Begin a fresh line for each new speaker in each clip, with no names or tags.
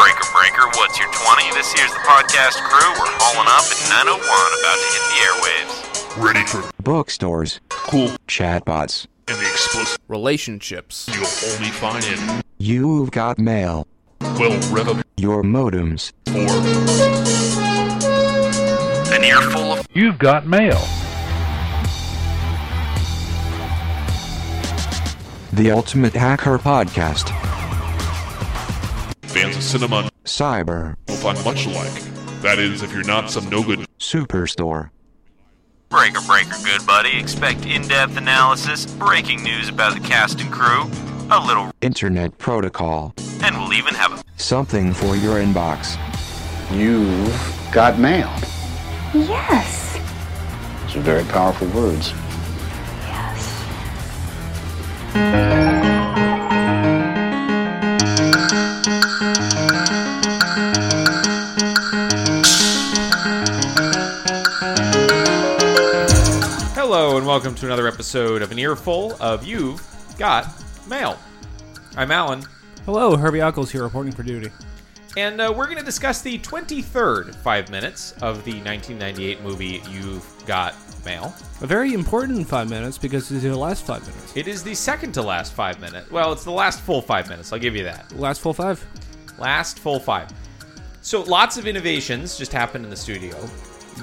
Mr. What's Your 20? This here's the podcast crew. We're hauling up at 901, about to hit the airwaves.
ready for
bookstores,
cool
chatbots.
and the explosive
relationships,
you'll only find in
You've got mail.
well rev
Your modems.
or
An earful of
You've got mail.
The Ultimate Hacker Podcast.
fans of cinema
Cyber.
will find much alike. That is, if you're not some no good
Superstore.
Breaker Breaker, good buddy. Expect in depth analysis, breaking news about the cast and crew, a little,
Internet Protocol.
and we'll even have a
Something for your inbox.
You've got mail.
Yes.
Those are very powerful words.
Yes.
Hello, and welcome to another episode of An Earful of You've Got Mail. I'm Alan,
Hello, Herbie Uckles here, reporting for duty.
and uh, we're going to discuss the 23rd five minutes of the 1998 movie You've Got Mail.
A very important five minutes because these are the last five minutes.
It is the second to last five minutes. Well, it's the last full five minutes, I'll give you that.
Last full five.
Last full five. So lots of innovations just happened in the studio.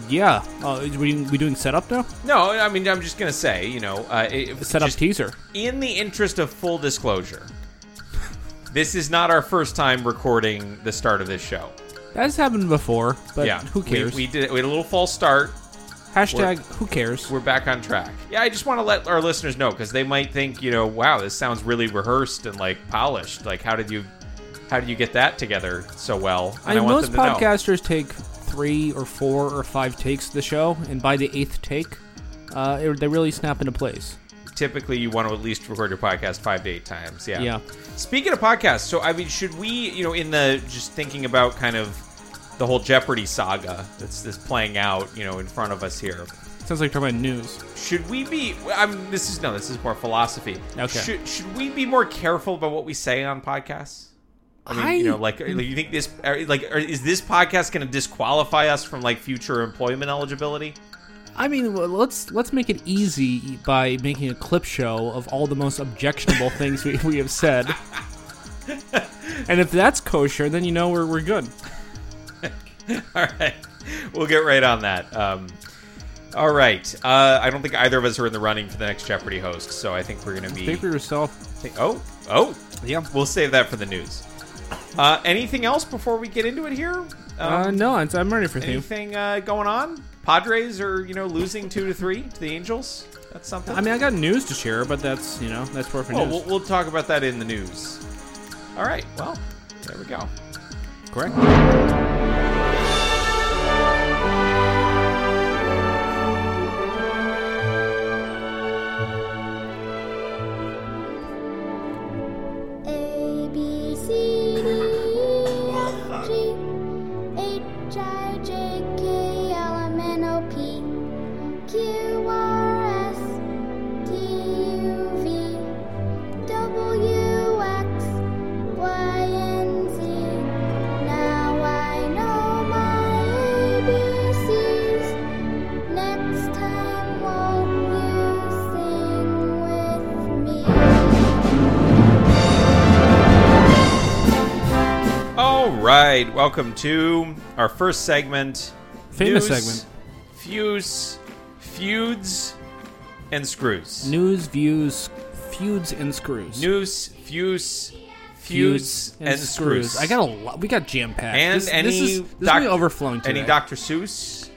Yeah. Uh, is we, we doing setup now?
No, I mean, I'm just going to say, you know, uh, it,
Setup
just-
teaser.
in the interest of full disclosure, this is not our first time recording the start of this show.
That's happened before, but
yeah,
who cares?
We, we did we had a little false start.
Hashtag who cares?
We're back on track. Yeah, I just want to let our listeners know because they might think, you know, wow, this sounds really rehearsed and like polished. Like, how did you, how did you get that together so well?
I
And I,
mean,
want
most
them to know.
podcasters take three or four or five takes of the show, and by the eighth take, uh, it, they really snap into place.
Typically, you want to at least record your podcast five to eight times. Yeah.
Yeah.
Speaking of podcasts, so I mean, should we, you know, in the just thinking about kind of the whole Jeopardy saga that's that's playing out, you know, in front of us here,
Sounds like talking about news.
should we be? I'm. This is no. This is more philosophy.
Okay.
Should should we be more careful about what we say on podcasts? I mean, you
I-
know, like, do you think this, are- like, are- is this podcast going to disqualify us from like future employment eligibility?
I mean, well, let's let's make it easy by making a clip show of all the most objectionable things we, we have said. and if that's kosher, then you know we're, we're good.
all right, we'll get right on that. Um, all right, uh, I don't think either of us are in the running for the next Jeopardy host, so I think we're going to be.
Think for yourself.
Think- oh, oh,
Yeah.
we'll save that for the news. Uh, anything else before we get into it here? Um,
Uh, no, it's, I'm ready for you.
anything uh, going on? Padres are you know losing two to three to the Angels. That's something.
I mean, I got news to share, but that's you know that's worth for
Oh, well,
news.
we'll, we'll talk about that in the news. All right. Well, there we go.
Correct.
A B C D E F G H I J K L M N O P Q R S T U V W X Y and Z. Now I know my ABCs. Next time, won't you sing with me?
All right, welcome to our first segment.
Famous
News,
segment.
Fuse, feuds, and screws.
News, views, feuds, and screws.
News, fuse, feuds, and, screws.
I got a lot. We got jam packed.
and
this,
any
this is this is
doc-
gonna be overflowing today.
Any Dr. Seuss?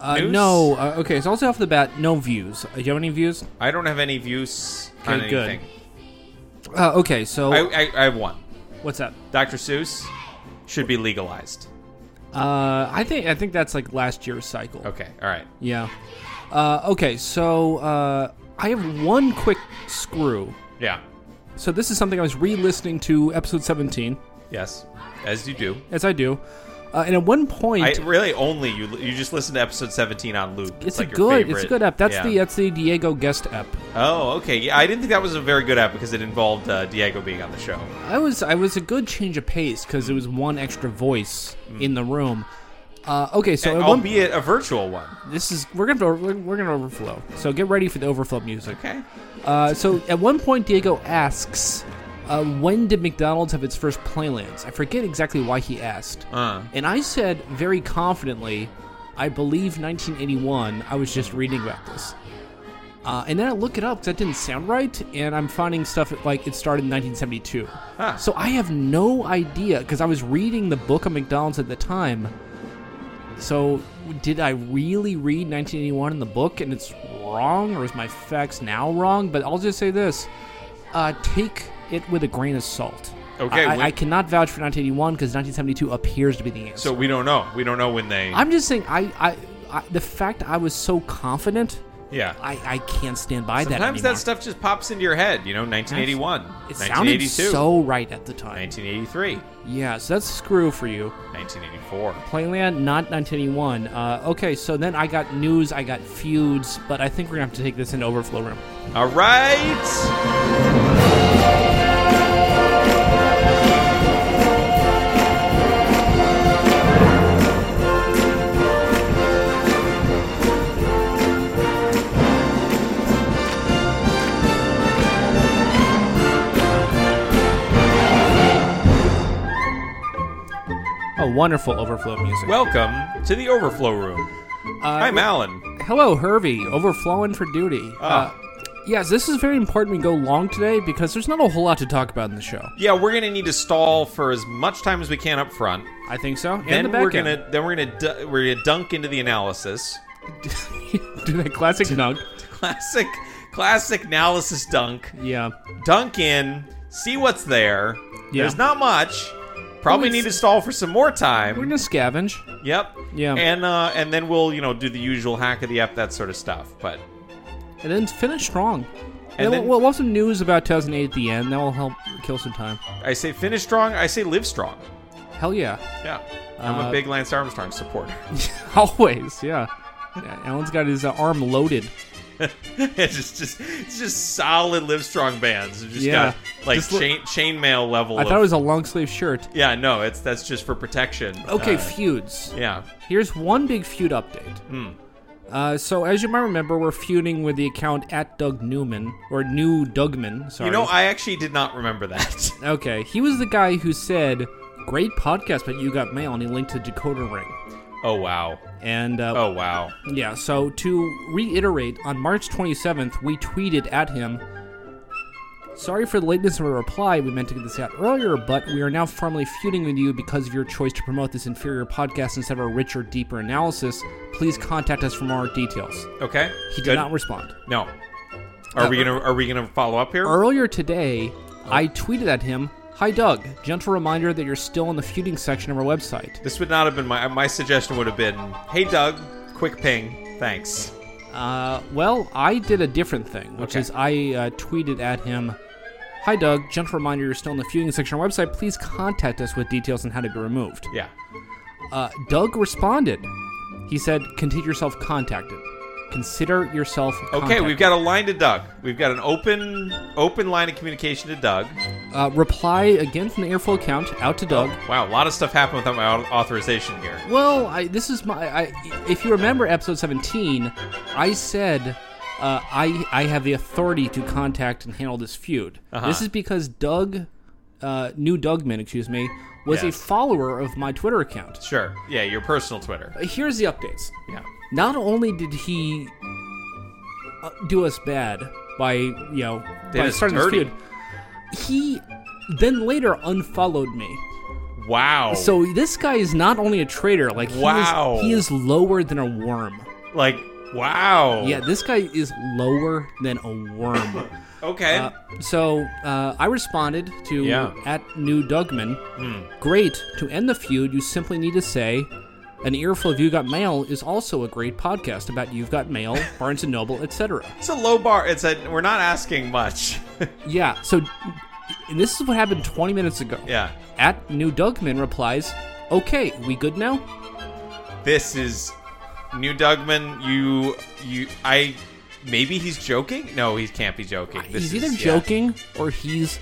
uh,
news?
No. Uh, okay. So I'll say off the bat, no views. Uh, you have any views?
I don't have any views on
Okay, good.
anything.
Uh, okay. So
I, I, I have one.
what's up?
Dr. Seuss should be legalized.
Uh, I think I think that's like last year's cycle.
Okay, all right.
Yeah. Uh, okay. So uh, I have one quick screw.
Yeah.
So this is something I was re-listening to episode 17,
Yes, as you do.
as I do. Uh, and at one point,
I really only you you just listen to episode 17 on loop. It's,
it's
like
a
your
good,
favorite.
it's a good app. That's
Yeah.
the that's the Diego guest app.
Oh, okay. Yeah, I didn't think that was a very good app because it involved uh, Diego being on the show.
I was I was a good change of pace because it was one extra voice
Mm.
in the room. Uh, okay, so at one,
Albeit a virtual one.
this is we're gonna we're, we're gonna overflow. So get ready for the overflow music.
Okay.
Uh, so at one point, Diego asks, uh, "When did McDonald's have its first Playlands?" I forget exactly why he asked,
Uh.
and I said very confidently, "I believe 1981." I was just reading about this, uh, and then I look it up because that didn't sound right, and I'm finding stuff that, like it started in 1972.
Huh.
So I have no idea because I was reading the book of McDonald's at the time. So did I really read 1981 in the book and it's wrong, or is my facts now wrong? But I'll just say this: uh, take it with a grain of salt.
Okay,
I,
we-
I cannot vouch for 1981 because 1972 appears to be the answer.
So we don't know. We don't know when they.
I'm just saying, I, I, I the fact I was so confident,
yeah.
I, I can't stand by that.
Sometimes
anymore.
that stuff just pops into your head. You know, 1981,
It sounded
1982,
so right at the time.
1983,
Yeah, so that's screw for you.
1984.
Playland, not 1981. Uh, okay, so then I got news, I got feuds, but I think we're gonna have to take this in overflow room.
All right.
Oh, wonderful overflow music.
Welcome to the Overflow Room.
Uh,
I'm Alan.
hello, Hervey, overflowing for duty.
Ah.
yes, this is very important. We go long today because there's not a whole lot to talk about in the show.
Yeah, we're gonna need to stall for as much time as we can up front.
I think so. And
Then
the back
we're
end.
gonna then we're gonna du- we're gonna dunk into the analysis.
do that classic dunk.
Classic, classic analysis dunk.
Yeah.
Dunk in. See what's there.
Yeah.
There's not much. Probably
Well,
need
it's-
to stall for some more time.
We're gonna scavenge.
Yep.
Yeah.
And uh, and then we'll you know do the usual hack of the app that sort of stuff. But
And then finish strong.
And
And
then-
we'll, we'll have some news about 2008 at the end. That will help kill some time.
I say finish strong. I say live strong.
Hell yeah.
Yeah. I'm
Uh,
a big Lance Armstrong supporter.
Always, yeah. Yeah, Alan's got his uh, arm loaded.
it's just, just it's just solid live strong bands. It's just
Yeah.
got like
Just look-
chain chainmail level.
I
of,
thought it was a long sleeve shirt.
Yeah. No. It's that's just for protection.
Okay,
Uh,
feuds.
yeah.
Here's one big feud update.
Hmm.
Uh, so, as you might remember, we're feuding with the account at Doug Newman, or New Dougman, sorry.
You know, I actually did not remember that.
Okay, he was the guy who said, Great podcast, but you got mail, and he linked to Dakota Ring.
oh wow.
And, uh,
Oh wow.
Yeah, so to reiterate, on March 27th, we tweeted at him Sorry for the lateness of our reply. We meant to get this out earlier, but we are now formally feuding with you because of your choice to promote this inferior podcast instead of a richer, deeper analysis. Please contact us for more details.
Okay.
He did
Good.
not respond.
No. Are we gonna Are we gonna follow up here?
Earlier today, I tweeted at him Hi, Doug. Gentle reminder that you're still in the feuding section of our website.
This would not have been my my suggestion. Would have been, hey Doug, quick ping, thanks.
Uh, well, I did a different thing, which
Okay.
is I uh, tweeted at him, "Hi Doug, gentle reminder you're still in the feuding section of our website. Please contact us with details on how to be removed."
Yeah.
Uh, Doug responded. He said, "Consider yourself contacted. Consider yourself."
Okay,
contacted."
we've got a line to Doug. We've got an open open line of communication to Doug.
uh, reply again from the Airflow account out to Doug.
Wow, a lot of stuff happened without my au- authorization here.
Well, I, this is my. I, if you remember episode 17, I said uh, I I have the authority to contact and handle this feud.
Uh-huh.
This is because Doug, uh, new Dougman, excuse me, was
Yes.
a follower of my Twitter account.
Sure. Yeah, your personal Twitter.
Here's the updates.
Yeah.
Not only did he uh, do us bad by you know
Did
by
us
starting
dirty.
this feud, he then later unfollowed me.
Wow.
So this guy is not only a traitor, like he
Wow.
is, he is lower than a worm.
like wow.
Yeah, this guy is lower than a worm.
Okay.
Uh, so uh, I responded to
Yeah. Hmm.
at new Dougman. Great to end the feud. You simply need to say, "An earful of you got mail" is also a great podcast about you've got mail, Barnes and Noble, etc.
it's a low bar. It's a we're not asking much.
Yeah. So and this is what happened 20 minutes ago.
yeah.
At new Dougman replies, Okay, we good now?
This is New Dugman. You, you, I. Maybe he's joking. No, he can't be joking. This
he's either
is- yeah.
joking or he's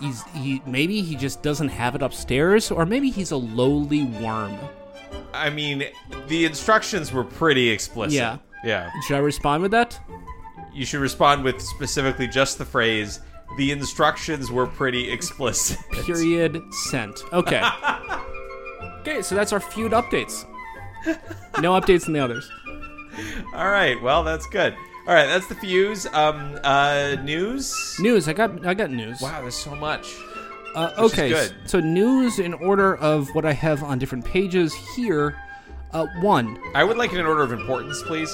he's he maybe he just doesn't have it upstairs or maybe he's a lowly worm.
I mean, the instructions were pretty explicit.
Yeah.
Yeah.
Should I respond with that?
You should respond with specifically just the phrase. The instructions were pretty explicit.
Period sent. Okay. okay, so that's our feud updates. No updates on the others.
All right. Well, that's good. All right. That's the fuse. Um. Uh. News.
News, I got I got news.
Wow. There's so much.
Uh,
Which is
okay,
good.
so news in order of what I have on different pages here. Uh, one,
I would like it in order of importance, please.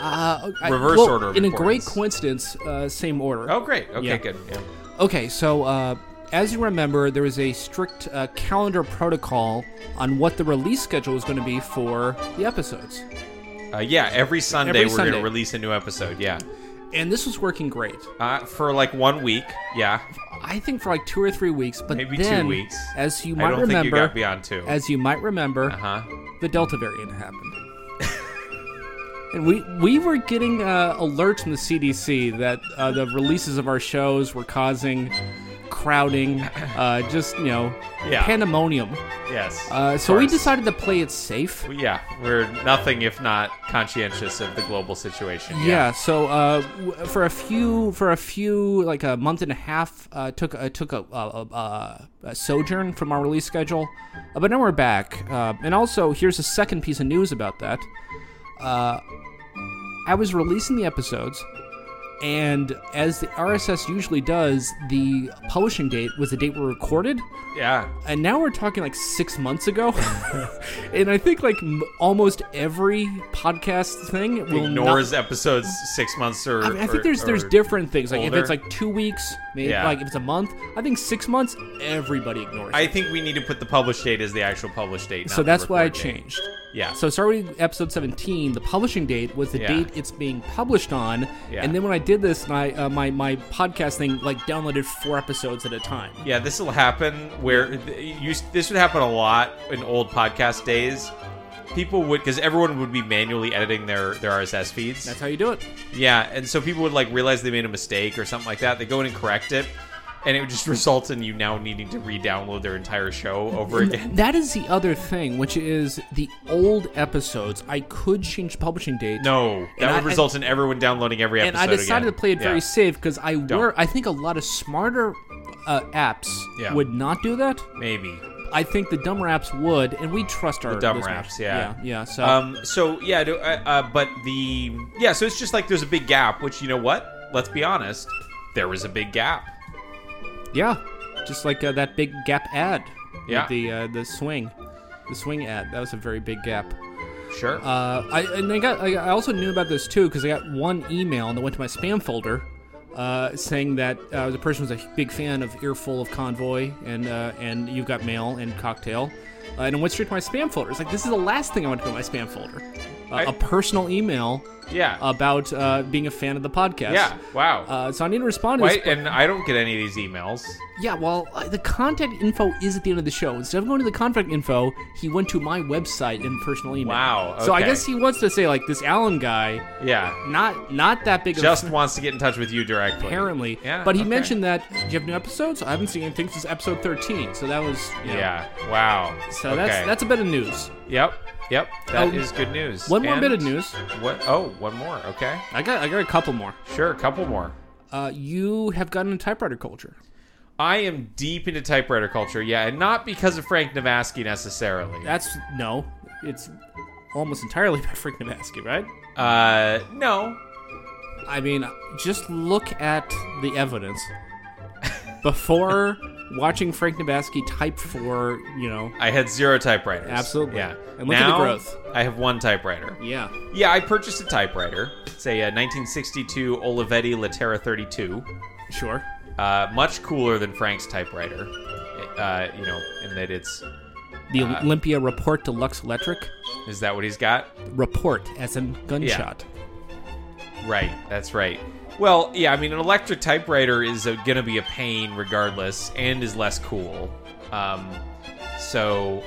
uh, I-
Reverse
well,
order of
in a great
importance.
coincidence, uh, same order.
Oh, great. Okay.
Yeah.
Good. Yeah.
Okay, so uh, as you remember, there was a strict uh, calendar protocol on what the release schedule was going to be for the episodes.
Uh, yeah, every Sunday
Every
we're
Sunday.
gonna release a new episode. Yeah,
And this was working great,
uh, for like one week. Yeah,
I think, for like two or three weeks. But
Maybe two
then,
weeks.
As you
I
might
don't
remember,
think you got beyond two.
as you might remember,
uh huh.
the Delta variant happened. And we, we were getting uh, alerts from the CDC that uh, the releases of our shows were causing crowding, uh, just, you know,
Yeah.
pandemonium.
Yes.
Uh,
of
so we
course.
decided to play it safe.
We- Yeah, we're nothing if not conscientious of the global situation.
Yeah. so uh, w- for a few, for a few, like a month and a half, uh, took uh, took a, a, a, a sojourn from our release schedule, uh, but now we're back. Uh, and also, here's a second piece of news about that. Uh, I was releasing the episodes, and as the RSS usually does, the publishing date was the date we recorded,
Yeah.
and now we're talking like six months ago. and I think like m- almost every podcast thing will not-
Ignores episodes six months or.
I, mean, I
or-
think there's there's
or-
different things. Like if
older?
it's like two weeks, maybe
Yeah.
like if it's a month. I think six months, everybody ignores.
I
it.
think we need to put the publish date as the actual publish date. not
so
the
that's why I
record date.
changed.
Yeah.
So starting with episode 17, the publishing date was the
Yeah.
date it's being published on.
Yeah.
And then when I did this, and I uh, my my podcast thing like downloaded four episodes at a time.
Yeah, this will happen where th- you, this would happen a lot in old podcast days. People would because everyone would be manually editing their their RSS feeds.
That's how you do it.
yeah, and so people would like realize they made a mistake or something like that. They go in and correct it, and it would just result in you now needing to re-download their entire show over again.
That is the other thing, which is the old episodes. I could change the publishing date.
No, that
And
would
I-
result in everyone downloading every
and
episode.
I decided
again.
to play it very
Yeah.
safe because I were I think a lot of smarter uh, apps
Yeah.
would not do that.
Maybe.
I think the dumber apps would, and we trust our
The dumb
listeners.
raps, yeah.
yeah, yeah, So
Um. So yeah. do- Uh, uh, but the yeah. So it's just like there's a big gap. Which you know what? Let's be honest. There was a big gap.
yeah, just like uh, that big Gap ad. with
Yeah.
the uh, the swing, the swing ad. That was a very big gap.
Sure.
Uh, I and I got I, I also knew about this too because I got one email and it went to my spam folder. Uh, saying that uh, the person was a big fan of Earful of Convoy and uh, and You've Got Mail and Cocktail, uh, and it went straight to my spam folder. It's like this is the last thing I want to go to my spam folder. Uh,
I-
a personal email
yeah.
about uh, being a fan of the podcast.
yeah. Wow.
Uh, so I need to respond to this.
Wait, and I don't get any of these emails.
Yeah, well, uh, the contact info is at the end of the show. Instead of going to the contact info, he went to my website and personal email.
Wow,
So I
okay.
guess he wants to say like this Allen guy,
Yeah.
not not that big.
Just
of,
wants to get in touch with you directly.
apparently.
Yeah,
but he
okay.
mentioned that do you have new episodes? I haven't seen anything since episode thirteen. So that was you know,
Yeah. Wow.
So
okay.
that's that's a bit of news.
Yep. Yep. That
Oh,
is good news.
One more
And
bit of news.
What? Oh, one more. Okay.
I got I got a couple more.
Sure. A couple more.
Uh, you have gotten into typewriter culture.
I am deep into typewriter culture. Yeah, and not because of Frank Navasky necessarily.
That's no. It's almost entirely by Frank Navasky, right?
Uh, no.
I mean, just look at the evidence. Before watching Frank Nabasky type for, you know,
I had zero typewriters.
Absolutely.
Yeah.
And look at the
now,
growth.
I have one typewriter.
yeah,
Yeah, I purchased a typewriter. It's a, uh 1962 Olivetti Latera 32.
sure.
Uh, much cooler than Frank's typewriter. Uh, you know, in that it's
The
Uh,
Olympia Report Deluxe Electric
is that what he's got?
report as in gunshot.
Right. That's right. Well, yeah. I mean, an electric typewriter is uh gonna be a pain regardless, and is less cool. Um, so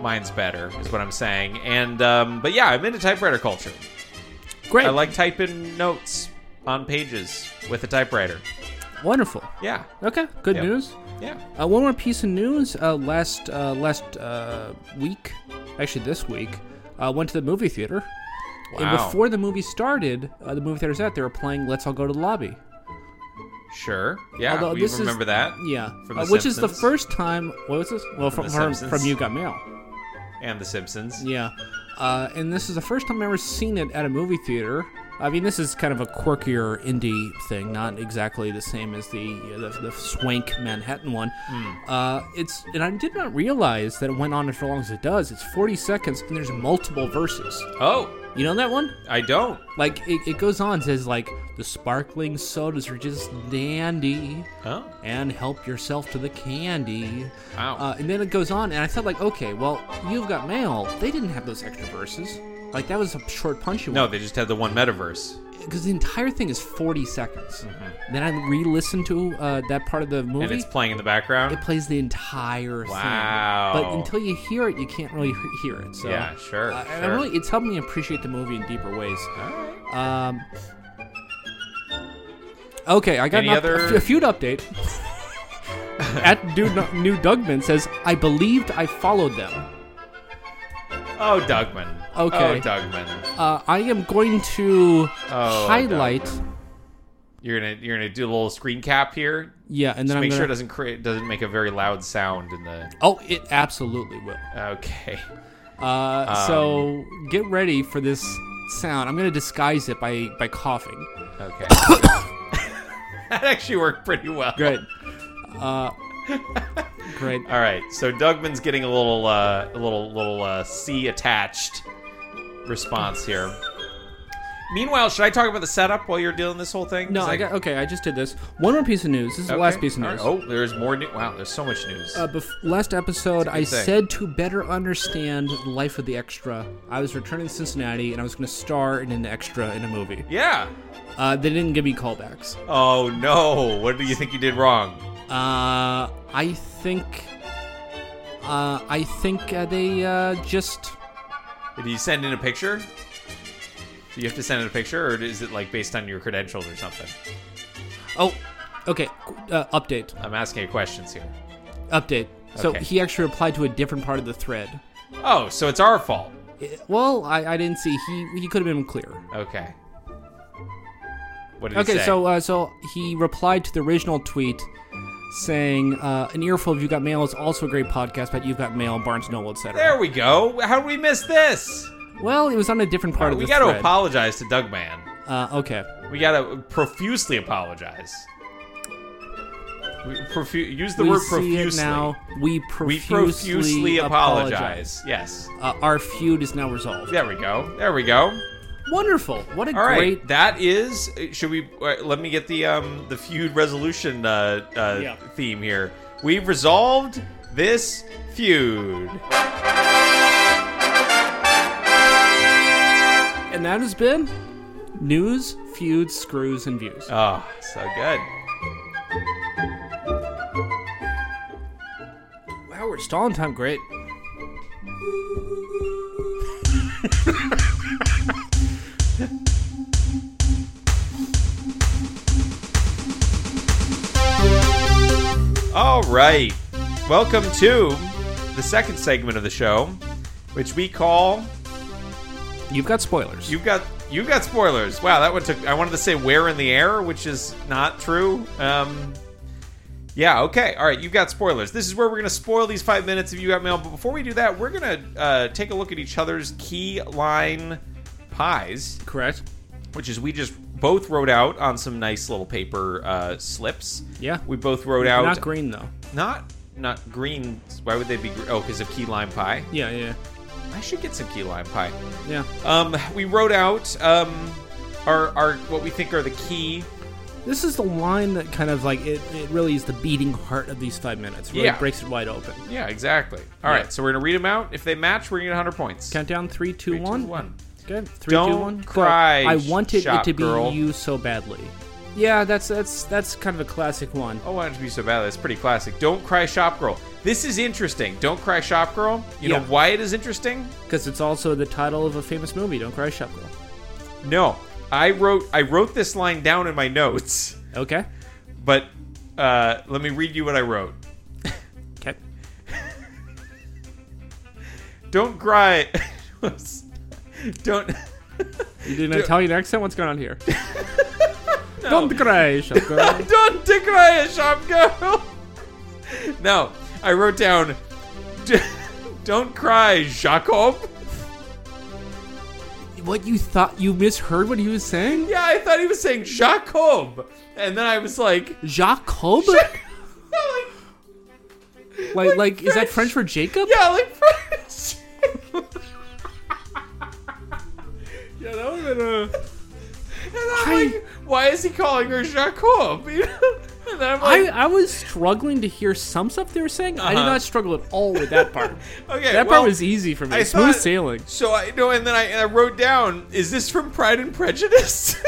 mine's better, is what I'm saying. And um, but yeah, I'm into typewriter culture.
Great.
I like typing notes on pages with a typewriter.
Wonderful.
Yeah,
Okay. Good
Yeah.
news.
yeah.
Uh, one more piece of news. Uh, last uh, last uh, week, actually this week, uh, went to the movie theater. And
Wow.
before the movie started, uh, the movie theater's out. They were playing "Let's All Go to the Lobby."
Sure. Yeah,
Although
we
this is-
remember that.
Yeah,
From The
Uh, which is the
Simpsons.
first time. What was this? Well, from
The
from,
Simpsons.
from You Got Mail.
And The Simpsons.
Yeah, uh, and this is the first time I've ever seen it at a movie theater. I mean, this is kind of a quirkier indie thing, not exactly the same as the uh, the, the swank Manhattan one.
Hmm.
Uh, it's and I did not realize that it went on for as long as it does. It's 40 seconds, and there's multiple verses.
Oh,
You know that one?
I don't.
Like it, it goes on, says like the sparkling sodas are just dandy
Oh,
and help yourself to the candy.
Wow.
Uh, and then it goes on, and I thought, like, okay, well, you've got mail. They didn't have those extra verses. Like, that was a short, punchy
no,
one.
they just had the one metaverse.
Because the entire thing is 40 seconds. Then I re listened to uh, that part of the movie.
Mm-hmm. And it's playing in the background.
it plays the entire
Wow.
thing. But until you hear it, you can't really he- hear it. So,
Yeah, sure,
Uh, and
sure.
really, it's helped me appreciate the movie in deeper ways. Um, okay, I got
Any
an up-
other-
a feud update. At dude, new Dugman says, "I believed I followed them."
Oh, Dougman.
Okay.
Oh, Dougman.
Uh, I am going to
Oh,
highlight.
You're gonna you're gonna do a little screen cap here.
Yeah, and then
Just
I'm
make
gonna.
sure it doesn't create doesn't make a very loud sound in the.
oh, it absolutely will.
Okay.
Uh, so
Um,
get ready for this sound. I'm gonna disguise it by by coughing.
Okay. that actually worked pretty well.
Great. Uh, great.
All right. So Dougman's getting a little uh, a little little uh, C attached response here. Meanwhile, should I talk about the setup while you're doing this whole thing?
No,
'Cause
I got okay. I just did this. One more piece of news. This is the last
Okay.
piece of
All
news.
right. Oh, there's more news. Wow, there's so much news.
Uh, bef- last episode, I
thing.
said to better understand the life of the extra, I was returning to Cincinnati and I was going to star in an extra in a movie.
yeah.
Uh, they didn't give me callbacks.
Oh no. What do you think you did wrong?
Uh, I think, uh, I think uh, they uh, just
Did you send in a picture? Do you have to send in a picture, or is it like based on your credentials or something?
oh, okay. Uh, update,
I'm asking you questions here.
update. So
Okay.
he actually replied to a different part of the thread.
Oh, so it's our fault.
It- well, I, I didn't see. He he could have been clearer.
Okay. What did he
Okay,
say?
so uh, so he replied to the original tweet saying, uh, "An earful of You Got Mail is also a great podcast, but You've Got Mail, Barnes Noble,
there
etc."
we go. How did we miss this?
Well, it was on a different part of
we
the
got to
thread.
apologize to Doug Man.
uh, okay,
We got to profusely apologize. We profu- use the
we
word
see
profusely.
it now. We
we
profusely,
profusely
apologize.
apologize. Yes.
Uh, our feud is now resolved.
There we go. There we go.
Wonderful! What a
All right,
great.
that is. Should we uh, let me get the um the feud resolution uh, uh
Yeah.
theme here? We've resolved this feud.
And that has been news, feuds, screws, and views.
Oh, so good.
wow, we're stalling time. Great.
All right, welcome to the second segment of the show, which we call
You've got spoilers.
"You've Got You've Got Spoilers." Wow, that one took. I wanted to say "Where in the Air," which is not true. Um, Yeah, okay. All right, you've got spoilers. This is where we're going to spoil these five minutes if you got mail. But before we do that, we're going to uh, take a look at each other's key line pies,
correct.
which is we just both wrote out on some nice little paper uh, slips.
Yeah.
We both wrote out.
Not green though.
Not, not green. Why would they be green? Oh, because of key lime pie.
Yeah, yeah,
I should get some key lime pie.
yeah.
Um, we wrote out um, our, our what we think are the key
This is the line that kind of like it, it really is the beating heart of these five minutes. It really
Yeah.
breaks it wide open.
Yeah, exactly. All right, so we're gonna read them out. If they match, we're gonna get 100 points.
Count down three, two,
Three, two,
one.
one.
Okay. Three, two,
Don't
one. Go.
cry,
I wanted
shop
it to be
girl.
you so badly. Yeah, that's that's that's kind of a classic one.
Oh, why don't you be so bad? That's pretty classic. Don't cry, shop girl. This is interesting. Don't cry, shop girl. You know
Yeah.
why it is interesting?
Because it's also the title of a famous movie, Don't Cry Shop Girl.
No, I wrote I wrote this line down in my notes,
Okay.
but uh, let me read you what I wrote.
Okay.
Don't cry. don't.
You did an Italian accent? What's going on here? Don't cry, shop girl.
Don't cry, shop girl. No, I wrote down. "D- Don't cry, Jacob.
what you thought you misheard what he was saying?
Yeah, I thought he was saying Jacob, and then I was like,
Jacob?
like
like like is that French for Jacob?
Yeah, like first. yeah, that would have been a. And I'm
I-
like, why is he calling her Jacob? You know? And then I'm
I,
like,
I was struggling to hear some stuff they were saying. I did
Uh-huh.
not struggle at all with that part.
okay,
that
well,
part was easy for me.
I
Smooth
thought-
sailing.
So I no, and then I, and I wrote down, is this from Pride and Prejudice?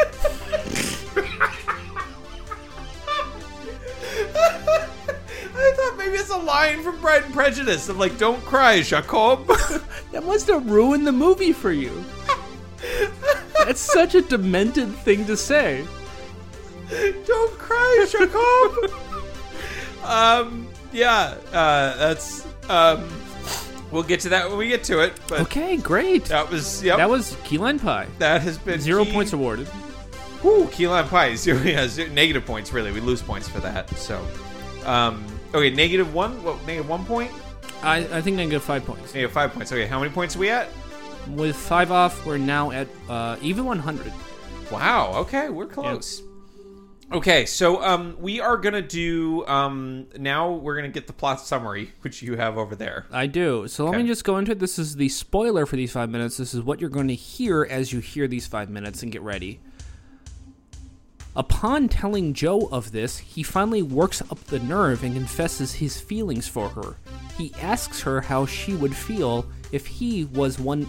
I thought maybe it's a line from Pride and Prejudice. I'm like, don't cry, Jacob.
That must have ruined the movie for you. That's such a demented thing to say.
Don't cry, Jacob. um, yeah, uh, that's um, we'll get to that when we get to it. But
Okay, great.
that was yep.
That was Key Lime Pie.
that has been
Zero
key,
points awarded.
Whew, key lime pie. Zero, yeah, zero, negative points. Really, we lose points for that. So, um, okay, negative one. What? Negative one point.
I, I think I can get five points.
Negative five points. Okay, how many points are we at?
With five off, we're now at uh, even 100.
Wow. Okay, we're close. Okay, so um, we are gonna do um, now. We're gonna get the plot summary, which you have over there.
I do. So let
Okay.
me just go into it. This is the spoiler for these five minutes. This is what you're going to hear as you hear these five minutes and get ready. Upon telling Joe of this, he finally works up the nerve and confesses his feelings for her. He asks her how she would feel if he was one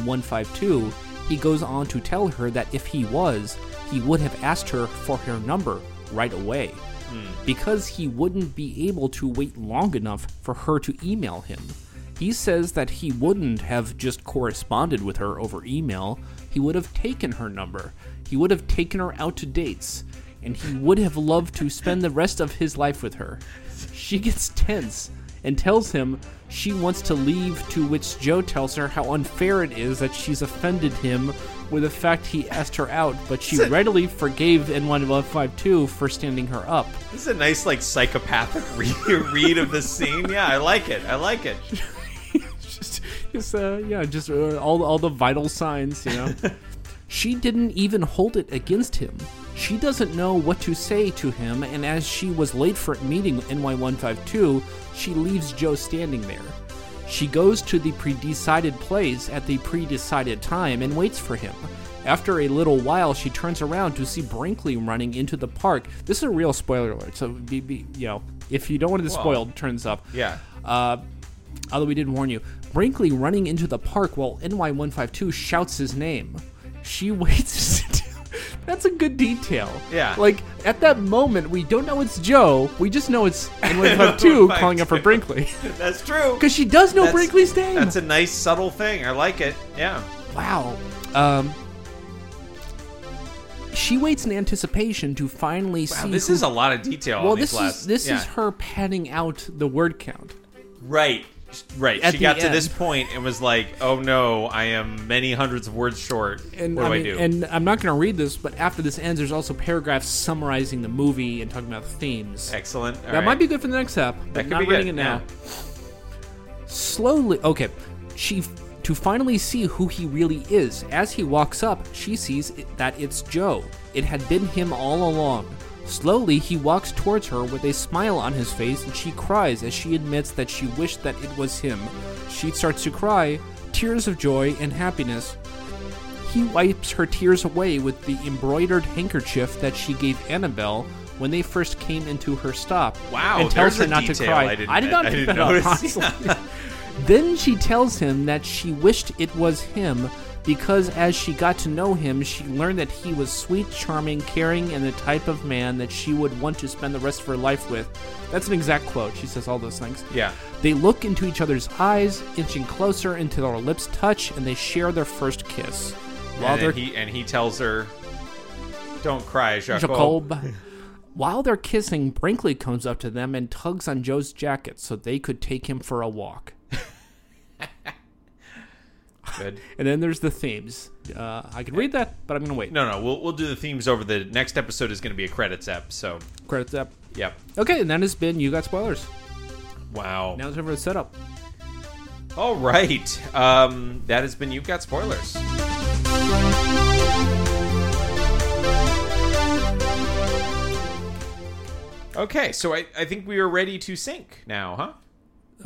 NY152. He goes on to tell her that if he was, he would have asked her for her number right away because he wouldn't be able to wait long enough for her to email him. He says that he wouldn't have just corresponded with her over email, he would have taken her number, he would have taken her out to dates, and he would have loved to spend the rest of his life with her. She gets tense and tells him she wants to leave, to which Joe tells her how unfair it is that she's offended him with the fact he asked her out, but she readily forgave N1152 for standing her up.
This is a nice, like, psychopathic re- read of this scene. Yeah, I like it. I like it.
just, just uh, yeah, just uh, all all the vital signs, you know. she didn't even hold it against him. She doesn't know what to say to him, and as she was late for a meeting with NY152, she leaves Joe standing there. She goes to the predecided place at the predecided time and waits for him. After a little while, she turns around to see Brinkley running into the park. This is a real spoiler alert, so be, be you know if you don't want it to be spoiled, turns up.
Yeah.
Uh, although we did warn you. Brinkley running into the park while NY152 shouts his name. She waits to sit down. That's a good detail.
Yeah.
Like, at that moment, we don't know it's Joe. We just know it's NY152 calling up for Brinkley.
That's true.
Because she does know
That's-
Brinkley's name.
That's a nice, subtle thing. I like it. Yeah.
Wow. Um, she waits in anticipation to finally
Wow,
see.
this
who-
is a lot of detail.
Well,
on these
this is
last-
this
yeah.
is her padding out the word count.
Right. Right.
At
she
the
got to
end.
this point and was like, "Oh no, I am many hundreds of words short.
And
what do
I,
I,
mean,
do?"
And I'm not going to read this, but after this ends, there's also paragraphs summarizing the movie and talking about themes.
Excellent. All
that
right.
might be good for the next app.
That
But
could
not
be
reading
good,
it now. Slowly, okay. She f- to finally see who he really is. As he walks up, she sees it, that it's Joe. It had been him all along. Slowly, he walks towards her with a smile on his face, and she cries as she admits that she wished that it was him. She starts to cry, tears of joy and happiness. He wipes her tears away with the embroidered handkerchief that she gave Annabelle when they first came into her stop.
Wow,
and tells
there's
her
a
not to
detail
cry.
I didn't-
did not
I
pick
didn't
that up,
notice.
honestly. then she tells him that she wished it was him because as she got to know him, she learned that he was sweet, charming, caring, and the type of man that she would want to spend the rest of her life with. That's an exact quote. She says all those things.
Yeah.
They look into each other's eyes, inching closer until their lips touch, and they share their first kiss. While
And
they're
then he and he tells her, "Don't cry, Jacob."
Jacob. While they're kissing, Brinkley comes up to them and tugs on Joe's jacket so they could take him for a walk.
Good.
And then there's the themes. Uh, I could read that, but I'm gonna wait.
No, no, we'll we'll do the themes over the next episode is going to be a credits ep. So,
Credits up.
yep.
Okay, and that has been you got spoilers.
Wow.
Now it's over to setup.
All right. Um, that has been you've got spoilers. Okay, so I, I think we are ready to sync now, huh?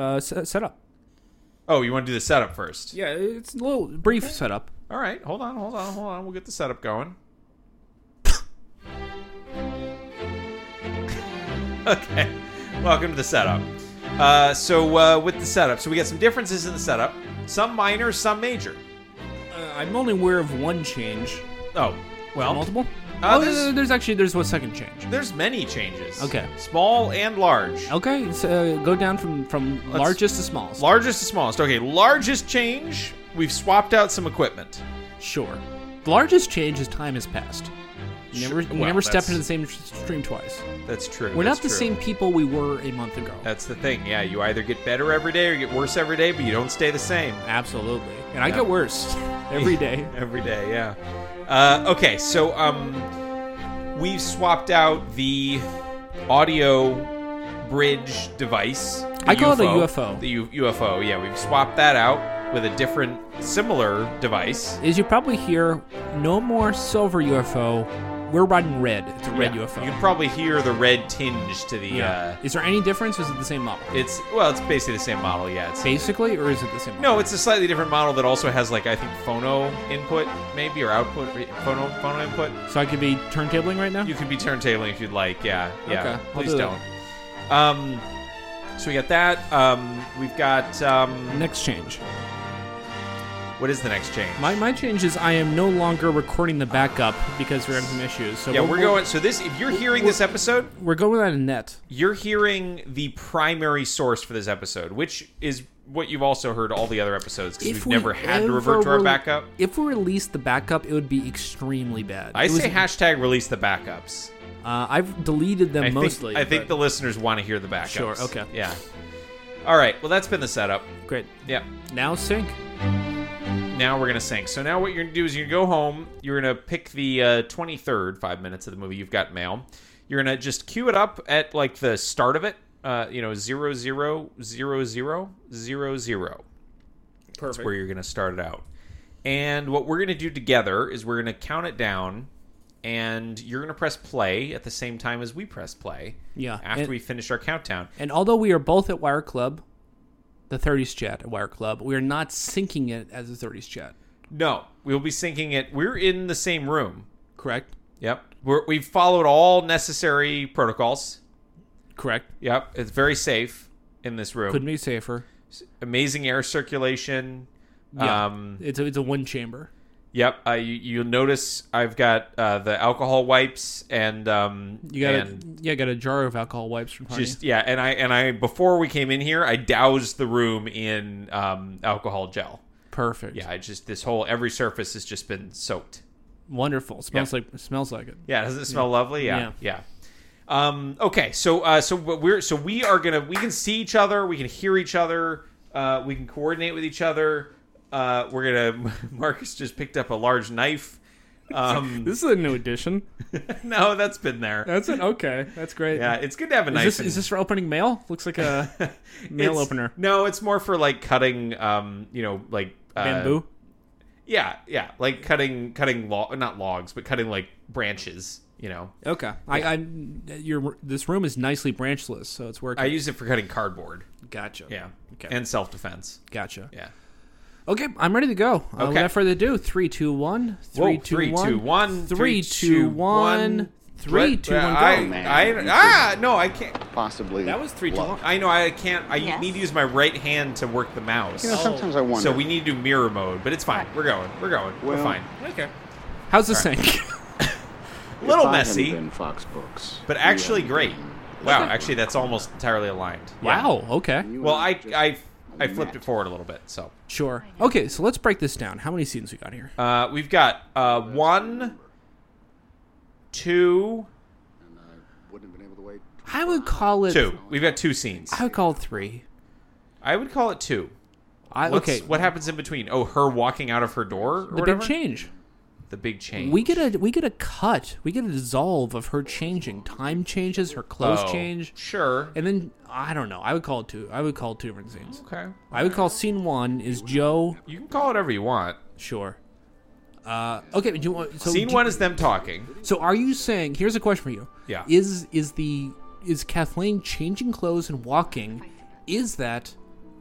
Uh, se- setup.
Oh, you want to do the setup first?
Yeah, it's a little brief setup.
All right, hold on, hold on, hold on. We'll get the setup going. okay, welcome to the setup. Uh, so, uh, with the setup, so we got some differences in the setup, some minor, some major.
Uh, I'm only aware of one change.
Oh, well,
Multiple?
Uh,
oh,
there's-
there's, there's actually there's one second change.
There's many changes.
Okay.
Small and large.
Okay, so uh, go down from from largest to smallest.
Largest to smallest. Okay, largest change. We've swapped out some equipment.
Sure. The largest change is time has passed. You
Sure.
never, we
Well,
never stepped
that's-
into the same s- stream twice.
That's true.
We're
that's
not the
true.
same people we were a month ago.
That's the thing. Yeah, you either get better every day or you get worse every day, but you don't stay the same.
Absolutely. And I
Yeah.
get worse every day.
Every day, yeah. Uh, okay, so um, we've swapped out the audio bridge device. the
I call it a UFO.
The U- UFO, yeah. We've swapped that out with a different, similar device.
As you probably hear, no more silver UFO. We're riding red. It's a red
Yeah.
UFO.
You can probably hear the red tinge to the.
yeah.
Uh,
Is there any difference? Is it the same model?
it's well, it's basically the same model, yeah. It's
Basically, or is it the same model?
no, it's a slightly different model that also has like I think phono input, maybe or output, re- phono phono input.
So I could be turntabling right now?
You can be turntabling if you'd like. Yeah, yeah.
Okay, I'll
Please
do
don't.
that.
Um, so we got that. Um, we've got um,
Next change.
what is the next change?
My, my change is I am no longer recording the backup because we're having some issues. So
yeah,
we'll-
we're going. So this, if you're hearing this episode,
We're going on a net.
you're hearing the primary source for this episode, which is what you've also heard all the other episodes because we've
If we
never had to
ever
revert to our
rel-
backup.
If we released the backup, it would be extremely bad.
I
It was-
say hashtag release the backups.
Uh, I've deleted them
I
mostly.
think, I think the
but-
listeners want to hear the backups.
Sure, okay.
Yeah. All right. Well, that's been the setup.
great
Yeah.
now sync.
now we're gonna sync. So now what you're gonna do is you're gonna go home. You're gonna pick the uh, 23rd five minutes of the movie. You've got mail. You're gonna just cue it up at like the start of it. Uh, you know, zero zero zero zero zero zero. That's where you're gonna start it out. And what we're gonna do together is we're gonna count it down, and you're gonna press play at the same time as we press play.
Yeah,
After
and-
we finish our countdown.
And although we are both at Wire Club, the 30s chat at Wire Club, we are not syncing it as the 30s chat.
No, we'll be syncing it. We're in the same room.
Correct.
Yep. We're, we've followed all necessary protocols.
Correct.
Yep. It's very safe in this room.
Couldn't be safer.
Amazing air circulation.
Yeah.
Um,
it's a, it's a one chamber.
yep. Uh, you, you'll notice I've got uh, the alcohol wipes and um,
You got a,
and
yeah, got a jar of alcohol wipes from Harney.
just yeah. And I and I before we came in here, I doused the room in um, alcohol gel.
Perfect.
Yeah. I just this whole every surface has just been soaked.
Wonderful. Smells like smells like it.
Yeah, doesn't it smell lovely? Yeah, yeah. Um, okay, so uh, so what we're so we are gonna we can see each other, we can hear each other, uh, we can coordinate with each other. Uh, we're gonna Marcus just picked up a large knife. Um,
This is a new addition.
no, that's been there.
That's an okay. That's great.
Yeah, it's good to have a
Is
knife.
this,
in-
is this for opening mail? Looks like a mail
it's-
opener.
No, it's more for like cutting. Um, you know, like uh,
Bamboo.
Yeah, yeah, like cutting cutting log not logs, but cutting like branches. You know,
Okay. I, I your this room is nicely branchless, so it's working.
I use it for cutting cardboard.
gotcha.
Yeah,
Okay.
and self defense.
Gotcha.
Yeah.
Okay, I'm ready to go. Uh,
Okay.
without further ado, three, two, one,
Whoa,
three, two,
three, two,
one,
one,
three, two, one, Three,
But-
two,
but
one, go.
I,
Man,
I,
you
ah, no, I can't.
Possibly.
that was three to
luck.
one.
I know I can't. I
Yes.
need to use my right hand to work the mouse.
You know, sometimes I wonder.
Oh. So we need to do mirror mode, but it's fine. We're going. We're going. We're
Well-
fine.
Okay. How's this thing?
If
A little
I hadn't
messy,
been Fox Books,
but
we
actually
hadn't
great.
been-
Wow, actually that's almost entirely aligned. Yeah.
Wow. Okay.
You
Well,
and
I
just
I I flipped
met.
it forward a little bit. So
Sure. Okay, so let's break this down. How many scenes we got here?
uh, we've got uh, one, two,
And I wouldn't have been able to wait.
I would call it
two. We've got two scenes.
I would call it three.
I would call it two.
I,
What's-
okay.
What happens in between? Oh, her walking out of her door. Or
the
whatever?
big change.
The big change.
We get a we get a cut. We get a dissolve of her changing. Time changes. Her clothes
Oh,
change.
Sure.
And then I don't know. I would call it two. I would call it two different scenes.
Okay.
I would call scene one is Joe.
You can call it whatever you want.
Sure. Uh, okay. Do you want so
Scene
do-
one is them talking.
So are you saying? Here's a question for you.
Yeah.
Is is the is Kathleen changing clothes and walking? Is that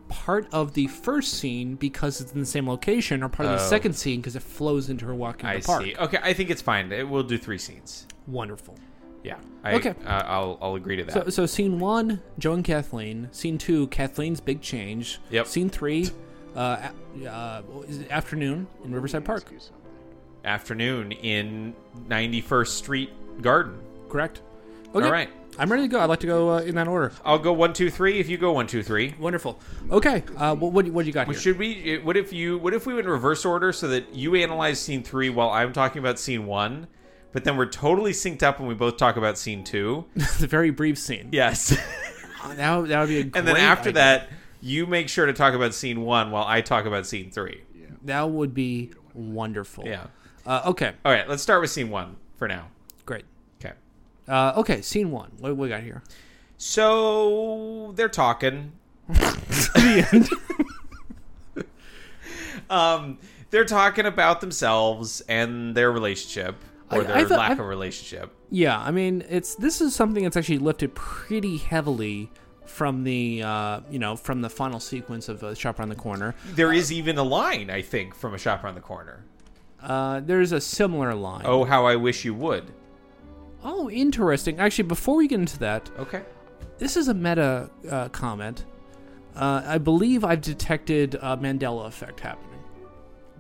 part of the first scene because it's in the same location, or part of the
Oh.
second scene because it flows into her walking
I
the park?
see. Okay, I think it's fine. It, we'll do three scenes.
Wonderful.
Yeah. I,
Okay.
Uh, I'll I'll agree to that.
So, so scene one, Joe and Kathleen. Scene two, Kathleen's big change.
Yep.
Scene three, uh, a- uh, what is it, afternoon in Riverside Park.
Afternoon in 91st Street Garden.
Correct.
All right.
I'm ready to go. I'd like to go uh, in that order.
I'll go one two three. If you go one two three.
Wonderful. Okay. Uh, what what, what do you got here?
Should we? What if you? What if we went in reverse order so that you analyze scene three while I'm talking about scene one, but then we're totally synced up when we both talk about scene two.
it's a very brief scene.
Yes.
Uh, That would, that would be a great
and then after
idea.
that, you make sure to talk about scene one while I talk about scene three.
that would be wonderful.
Yeah.
Uh, okay.
All right. Let's start with scene one for now.
Great.
Okay.
Uh, okay. Scene one. What we got here?
So they're talking.
The end.
Um, they're talking about themselves and their relationship or
I-
their
I thought-
lack
I-
of relationship.
yeah. I mean, it's this is something that's actually lifted pretty heavily from the uh, you know from the final sequence of uh, Shop Around the Corner.
There is even a line I think from a shop around the corner.
Uh, there's a similar line.
Oh, how I wish you would.
Oh, interesting. Actually, before we get into that,
Okay.
this is a meta uh, comment. Uh, I believe I've detected uh, Mandela effect happening.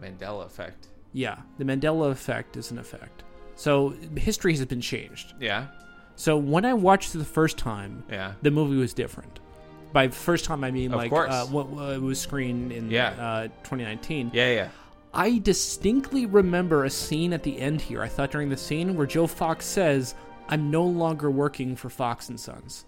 Mandela effect.
Yeah, the Mandela effect is an effect. So history has been changed.
Yeah.
So when I watched it the first time,
Yeah.
the movie was different. By first time, I mean
Of
like
course.
uh, what what it was screened in
Yeah.
uh, 2019.
Yeah, yeah.
I distinctly remember a scene at the end here. I thought during the scene where Joe Fox says, "I'm no longer working for Fox and Sons."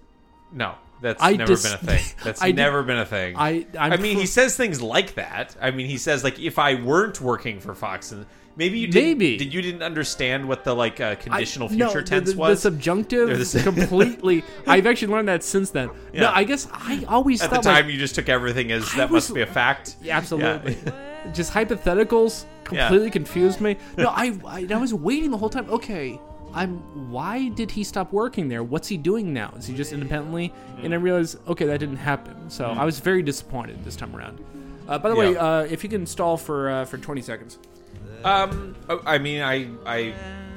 No, that's
I
never
dis-
been a thing. That's
I di-
never been a thing.
I- I'm
mean,
pr-
he says things like that. I mean, he says like, if I weren't working for Fox, and maybe you didn't,
Maybe.
did you didn't understand what the like uh,
I-
conditional
no,
future
the-
tense
the,
was
the subjunctive
They're the same.
completely. I've actually learned that since then. No,
Yeah.
I guess I always
at the
thought
time.
like,
you just took everything as
I
that
was-
must be a fact.
Yeah, absolutely. Just hypotheticals completely confused me. No, I, I I was waiting the whole time. Okay, I'm. Why did he stop working there? What's he doing now? Is he just independently?
Mm-hmm.
And I realized, okay, that didn't happen. So I was very disappointed this time around. Uh, by the way,
Yeah.
uh, if you can stall for uh, for 20 seconds.
Um, oh, I mean, I I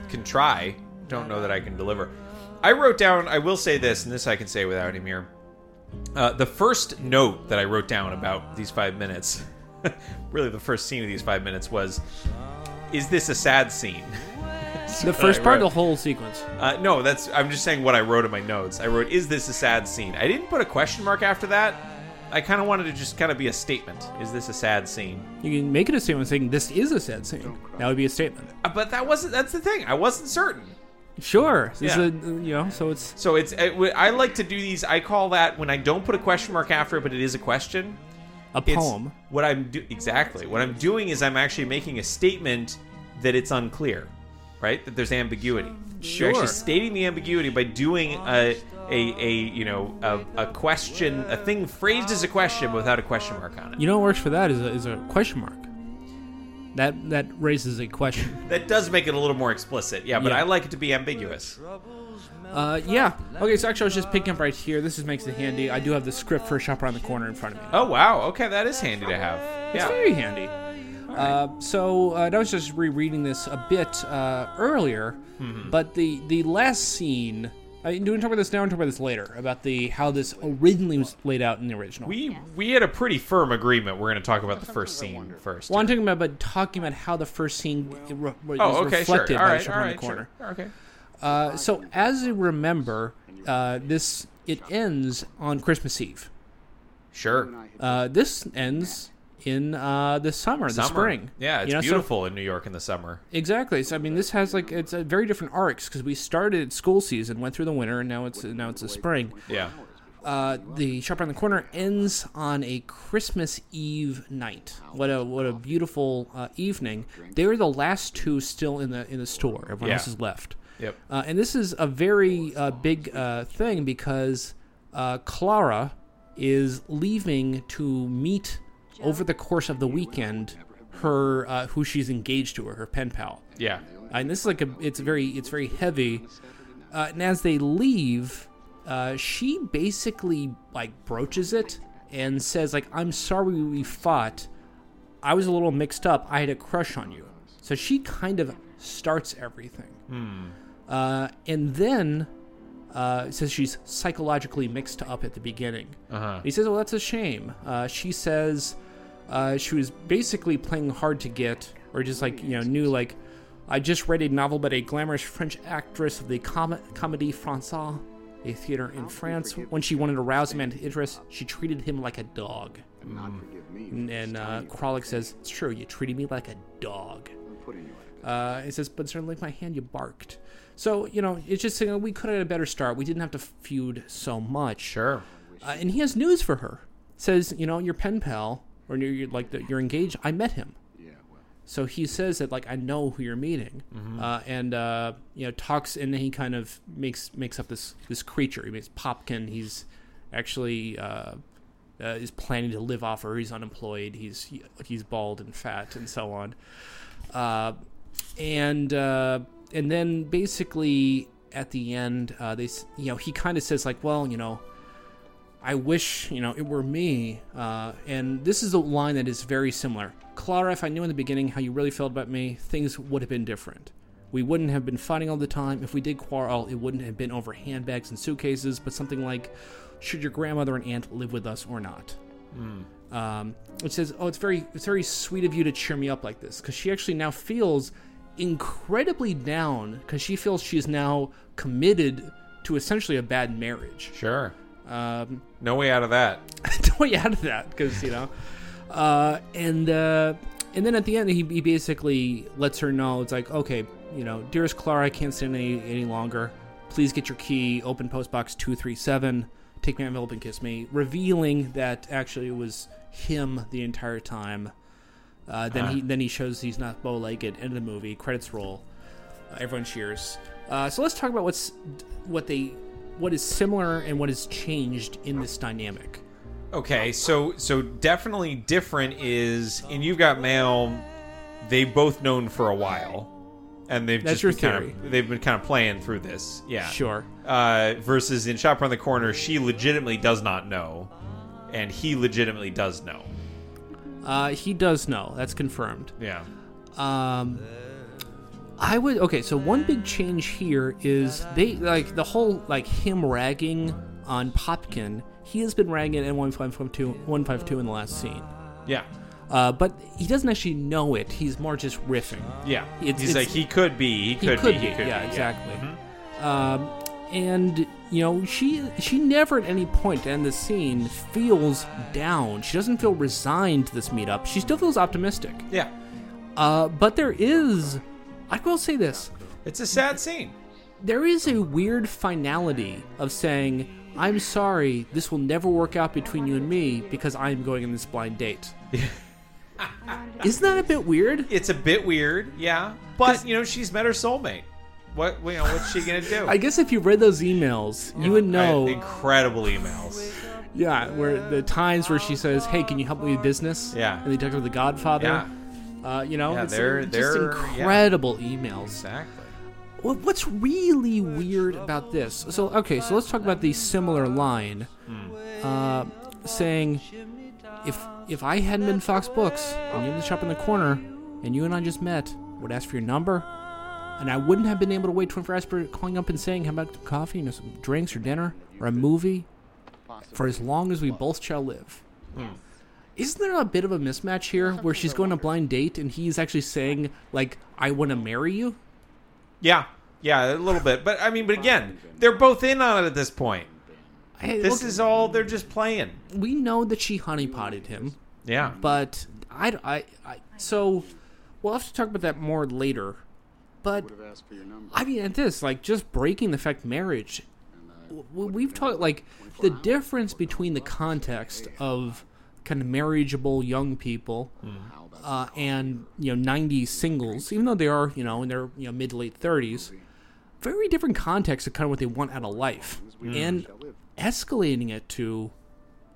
can try. Don't know that I can deliver. I wrote down. I will say this, and this I can say without any mirror. Uh, the first note that I wrote down about these five minutes, really the first scene of these five minutes was, "Is this a sad scene?" That's
The
what
first
I
part, of
wrote.
the whole sequence.
Uh, no, that's. I'm just saying what I wrote in my notes. I wrote, "Is this a sad scene?" I didn't put a question mark after that. I kind of wanted to just kind of be a statement. Is this a sad scene?
You can make it a statement saying this is a sad scene. That would be a statement.
Uh, but that wasn't. That's the thing. I wasn't certain.
Sure. This
Yeah.
is a, you know, so it's
So it's I I like to do these. I call that when I don't put a question mark after it, but it is a question.
a
It's
poem.
What I'm do exactly what I'm doing is I'm actually making a statement that it's unclear, right? That there's ambiguity. You're
Sure.
actually stating the ambiguity by doing a a, a you know a, a question a thing phrased as a question without a question mark on it.
You know what works for that is a, is a question mark. That that raises a question.
That does make it a little more explicit. Yeah, but
Yeah.
I like it to be ambiguous.
Uh, yeah. Okay, so actually, I was just picking up right here. This is, makes it handy. I do have the script for Shop Around the Corner in front of me.
Oh wow. Okay, that is handy to have.
It's
Yeah.
very handy. Uh, so uh, and I was just rereading this a bit uh, earlier,
Mm-hmm.
but the the last scene. I mean, do we talk about this now or talk about this later? About the how this originally was laid out in the original.
We we had a pretty firm agreement. We're going to talk about the first scene first.
well, I'm talking about but talking about how the first scene it re- was
oh, okay, sure.
reflected
All
by
right,
Sharp
all
on the
right,
corner.
sure. Okay.
Uh, so as I remember, uh, this it ends on Christmas Eve.
Sure.
Uh, this ends in uh, the summer, the
Summer.
spring.
Yeah, it's
You know, so-
beautiful in New York in the summer.
exactly. So I mean, this has like it's a very different arcs because we started at school season, went through the winter, and now it's now it's the spring.
Yeah.
Uh, the shop around the corner ends on a Christmas Eve night. What a what a beautiful uh, evening. They were the last two still in the in the store. Everyone
Yeah.
else is left.
Yep.
Uh, and this is a very uh, big uh, thing because uh, Clara is leaving to meet over the course of the weekend her uh, who she's engaged to, or her pen pal.
Yeah.
Uh, And this is like a it's very it's very heavy. Uh, and as they leave, uh, she basically like broaches it and says like I'm sorry we fought. I was a little mixed up. I had a crush on you. So she kind of starts everything. Uh, and then uh, says she's psychologically mixed up at the beginning.
Uh-huh.
He says, "Well, that's a shame." Uh, she says uh, she was basically playing hard to get, or just like you know, knew like I just read a novel by a glamorous French actress of the com- Comédie Française, a theater in France. When she wanted to rouse a man's interest, she treated him like a dog. And, and uh, Kralik says, "It's true. You treated me like a dog." Uh, it says, but certainly my hand, you barked. So, you know, it's just saying we could have had a better start. We didn't have to feud so much.
Sure.
Uh, and he has news for her. Says, you know, your pen pal, or your, your, like, the, you're engaged. I met him. So he says that, like, I know who you're meeting. Uh, and, uh, you know, talks, and then he kind of makes makes up this, this creature. He makes Popkin. He's actually. Uh, uh, is planning to live off, or he's unemployed. He's he- he's bald and fat, and so on. Uh, and uh, and then basically at the end, uh, they s- you know he kind of says like, well, you know, I wish you know it were me. Uh, and this is a line that is very similar. Clara, if I knew in the beginning how you really felt about me, things would have been different. We wouldn't have been fighting all the time. If we did quarrel, it wouldn't have been over handbags and suitcases, but something like, should your grandmother and aunt live with us or not? um, which says, "Oh, it's very, it's very sweet of you to cheer me up like this," because she actually now feels incredibly down because she feels she's now committed to essentially a bad marriage.
Sure.
Um,
No way out of that.
no way out of that because you know, uh, and uh, and then at the end he, he basically lets her know it's like, okay, you know, dearest Clara, I can't stand any any longer. Please get your key. Open post box two three seven. Take my envelope and kiss me, revealing that actually it was him the entire time. Uh, then he then he shows he's not bow legged. End of the movie. Credits roll. Uh, everyone cheers. Uh, so let's talk about what's what they what is similar and what is changed in this dynamic.
Okay, so so definitely different is and you've got mail. They've both known for a while, and they've
That's
just
your
been
theory.
Kind of, they've been kind of playing through this. Yeah,
Sure.
Uh, versus in Shop Around the Corner, she legitimately does not know, and he legitimately does know.
Uh, he does know. That's confirmed.
Yeah,
Um, I would okay. So one big change here is they like the whole like him ragging on Popkin. He has been ragging at one five five two one five two in the last scene,
yeah,
uh, but he doesn't actually know it. He's more just riffing.
yeah.
It's-
He's
it's-
like he could be, he
He
could, be, Mm-hmm. he could
yeah,
be.
exactly. Um, and you know, she she never at any point in the scene feels down. She doesn't feel resigned to this meetup. She still feels optimistic.
Yeah,
Uh, but there is, I will say this,
it's a sad scene.
there is a weird finality of saying, I'm sorry, this will never work out between you and me because I am going on this blind date. Isn't that a bit weird?
It's a bit weird. Yeah, but you know she's met her soulmate. What you know? What's she gonna do?
I guess if you read those emails, you would know.
I- incredible emails.
Yeah, where the times where she says, "Hey, can you help me with business?"
Yeah.
and they talk about the Godfather.
Yeah.
Uh, you know,
Yeah,
it's
they're-
just
they're- yeah.
incredible emails.
Exactly.
What- What's really weird about this? So
Hmm.
okay, so let's talk about the similar line, uh, saying, If if I hadn't been Fox Books and you were in the shop in the corner and you and I just met, I would ask for your number, and I wouldn't have been able to wait 24 hours for calling up and saying, "How about some coffee, you know, some drinks or dinner or a movie?" For as long as we both shall live.
Hmm.
Isn't there a bit of a mismatch here where she's going on a blind date and he's actually saying like, "I want to marry you"?
Yeah, yeah, a little bit. But I mean, but again, they're both in on it at this point.
I,
This
look,
is all they're just playing.
we know that she honeypotted him.
Yeah.
but I, I, I so we'll have to talk about that more later. But
Would have asked for your number.
I mean, at this, like, just breaking the fact marriage,
uh,
w- w- we've talked like the difference between the context of kind of marriageable young people uh, and you know 90s singles, even though they are you know in their you know mid to late 30s, very different context of kind of what they want out of life, and escalating it to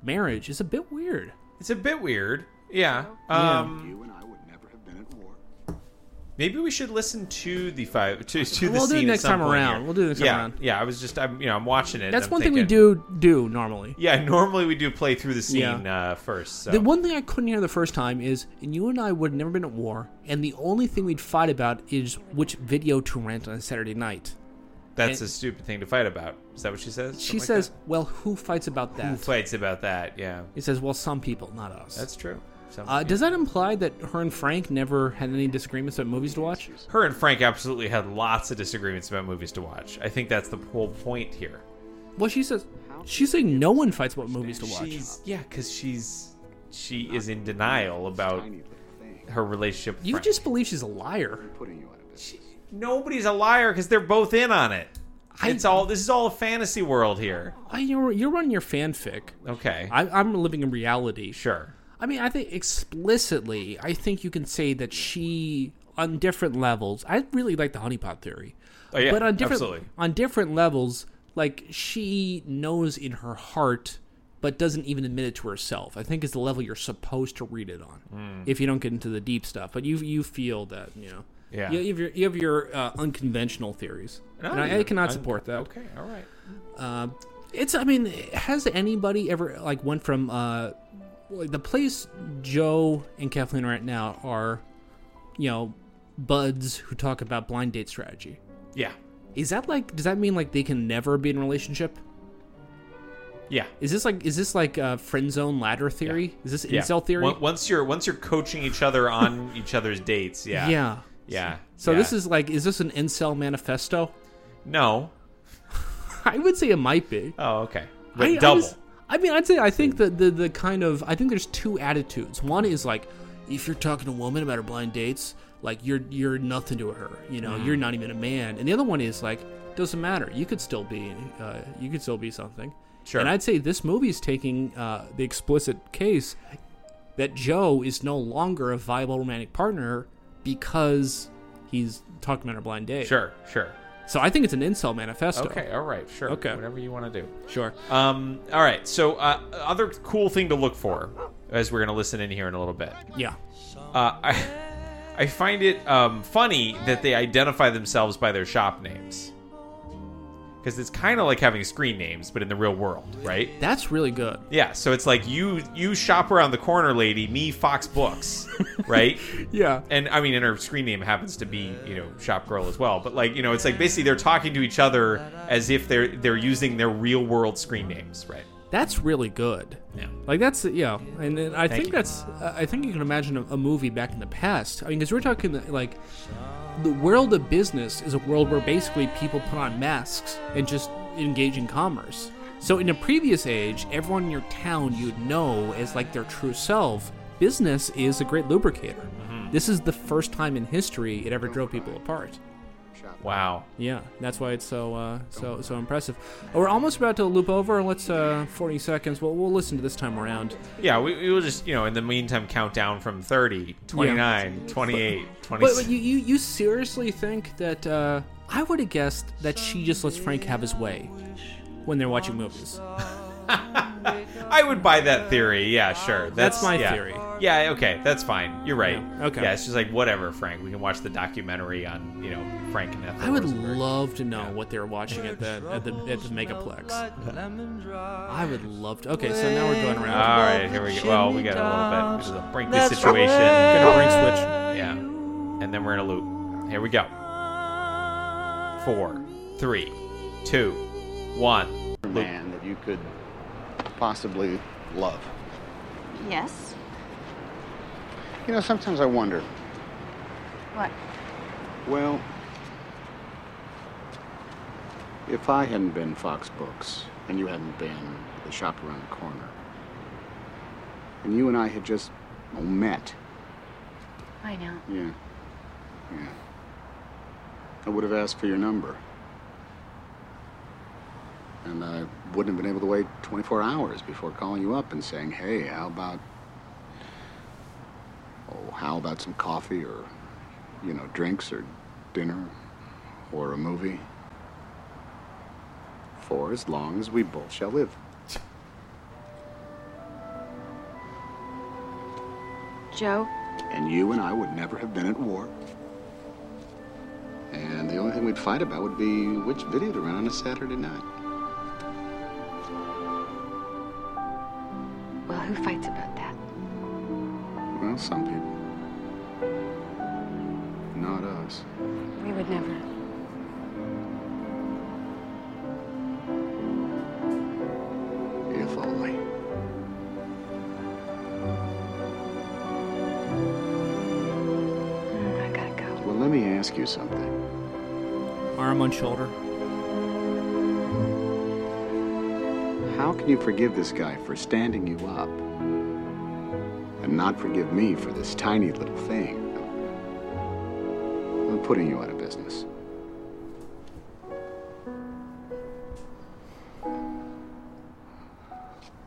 marriage is a bit weird.
It's a bit weird. Yeah. Um,
You and I would never have been at war.
Maybe we should listen to the five to, to the
We'll do it
scene at
next
some
time
point
around.
here.
We'll do it next time
yeah,
around.
Yeah, I was just I'm you know I'm watching it. and
That's
I'm
one thing we
thinking-
do do normally.
Yeah, normally we do play through the scene
Yeah.
uh, first. So.
The one thing I couldn't hear the first time is, and you and I would have never been at war, and the only thing we'd fight about is which video to rent on a Saturday night.
That's a stupid thing to fight about. Is that what she says?
She
Something like
says,
that?
"Well, who fights about
Who
that?"
fights about that? Yeah,
he says, "Well, some people, not us."
that's true. Some-
uh, does that imply that her and Frank never had any disagreements about movies to watch?
her and Frank absolutely had lots of disagreements about movies to watch. I think that's the whole point here.
Well, she says she's saying no one fights about movies to watch.
She's yeah, because she's she is in denial about
Tiny little thing.
her relationship. With
You
Frank.
just believe she's a liar.
Putting you out of business.
nobody's a liar because they're both in on it.
I-
it's all this is all a fantasy world here.
I, you're, you're running your fanfic.
Okay,
I, I'm living in reality.
sure.
I mean, I think explicitly, I think you can say that she, on different levels, I really like the honeypot theory.
Oh, yeah,
but on different
absolutely.
on different levels, like she knows in her heart, but doesn't even admit it to herself. I think is the level you're supposed to read it on.
Hmm.
If you don't get into the deep stuff, but you you feel that you know.
Yeah.
You have your, you have your uh, unconventional theories, and I, I cannot support that.
Okay, all right.
Uh, it's. I mean, has anybody ever like went from uh, like, the place Joe and Kathleen right now are, you know, buds who talk about blind date strategy?
Yeah,
Is that like? Does that mean like they can never be in a relationship?
yeah.
Is this like? Is this like uh, friend zone ladder theory? Is this
Yeah.
incel theory?
Once- Once you're once you're coaching each other on each other's dates, yeah,
Yeah.
yeah.
So
yeah.
this is like, is this an incel manifesto?
no.
I would say it might be.
Oh, okay. But
I, I
double.
was- I mean, I'd say I think that the the kind of I think there's two attitudes. One is like, if you're talking to a woman about her blind dates, like you're you're nothing to her. You know,
Mm.
you're not even a man. And the other one is like, doesn't matter. You could still be uh, you could still be something.
Sure.
And I'd say this movie's taking uh, the explicit case that Joe is no longer a viable romantic partner because he's talking about her blind date.
sure, sure.
So I think it's an incel manifesto.
Okay, all right, sure.
Okay.
whatever you want to do.
Sure.
Um, all right. So, uh, other cool thing to look for as we're gonna listen in here in a little bit.
Yeah.
Uh, I, I find it um, funny that they identify themselves by their shop names. Because it's kind of like having screen names, but in the real world, right?
That's really good.
Yeah, so it's like you you shop around the corner, lady. Me, Fox Books, right?
Yeah.
And I mean, and her screen name happens to be you know Shop Girl as well. But like you know, it's like basically they're talking to each other as if they're they're using their real world screen names, right?
That's really good.
Yeah.
Like that's yeah, and, and I think
you.
that's uh, I think you can imagine a, a movie back in the past. I mean, because we're talking like the world of business is a world where basically people put on masks and just engage in commerce. So in a previous age, everyone in your town you'd know as like their true self. Business is a great lubricator. This is the first time in history it ever drove people apart.
Wow.
Yeah, that's why it's so uh, so so impressive. Oh, we're almost about to loop over. Let's uh, 40 seconds. Well, we'll listen to this time around.
Yeah, we, we will just you know in the meantime count down from 30, 29, 28, 26.
But, but you, you you seriously think that uh, I would have guessed that she just lets Frank have his way when they're watching movies.
I would buy that theory. Yeah, sure. That's,
That's my
yeah.
theory.
Yeah, okay, that's fine. You're right.
Yeah, okay.
Yeah, it's just like whatever, Frank. We can watch the documentary on you know Frank and Ethel.
I would
Rosenberg.
love to know what they were watching at the at the at the Megaplex. I would love to. Okay, so now we're going
All
around.
right, here we go. Well, we got a little bit. This is a brink the situation.
Gonna ring switch.
Yeah, and then we're in a loop. Here we go. Four, three, two, one.
man that you could possibly love.
Yes.
You know, sometimes I wonder,
What?
well, if I hadn't been Fox Books and you hadn't been the shop around the corner, and you and I had just oh, met,
I know.
yeah, yeah, I would have asked for your number. And I wouldn't have been able to wait 24 hours before calling you up and saying, hey, how about, oh, how about some coffee or, you know, drinks or dinner or a movie? For as long as we both shall live.
Joe,
And you and I would never have been at war. And the only thing we'd fight about would be which video to run on a Saturday night.
well, who fights about that?
Well, some people. Not us.
We would never.
If only.
Mm, I gotta go.
Well, let me ask you something.
Arm on shoulder.
How can you forgive this guy for standing you up and not forgive me for this tiny little thing? I'm putting you out of business.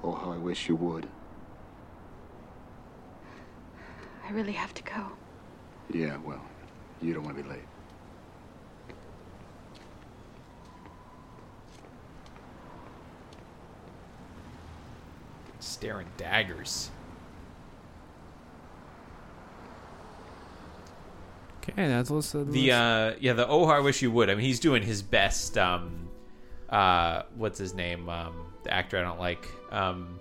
Oh, how I wish you would.
I really have to go.
Yeah, well, you don't want to be late.
Staring daggers.
Okay, that's let's.
The uh yeah, the oh I wish you would. I mean he's doing his best um uh what's his name? Um the actor I don't like. Um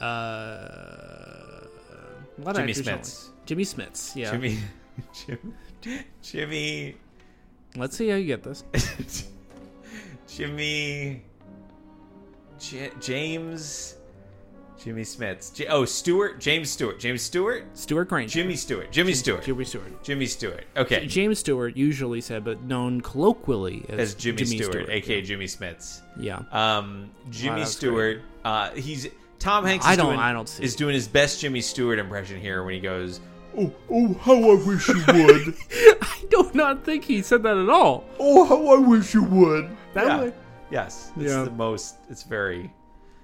uh, a
Jimmy
lot of Uh, actors don't
Smits.
like- Jimmy Smits. Yeah.
Jimmy Jim, Jimmy
Let's see how you get this.
Jimmy J- James Jimmy Smiths. J- oh, Stewart, James Stewart. James Stewart?
Stuart Granger.
Jimmy Stewart. Jimmy Stewart.
Jimmy Stewart.
Jimmy Stewart. Okay.
James Stewart usually said, but known colloquially as,
as Jimmy, Stewart, eh? aka
yeah.
Jimmy Smiths.
yeah.
Um, Jimmy
that's
Stewart. Uh, he's Tom Hanks.
I
is
don't-
Doing,
I don't see
Is
it.
doing his best Jimmy Stewart impression here when he goes,
Oh, oh, how I wish you would.
I do not think he said that at all.
oh, how I wish you would.
That
Yeah.
would-
"Yes, it's
Yeah.
the most." It's very.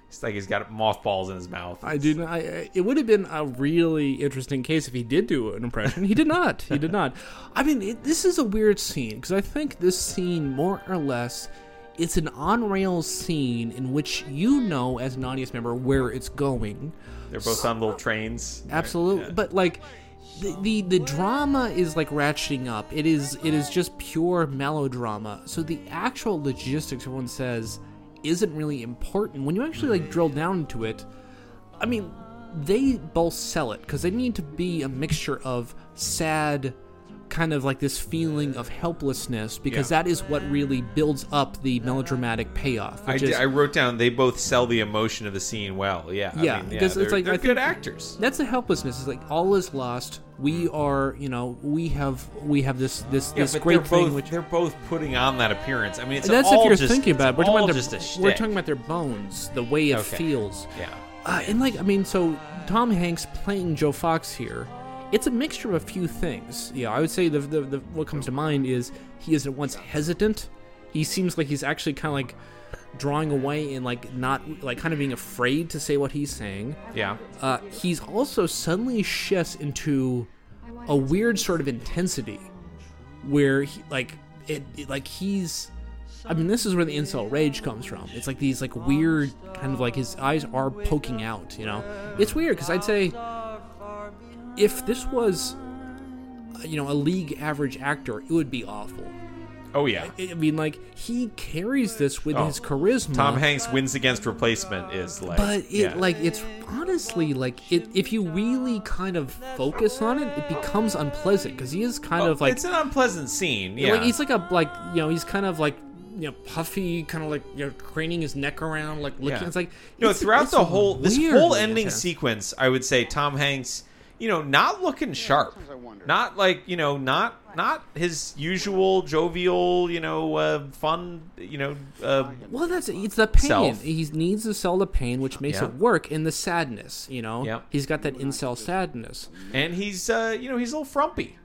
It's like he's got mothballs in his mouth.
I do not. I- I, it would have been a really interesting case if he did do an impression. He did not. He did not. I mean, it, this is a weird scene because I think this scene, more or less, it's an on rails scene in which you know, as an audience member, where it's going.
They're both on little trains.
Absolutely, but like. The, the the drama is like ratcheting up. It is it is just pure melodrama. So the actual logistics everyone says isn't really important. When you actually like
Mm-hmm.
drill down into it, I mean, they both sell it because they need to be a mixture of sad, kind of like this feeling of helplessness, because
Yeah.
that is what really builds up the melodramatic payoff.
I,
Which
did-
is,
I wrote down they both sell the emotion of the scene well. Yeah, I
Yeah,
mean,
because
they're-
it's like,
they're
I
good
think-
actors.
that's the helplessness. It's like all is lost. We are, you know, we have we have this this
Yeah,
this
but
great
they're both,
thing. Which
they're both putting on that appearance. I mean, it's
that's
all
if you're
just,
thinking about. It.
it's
We're talking
all
about
just
their,
a
we're
shtick.
talking about their bones, the way it
Okay.
feels.
yeah.
Uh, and like, I mean, so Tom Hanks playing Joe Fox here, it's a mixture of a few things. Yeah, I would say the, the, the what comes to mind is he is at once hesitant. He seems like he's actually kind of like drawing away and like not like kind of being afraid to say what he's saying.
Yeah,
Uh, he's also suddenly shifts into a weird sort of intensity where he, like it, it- like he's I mean this is where the incel rage comes from. It's like these like weird kind of like his eyes are poking out, you know. It's weird cuz I'd say if this was, uh, you know, a league average actor, it would be awful.
Oh yeah.
I I mean, like he carries this with
Oh.
his charisma.
Tom Hanks wins against replacement is like
But it
yeah.
like it's honestly like it if you really kind of focus on it, it becomes unpleasant because he is kind
Oh,
of like
it's an unpleasant scene. Yeah.
like, he's like a like you know he's kind of like you know puffy, kind of like you know craning his neck around, like looking.
Yeah.
It's like
you know,
it's-
throughout
it's
the whole this
weird
whole
when it
ending
happens.
sequence, I would say Tom Hanks, you know, not looking sharp, not like you know, not not his usual jovial, you know, uh, fun, you know, uh,
Well, that's it. It's the pain.
Self.
He needs to sell the pain, which makes
Yeah.
it work, and the sadness. You know,
Yeah.
he's got that incel sadness.
and he's uh, you know, he's a little frumpy.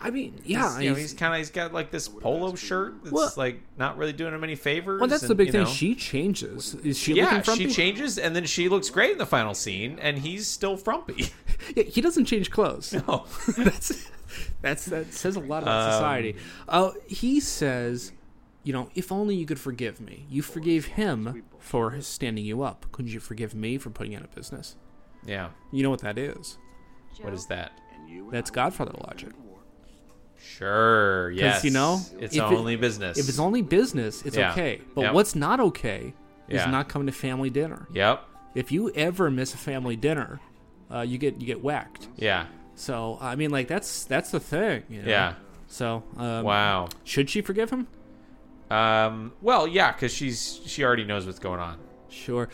I mean, yeah,
he's, you know, he's kind of he's got like this polo shirt that's
Well-
like not really doing him any favors.
well, that's the
and,
big
you
thing.
know.
She changes. Is she
yeah,
looking frumpy?
she changes, and then she looks great in the final scene, and he's still frumpy. Oh,
Yeah, he doesn't change clothes.
No.
that's that's that says a
Um,
lot about society. Uh, he says, you know, if only you could forgive me. You forgave him for his standing you up. Couldn't you forgive me for putting you out of business?
yeah,
You know what that is?
what is that?
That's Godfather logic.
Sure. Yes.
you know,
it's
if it-
only business.
If it's only business, it's
Yeah.
okay. But
Yep.
what's not okay is
Yeah.
not coming to family dinner.
Yep.
If you ever miss a family dinner, uh, you get you get whacked.
Yeah.
So I mean, like that's that's the thing. you know?
Yeah.
So um,
Wow.
Should she forgive him?
Um. Well, yeah, because she's she already knows what's going on.
Sure.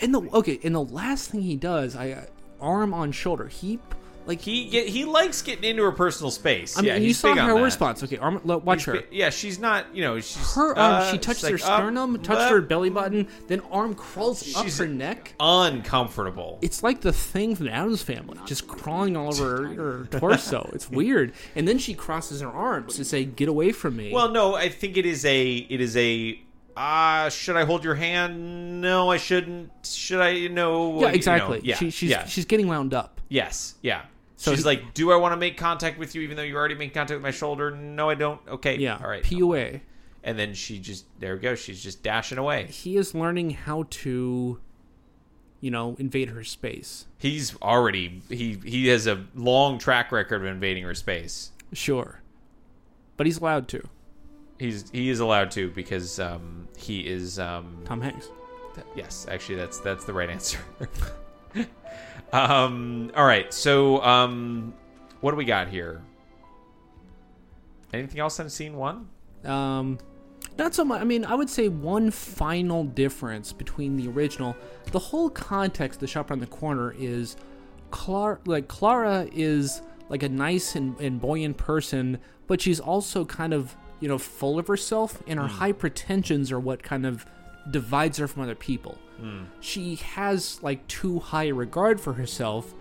And the okay, and the last thing he does, I uh, arm on shoulder. He like
He get, he likes getting into her personal space.
I mean,
yeah,
you
he's
saw
big on
her
that.
response. Okay, arm. lo- Watch
He's
her.
bi- Yeah, she's not. You know, she's
Her arm.
uh,
she touched
she's
her
like, up,
sternum, touched
up,
her belly button, then arm crawls up
She's-
her neck.
Uncomfortable.
It's like the thing from the Adams Family, just crawling all over her, her torso. It's weird. And then she crosses her arms to say, "Get away from me."
Well, no, I think it is a it is a ah, should I hold your hand? No, I shouldn't. Should I? No. you
yeah,
know,
exactly.
yeah,
she, she's
yeah.
she's getting wound up.
Yes. Yeah.
So
she's
he-
like, do I want to make contact with you, even though you already made contact with my shoulder? No, I don't. Okay.
Yeah.
All right.
PUA.
and then she just there we go. She's just dashing away.
He is learning how to, you know, invade her space.
He's already he he has a long track record of invading her space.
Sure. But he's allowed to.
He's he is allowed to because um, he is um,
Tom Hanks.
Yes, actually, that's that's the right answer. um, all right, so um, what do we got here? Anything else on scene one?
Um, not so much. I mean, I would say one final difference between the original. The whole context, of the shop around the corner, is Clara. Like Clara is like a nice and, and buoyant person, but she's also kind of you know full of herself, and her high pretensions are what kind of divides her from other people. She has like too high a regard for herself,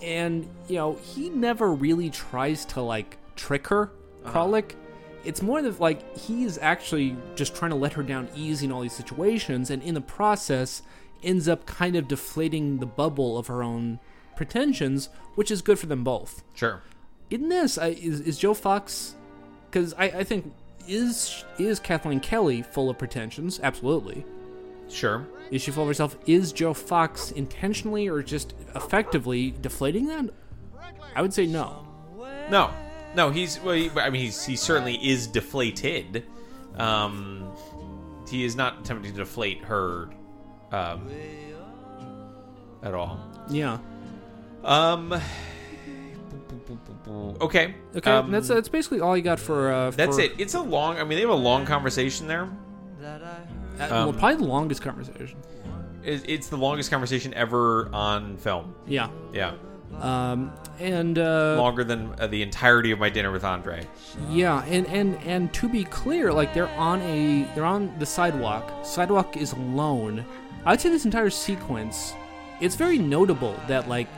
and you know he never really tries to like trick her Kralik. it's more of like he is actually just trying to let her down easy in all these situations and in the process ends up kind of deflating the bubble of her own pretensions which is good for them both
Sure.
in this I, is, is joe fox because I, I think is is kathleen kelly full of pretensions absolutely
Sure.
is she full of herself? Is Joe Fox intentionally or just effectively deflating that? I would say no.
No, no, he's well. He, I mean, he's, he certainly is deflated. Um, he is not attempting to deflate her, um, at all.
Yeah.
Um. Okay.
Okay.
um,
that's that's basically all you got for. Uh,
that's
for-
it. It's a long. I mean, they have a long conversation there.
uh, well,
Um,
probably the longest conversation.
It- It's the longest conversation ever on film.
Yeah.
Yeah,
Um. And uh,
longer than uh, the entirety of my dinner with Andre.
yeah. And and and to be clear, like they're on a they're on the sidewalk. Sidewalk is alone. I'd say this entire sequence, it's very notable that like.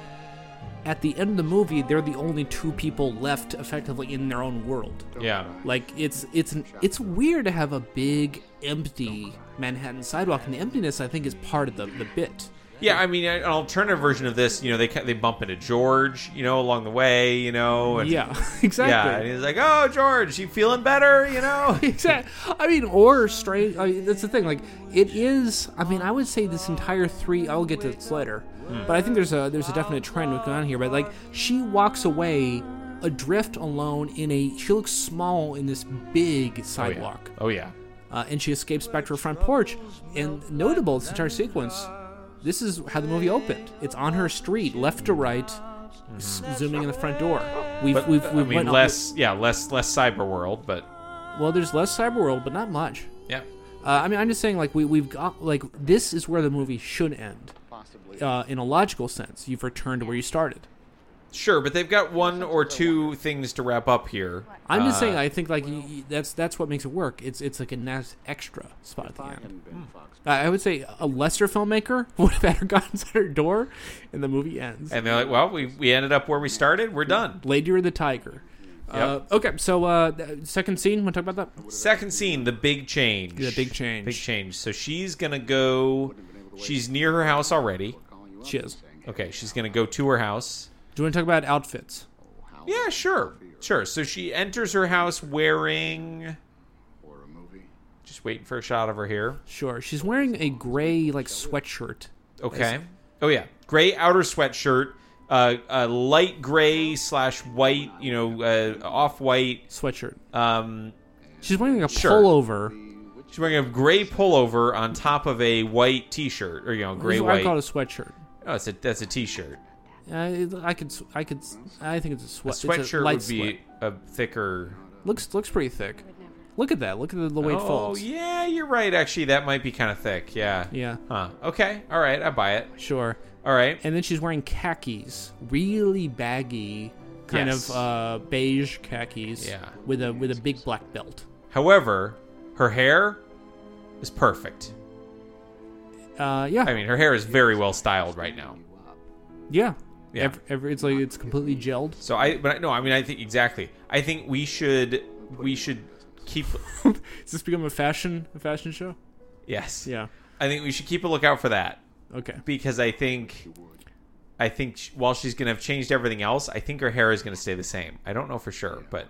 At the end of the movie, they're the only two people left effectively in their own world.
Yeah,
Like it's it's an, it's weird to have a big empty Manhattan sidewalk, and the emptiness I think is part of the the bit.
Yeah, I mean, an alternative version of this, you know, they ca- they bump into George, you know, along the way, you know, and
Yeah,
yeah, and
exactly.
he's like, "Oh, George, you feeling better?" You know,
Exactly. I mean, or straight. I mean, that's the thing. Like, it is. I mean, I would say this entire three. I'll get to this later, but I think there's a there's a definite trend going on here. But like, she walks away adrift alone in a. She looks small in this big sidewalk.
Oh yeah,
uh, and she escapes back to her front porch. And notable, this entire sequence, this is how the movie opened. It's on her street, left to right, s- zooming in the front door.
Mm-hmm.
We've,
but
we've,
I
we've
mean,
went-
less, yeah, less, less cyber world, but
Well, there's less cyber world, but not much.
yeah,
Uh, I mean, I'm just saying, like we we've got like this is where the movie should end, uh, in a logical sense. You've returned to where you started.
sure. But they've got one or two things to wrap up here.
I'm just
Uh,
saying, I think like y y that's that's what makes it work. It's it's like a nice extra spot at the end.
Hmm.
I I would say a lesser filmmaker would have had her guns at her door, and the movie ends.
And they're like, "Well, we we ended up where we started. We're done."
Lady or the Tiger. Uh, okay, so uh, th- second scene. Want to talk about that?
Second scene, the big change.
Yeah, big change.
Big change. So she's gonna go. She's near her house already.
She is.
Okay, she's gonna go to her house.
Do you want to talk about outfits?
Yeah, sure, sure. So she enters her house wearing.
Or a movie.
Just waiting for a shot of her here.
Sure. She's wearing a gray like sweatshirt.
Okay. Oh yeah, gray outer sweatshirt, uh, a light gray slash white, you know, uh, off white.
Sweatshirt.
Um,
She's wearing a
Sure.
pullover.
she's wearing a gray pullover on top of a white T-shirt, or you know, gray
Here's what I
white.
call it a sweatshirt.
oh, it's a that's a T-shirt.
Uh, it- I could. s- I could. s- I think it's a
A
sweat. it's a
sweatshirt
light
would be
sweat.
a thicker.
Looks looks pretty thick. Look at that. Look at the, the way it
oh
folds.
yeah, you're right. Actually, that might be kind of thick. Yeah.
Yeah.
Huh. Okay. All right. I buy it.
Sure.
All right.
And then she's wearing khakis, really baggy, kind
Yes.
of uh, beige khakis.
Yeah.
With a with a big black belt.
However, her hair is perfect.
Uh, yeah.
I mean, her hair is very well styled right now.
Yeah.
Yeah.
Ev- ev- it's like it's completely gelled.
So I, but I, no, I mean, I think exactly. I think we should, we should keep.
Has this become a fashion a fashion show?
Yes.
Yeah.
I think we should keep a lookout for that
Okay.
because I think, I think sh while she's gonna have changed everything else, I think her hair is gonna stay the same. I don't know for sure, but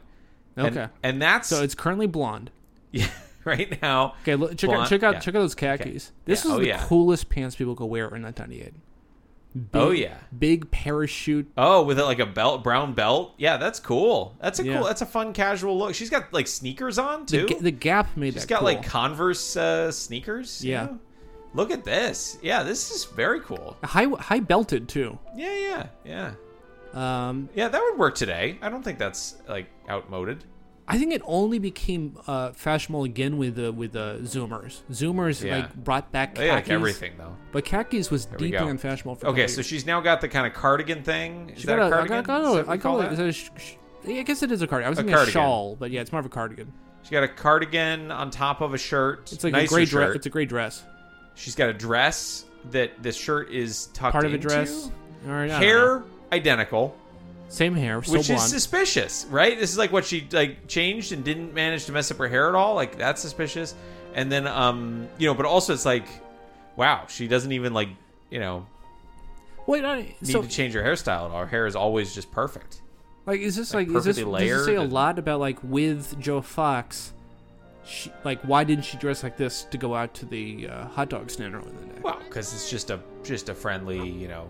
and,
Okay.
and that's
so it's currently blonde.
yeah, right now.
Okay, look, check
Blonde-
out check out
yeah.
check out those khakis. This
Yeah,
is
oh,
the
yeah.
coolest pants people could wear in 1998. Big,
Oh, yeah.
Big parachute.
Oh, with it like a belt, brown belt. Yeah, that's cool. That's a
Yeah.
cool. That's a fun casual look. She's got like sneakers on
The,
too.
ga- the Gap made
She's
that.
got
cool.
like Converse uh, sneakers. you
Yeah.
know? Look at this. Yeah, this is very cool.
high high belted too.
Yeah, yeah, yeah.
Um,
Yeah, that would work today. I don't think that's like outmoded.
I think it only became uh, fashionable again with the with the Zoomers. Zoomers
Yeah.
like brought back
They
khakis.
like everything though.
But khakis was
we
deeply
go.
unfashionable for. a
Okay,
couple
so
years.
she's now got the kind of cardigan thing. Is
She
that
got
a
a- I
cardigan?
got- I
Is
got
that
a-
what
I
we call
call it- is
that?
it a sh- sh- I guess it is a cardigan. I was
A
thinking a
cardigan.
shawl, but yeah, it's more of a cardigan.
She got a cardigan on top of a shirt.
It's like
Nicer
a gray
shirt.
dress. It's a gray dress.
She's got a dress that the shirt is tucked
Part of a
into.
dress. All right. I don't know.
Hair identical,
Same hair. Still
which
blonde.
is suspicious, right? This is like what she like changed and didn't manage to mess up her hair at all. Like that's suspicious. And then um, you know, but also it's like, wow, she doesn't even like you know
Wait. I,
need
so
to change her hairstyle. Our hair is always just perfect.
like, is this
like,
like, is this
perfectly
does this say
layered
a
and-
lot about like with Joe Fox? She, like, why didn't she dress like this to go out to the uh, hot dog stand earlier in the day?
Well, because it's just a just a friendly, you know.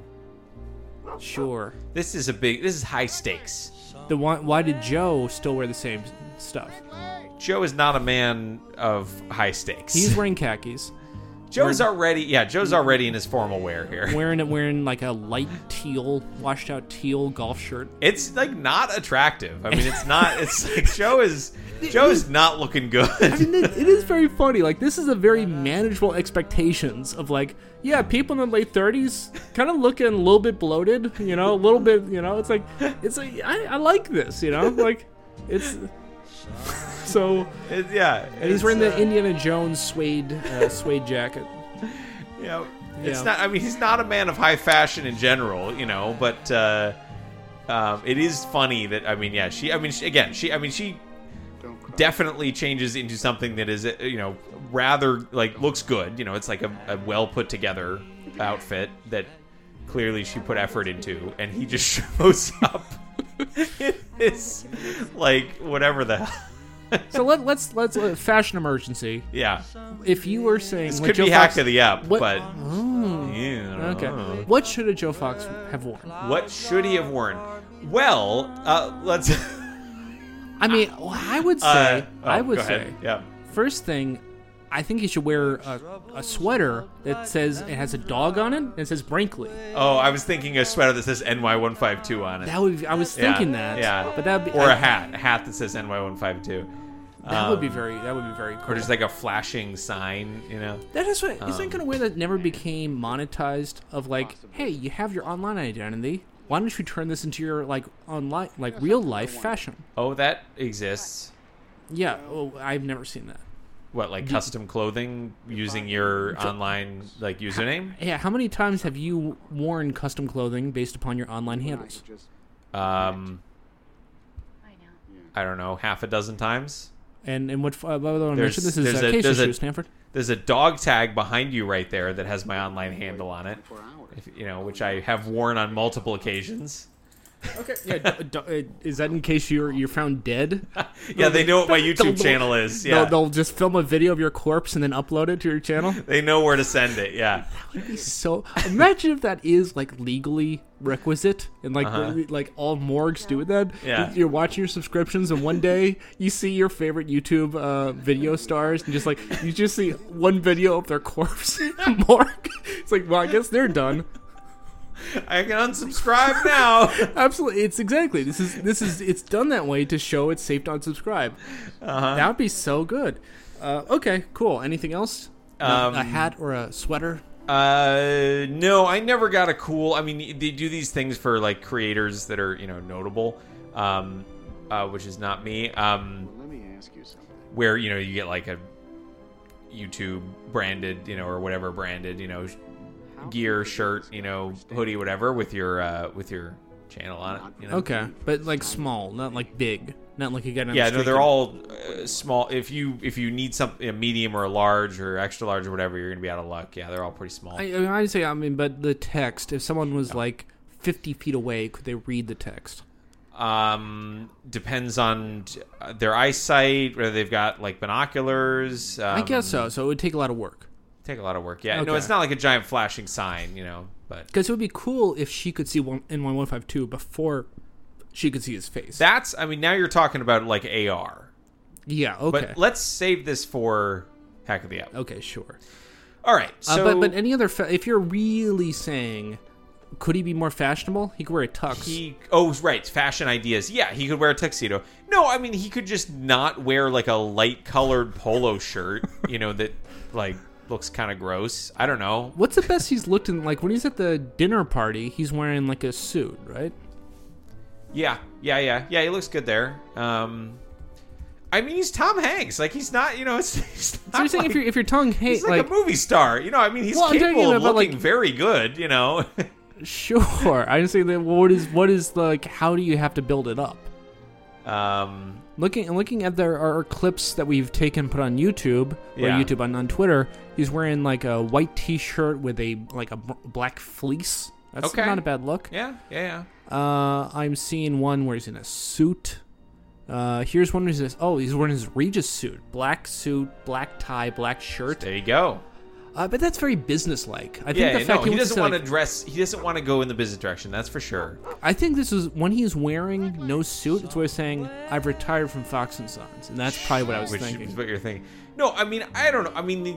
Sure.
This is a big. This is high stakes.
The one. Why did Joe still wear the same stuff?
Joe is not a man of high stakes.
He's wearing khakis,
Joe's already. Yeah, Joe's already in his formal wear here.
wearing wearing like a light teal, washed out teal golf shirt.
It's like not attractive. I mean, it's not. It's like Joe is. Joe is not looking good.
And it, it is very funny. Like this is a very manageable expectations of like, yeah, people in their late thirties kind of looking a little bit bloated, you know, a little bit, you know. It's like, it's like I, I like this, you know, like it's so.
It- yeah,
And he's
it's,
wearing the
uh,
Indiana Jones suede uh, suede jacket.
uh, You know, it's
Yeah.
not. I mean, he's not a man of high fashion in general. You know, but uh, um, it is funny that. I mean, yeah. She. I mean, she, again. She. I mean, she
Don't cry.
definitely changes into something that is uh, you know rather like looks good you know it's like a, a well put together outfit that clearly she put effort into, and he just shows up in his like whatever the hell.
So let, let's let's uh, fashion emergency.
yeah.
If you were saying
This
what
could
Joe
be
Fox,
hack of the app,
what-
but uh,
Mm,
Yeah, I don't
okay.
know.
What should a Joe Fox have worn?
What should he have worn? Well, uh, let's.
I mean, I would say,
Uh, oh,
I would
go
say,
ahead. Yeah.
first thing, I think he should wear a, a sweater that says it has a dog on it and it says Brinkley.
Oh, I was thinking a sweater that says NY152 on it.
That would be, I was
Yeah,
thinking that.
Yeah.
But that'd be
or a
I-
hat, a hat that says NY152.
That would be very. That would be very. Cool.
Or um, just like a flashing sign, you know.
That is what isn't it in a way that never became monetized of like, hey, you have your online identity. Why don't you turn this into your like online like real life fashion?
Oh, that exists.
Yeah, oh, I've never seen that.
What, like custom clothing using your online like username?
Yeah, how many times have you worn custom clothing based upon your online handles?
Just
Um,
I know.
I don't know, half a dozen times.
And and what f- uh, by the way, I
There's-
mentioned this is
there's
uh,
a-
case
there's a-
issue, Stanford.
There's a dog tag behind you right there that has my online handle on it. If, you know, which I have worn on multiple occasions.
Okay, yeah, d- d- uh, is that in case you're you're found dead?
Yeah, they know what my
They'll-
YouTube
they'll-
channel is. Yeah,
they'll, they'll just film a video of your corpse and then upload it to your channel.
they know where to send it. Yeah.
So imagine if that is like legally requisite, and like
Uh-huh.
really- like all morgues do that.
Yeah.
you're watching your subscriptions, and one day you see your favorite YouTube uh, video stars, and just like you just see one video of their corpse in a morgue. It's like, well, I guess they're done.
I can unsubscribe now.
Absolutely, it's exactly this is this is it's done that way to show it's safe to unsubscribe. Uh-huh. That would be so good. Uh, okay, cool. Anything else?
Um,
a hat or a sweater?
Uh, no, I never got a cool. I mean, they do these things for like creators that are you know notable, um, uh, which is not me. Um,
let me ask you something.
where you know you get like a YouTube branded, you know, or whatever branded, you know, sh- gear, shirt, you know, hoodie, whatever, with your uh, with your channel on it. You know?
Okay, but like small, not like big, not like you got. on the
yeah no
street
they're
and-
all uh, small if you if you need something a medium or a large or extra large or whatever you're gonna be out of luck yeah they're all pretty small
I, I mean, I'd say I mean, but the text. If someone was like fifty feet away, could they read the text?
um depends on uh, their eyesight whether they've got like binoculars um,
I guess so. So it would take a lot of work.
take a lot of work yeah no
Okay.
it's not like a giant flashing sign you know but
Because it would be cool if she could see one in one one five two before she could see his face.
that's i mean now you're talking about like ar
yeah.
but
Okay.
let's save this for hack of the app
okay. Sure.
all right
Uh,
so
but but any other fa- if you're really saying, could he be more fashionable? He could wear a tux.
He oh right, fashion ideas. Yeah, he could wear a tuxedo. No, I mean he could just not wear like a light colored polo shirt, you know, that like looks kind of gross. I don't know.
What's the best he's looked in? Like when he's at the dinner party, he's wearing like a suit, right?
Yeah, yeah, yeah, yeah. He looks good there. Um, I mean he's Tom Hanks. Like he's not, you know, it's, he's not
So you're saying
like,
if you're if you're telling hey
he's like, a movie star. You know, I mean he's
Well, I'm talking
capable of
about,
looking
like-
very good. You know.
Sure. I didn't say that. What is what is like? How do you have to build it up?
um,
Looking looking at their our clips that we've taken, put on YouTube or
Yeah.
YouTube on, on Twitter. He's wearing like a white T-shirt with a like a b- black fleece. That's
Okay.
not a bad look.
yeah, yeah, yeah.
Uh, I'm seeing one where he's in a suit. Uh, here's one where he's oh he's wearing his Regis suit, black suit, black tie, black shirt.
There you go.
Uh, but that's very businesslike. I think
yeah,
the fact
no,
he,
he
went
doesn't
to,
want to
like-
dress. He doesn't want to go in the business direction. That's for sure.
I think this is when he's wearing no suit. It's where he's saying I've retired from Fox and Sons, and that's probably what I was
which
thinking.
is what you're thinking. No, I mean I don't know. I mean the,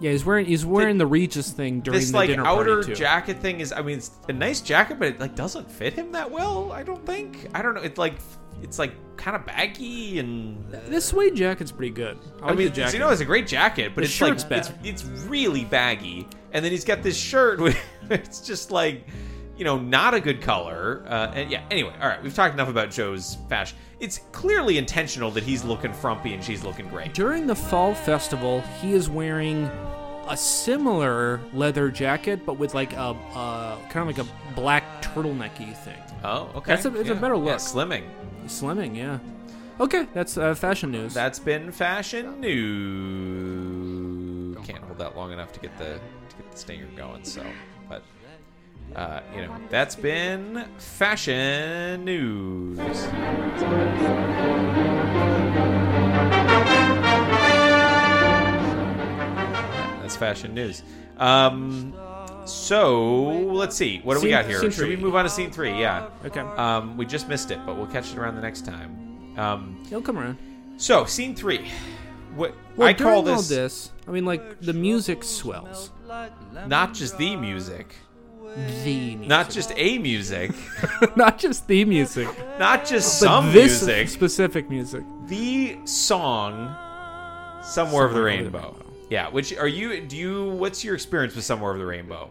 yeah, he's wearing he's wearing the, Regis thing during
this
the
like
dinner
outer
party too.
jacket thing is. I mean it's a nice jacket, but it like doesn't fit him that well. I don't think. I don't know. It's like it's like kind of baggy and.
this suede jacket's pretty good. I,
I
like
mean,
the jacket.
you know, it's a great jacket, but
The
it's
shirt's
like
bad.
it's, it's really baggy. And then he's got this shirt, with it's just like, you know, not a good color. Uh, and yeah, anyway, all right, we've talked enough about Joe's fashion. It's clearly intentional that he's looking frumpy and she's looking great.
during the fall festival, he is wearing a similar leather jacket, but with like a uh, kind of like a black turtlenecky thing.
Oh, okay.
That's a- it's a better
Yeah,
look.
slimming.
Slimming, yeah. Okay, that's uh, fashion news.
That's been fashion news. can't hold that long enough to get the to get the stinger going. So, but uh, you know, that's been fashion news. That's fashion news. Um, so let's see. What do we
Scene-
got here?
scene
Should we
three.
move on to scene three? Yeah.
Okay.
Um, we just missed it, but we'll catch it around the next time. Um,
He'll come around.
so scene three. What
Well,
I call
during all
this,
this, I mean, like the music swells.
not just the music,
The music.
not just a music,
not just the music,
not just
but
some
this
music,
specific music.
the song "Somewhere Over the
Somewhere Over the
Rainbow."
Rainbow.
Yeah. Which are you? Do you? What's your experience with "Somewhere Over the Rainbow"?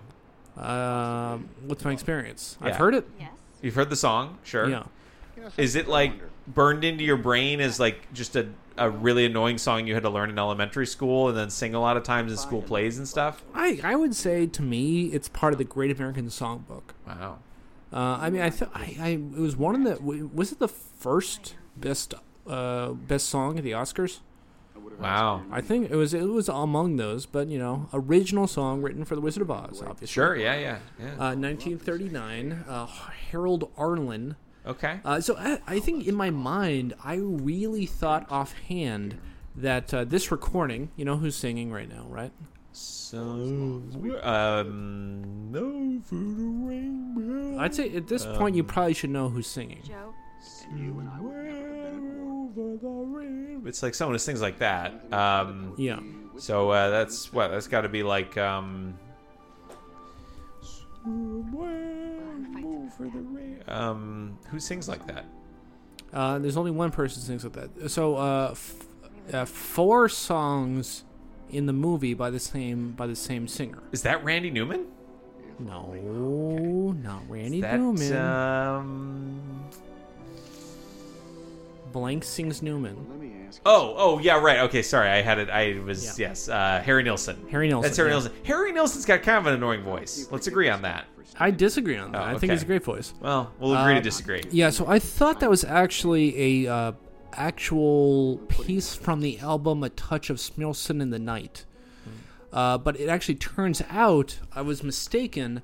Um, what's my experience? I've
Yeah.
heard it.
Yes.
You've heard the song, sure.
Yeah.
Is it like burned into your brain as like just a, a really annoying song you had to learn in elementary school and then sing a lot of times in school plays and stuff?
I, I would say to me it's part of the Great American Songbook.
Wow.
Uh, I mean, I, th- I, I it was one of the w- was it the first best uh, best song at the Oscars?
Wow.
I think it was it was among those, but you know, original song written for the Wizard of Oz, obviously.
Sure, yeah, yeah. yeah.
Uh, 1939, uh, Harold Arlen.
okay.
Uh, so I, I think in my mind, I really thought offhand that uh, this recording, you know, who's singing right now, right?
so um no for the rainbow.
I'd say at this point you probably should know who's singing.
Joe.
Over the rainbow. It's like someone who sings like that. Um
Yeah.
So uh, that's what that's got to be like. Um, um, who sings like that?
Uh, there's only one person who sings with that. So, uh, f- uh, four songs in the movie by the same by the same singer.
Is that Randy Newman?
No, not Randy
that, uh,
Newman.
Um,
Blank sings Newman.
oh, oh, yeah, right. Okay, sorry, I had it. I was
Yeah.
yes, uh, Harry Nilsson.
Harry Nilsson,
That's Harry
yeah.
Nilsson. Harry Nilsson's got kind of an annoying voice. Let's agree on that.
I disagree on that.
Oh,
I think he's
okay.
a great voice.
Well, we'll agree to
Um,
disagree.
Yeah. So I thought that was actually a uh, actual piece from the album "A Touch of Smilson in the Night," uh, but it actually turns out I was mistaken.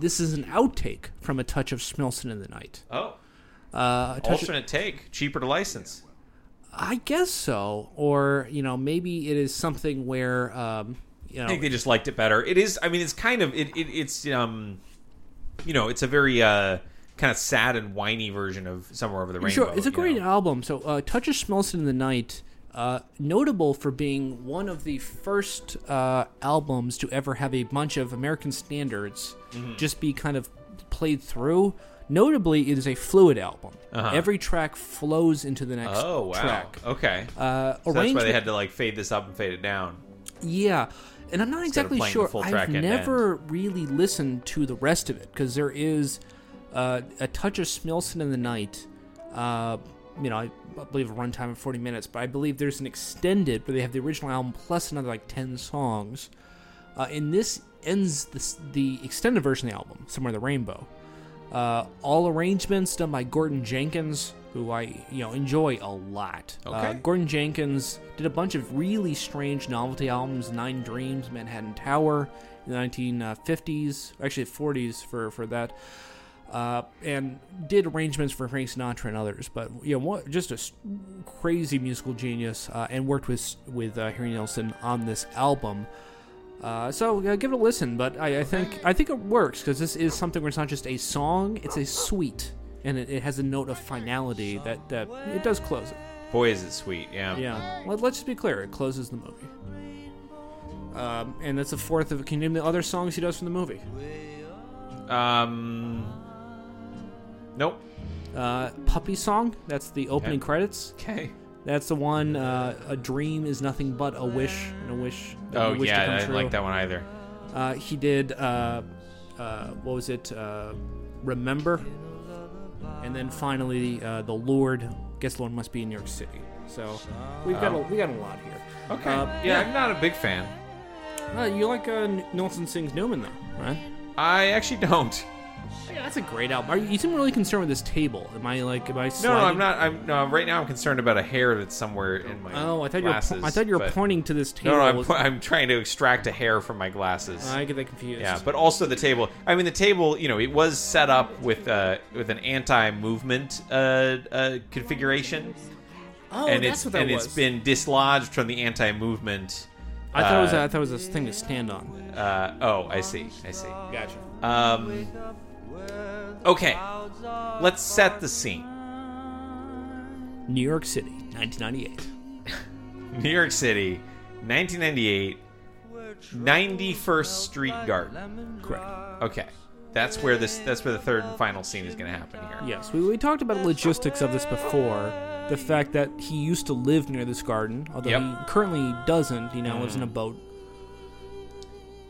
This is an outtake from "A Touch of Smilson in the Night."
Oh,
Uh, a touch
alternate take, cheaper to license.
I guess so. Or you know, maybe it is something where um, you know,
I think they just liked it better. It is. I mean, it's kind of it. it it's um, you know, it's a very uh kind of sad and whiny version of Somewhere Over the Rainbow.
sure, it's a
you
great
know.
album. So, uh, Touch of Smells in the Night, uh, notable for being one of the first uh, albums to ever have a bunch of American standards
Mm-hmm.
just be kind of played through. Notably, it is a fluid album. Every track flows into the next
Uh-huh. Oh wow.
track.
Okay.
Uh,
so that's why they
arrangement-
had to like fade this up and fade it down.
Yeah, and I'm not
of
exactly
playing the
sure.
full track
I've
end to
never really listened to the rest of it because there is uh, a touch of Smilson in the night. Uh, you know, I believe a runtime of 40 minutes, but I believe there's an extended where they have the original album plus another like 10 songs. Uh, and this ends this, the extended version of the album, Somewhere in the Rainbow. Uh, all arrangements done by Gordon Jenkins, who I you know enjoy a lot. Uh,
Okay.
Gordon Jenkins did a bunch of really strange novelty albums: Nine Dreams, Manhattan Tower, in the 1950s, actually 40s for for that. Uh, and did arrangements for Frank Sinatra and others, but you know, what, just a s- crazy musical genius, uh, and worked with with uh, Harry Nilsson on this album. Uh, so uh, give it a listen, but I, I think I think it works because this is something where it's not just a song; it's a suite, and it, it has a note of finality that, that it does close it.
Boy, is it sweet. Yeah.
Yeah, Let, let's just be clear; it closes the movie, um, and that's the fourth of. Can you name the other songs he does from the movie?
Um. Nope.
Uh, Puppy song. That's the opening
Okay.
credits.
Okay.
That's the one. Uh, a dream is nothing but a wish, and a wish.
Oh
a wish
yeah,
to come
I didn't
true.
like that one either.
Uh, he did. Uh, uh, what was it? Uh, Remember, and then finally uh, the Lord. Guess Lord must be in New York City. So we've got a, we got a lot here.
Okay.
Uh,
yeah, I'm not a big fan.
Uh, you like uh, N- Nelson Sings Newman though, right?
I actually don't.
I, That's a great album. Are you, you seem really concerned with this table. Am I like? Am I?
No, no, I'm
sliding-
not. I'm no. Right now, I'm concerned about a hair that's somewhere in my.
Oh, I thought
glasses,
you were. Po- I thought you were
but-
pointing to this table.
No, no, I'm, po- I'm trying to extract a hair from my glasses.
I get that confused.
Yeah, but also the table. I mean, the table. You know, it was set up with uh, with an anti-movement uh, uh, configuration,
oh,
and
that's
it's
what that
and
was.
it's been dislodged from the anti-movement.
I thought it was.
uh,
A, I thought it was this thing to stand on.
Uh, oh, I see. I see.
Gotcha.
Um, okay, let's set the scene.
New York City, 1998.
New York City, 1998, 91st Street Garden.
Correct.
Okay, that's where this. That's where the third and final scene is going to happen here.
Yes, we, we talked about the logistics of this before. The fact that he used to live near this garden, although
Yep. Mm.
he currently doesn't. He now lives in a boat.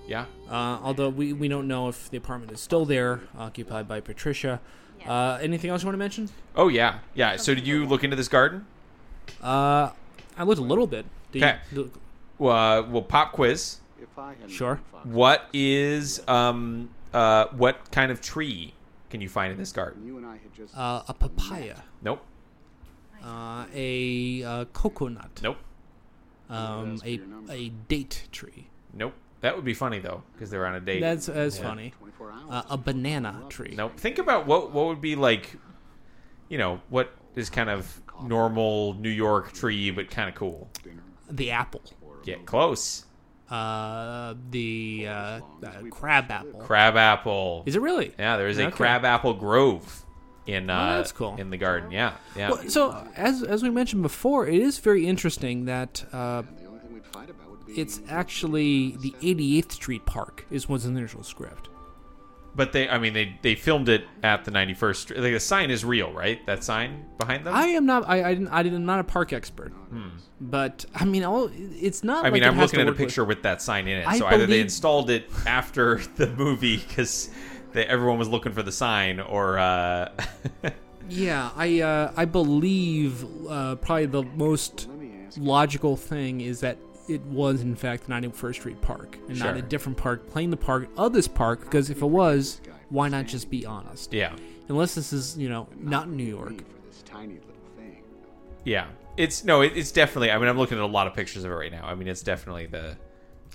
Yeah.
Uh, although we, we don't know if the apartment is still there, occupied by Patricia. Uh, anything else you want to mention?
Oh yeah, yeah. So did you look into this garden?
Uh, I looked a little bit. Do you-
Okay.
do-
Well, uh, well, pop quiz.
If I had
Sure.
What is um uh what kind of tree can you find in this garden?
you and I had just
uh, a papaya,
Nope,
uh, a uh, coconut,
nope,
um, a, a date tree.
nope. That would be funny though, because they're on a date.
That's that's funny.
24 hours.
Uh, a banana tree.
Nope. Think about what what would be like, you know, what is kind of normal New York tree, but kind of cool.
The apple.
Get close.
Uh, the uh, uh, crab apple.
Crab apple.
Is it really?
Yeah, there is a
Okay. Oh,
crab apple grove in uh
that's cool.
in the garden. Yeah, yeah.
Well, so as as we mentioned before, it is very interesting that uh,
the only thing we'd fight about would be
it's actually the 88th Street Park is what's in the initial script.
But they, I mean, they they filmed it at the 91st Street. Like the sign is real, right? That sign behind them.
I am not. I I didn't. I am not a park expert. But I mean, all it's not.
Hmm. I mean,
like it
I'm
has
looking
to
at a
work with-
picture with, that sign in it.
I
so either they
believe-
installed it after the movie because everyone was looking for the sign, or uh,
Yeah, I uh, I believe uh, probably the most logical thing is that it was in fact 91st Street Park and not a
Sure.
different park playing the part of this park because if it was, why not just be honest?
yeah,
Unless this is you know not New York.
for this tiny little thing.
yeah. It's no, it, it's definitely. I mean, I'm looking at a lot of pictures of it right now. I mean, it's definitely the.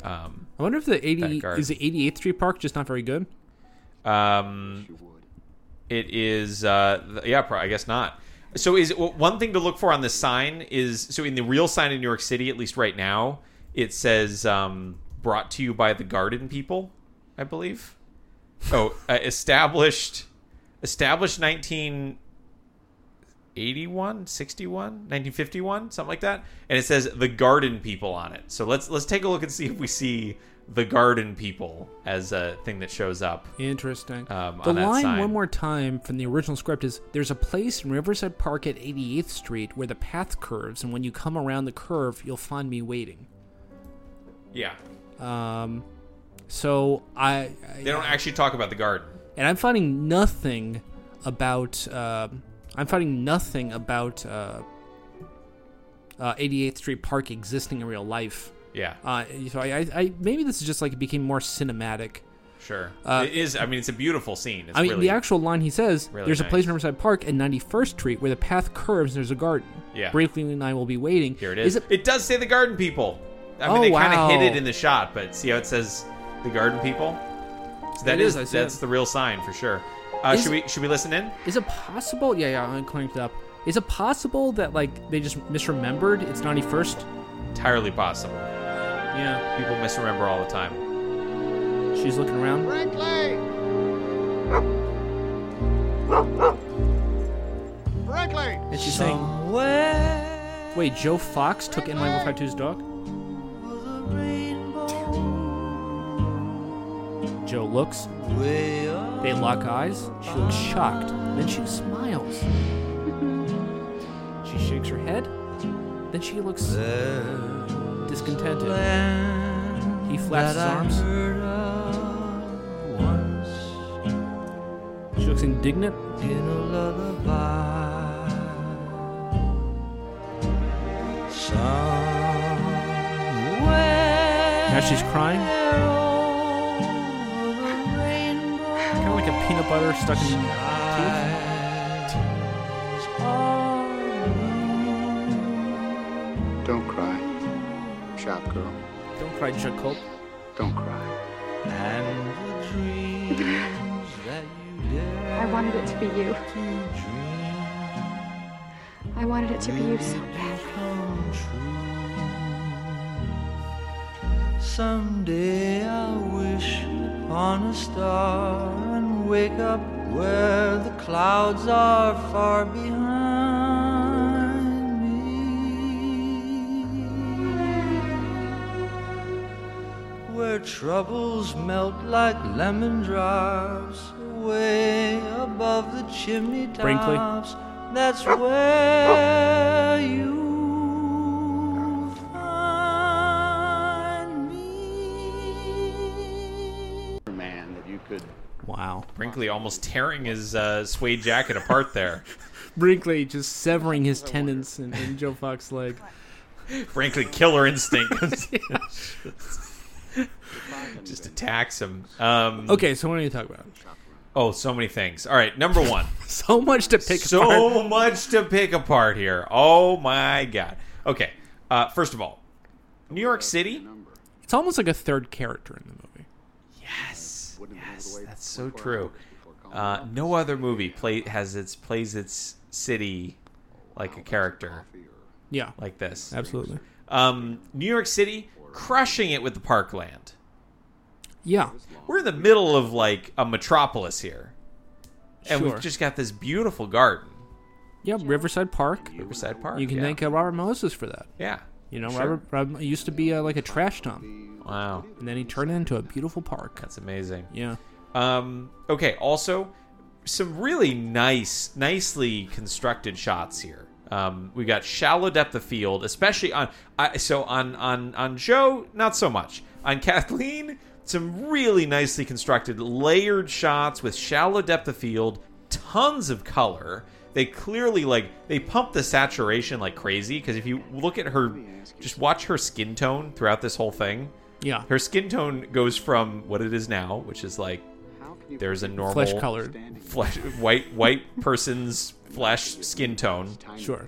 Um,
I wonder if the 80
Backyard.
is the 88th Street Park just not very good.
um, it is. Uh, th- yeah, pro- I guess not. So is w- one thing to look for on this sign is so in the real sign in New York City, at least right now, it says um, "Brought to you by the Garden People," I believe. Oh, uh, established, established 1981, 61, 1951, something like that, and it says "The Garden People" on it. So let's let's take a look and see if we see the Garden People as a thing that shows up.
Interesting.
Um,
the
on that
line
sign.
one more time from the original script is there's a place in Riverside Park at 88th Street where the path curves, and when you come around the curve, you'll find me waiting.
Yeah,
Um, so I, I
they don't actually talk about the garden.
and I'm finding nothing about um I'm finding nothing about uh, uh, 88th Street Park existing in real life.
Yeah,
Uh, so I, I, I maybe this is just like it became more cinematic.
sure. it is. I mean, it's a beautiful scene. It's
uh, I mean,
really,
the actual line he says,
really
"There's a place in
nice.
Riverside Park and 91st Street where the path curves and there's a garden.
Yeah.
Brinkley and I will be waiting.
Here it is.
it,
it... does say the garden people. I mean,
Oh,
they kind
wow.
of hid it in the shot, but see how it says the garden people. So that
It
is
is, I see
that's
it.
the real sign for sure. Uh,
Is-
should we should we listen in?
is it possible? Yeah, yeah, I'm cranked up. Is it possible that like they just misremembered? It's 91st.
Entirely possible.
Yeah.
People misremember all the time.
She's looking around.
Brinkley! Brinkley!
And she's saying, Wait, Joe Fox took NY152's dog? Joe looks. They lock eyes. She looks shocked. Then she smiles. She shakes her head. Then she looks discontented. He flaps his arms. She looks indignant. Now she's crying. Kind of like a peanut butter stuck in teeth.
Don't cry. Shop girl.
Don't cry, Chuck Cole.
Don't cry.
I wanted it to be you. I wanted it to be you so badly.
Someday I wish upon a star and wake up where the clouds are far behind me. Where troubles melt like lemon drops way above the chimney tops.
Brinkley.
That's where you find me.
Man, that you could.
Wow.
Brinkley almost tearing his uh, suede jacket apart there.
Brinkley just severing his tendons in, in Joe Fox's leg.
Brinkley killer instinct comes in. just attacks him. Um,
Okay, so what are you talking about?
Oh, so many things. All right, number one.
So much to pick
so
apart.
much to pick apart here. Oh my god. Okay. Uh, first of all, New York City.
It's almost like a third character in the movie.
Yes. Yes, that's so true. Uh, no other movie play has its plays its city like a character
Yeah,
like this.
absolutely.
Um, New York City crushing it with the Parkland.
Yeah,
We're in the middle of like a metropolis here, and
sure.
we've just got this beautiful garden,
yeah, Riverside Park.
Riverside Park.
You can
yeah.
thank uh, Robert Moses for that.
Yeah.
You know,
Sure.
Robert, Robert used to be uh, like a trash dump,
Wow,
and then he turned it into a beautiful park.
that's amazing.
Yeah,
Um, okay, also some really nice, nicely constructed shots here. Um, we got shallow depth of field, especially on. I, so on on on Joe, not so much. On Kathleen, some really nicely constructed layered shots with shallow depth of field, tons of color. They clearly like they pump the saturation like crazy because if you look at her, just watch her skin tone throughout this whole thing.
yeah.
Her skin tone goes from what it is now, which is like
How can you
there's a normal
Flesh colored.
flesh- white white person's flesh skin tone.
Sure.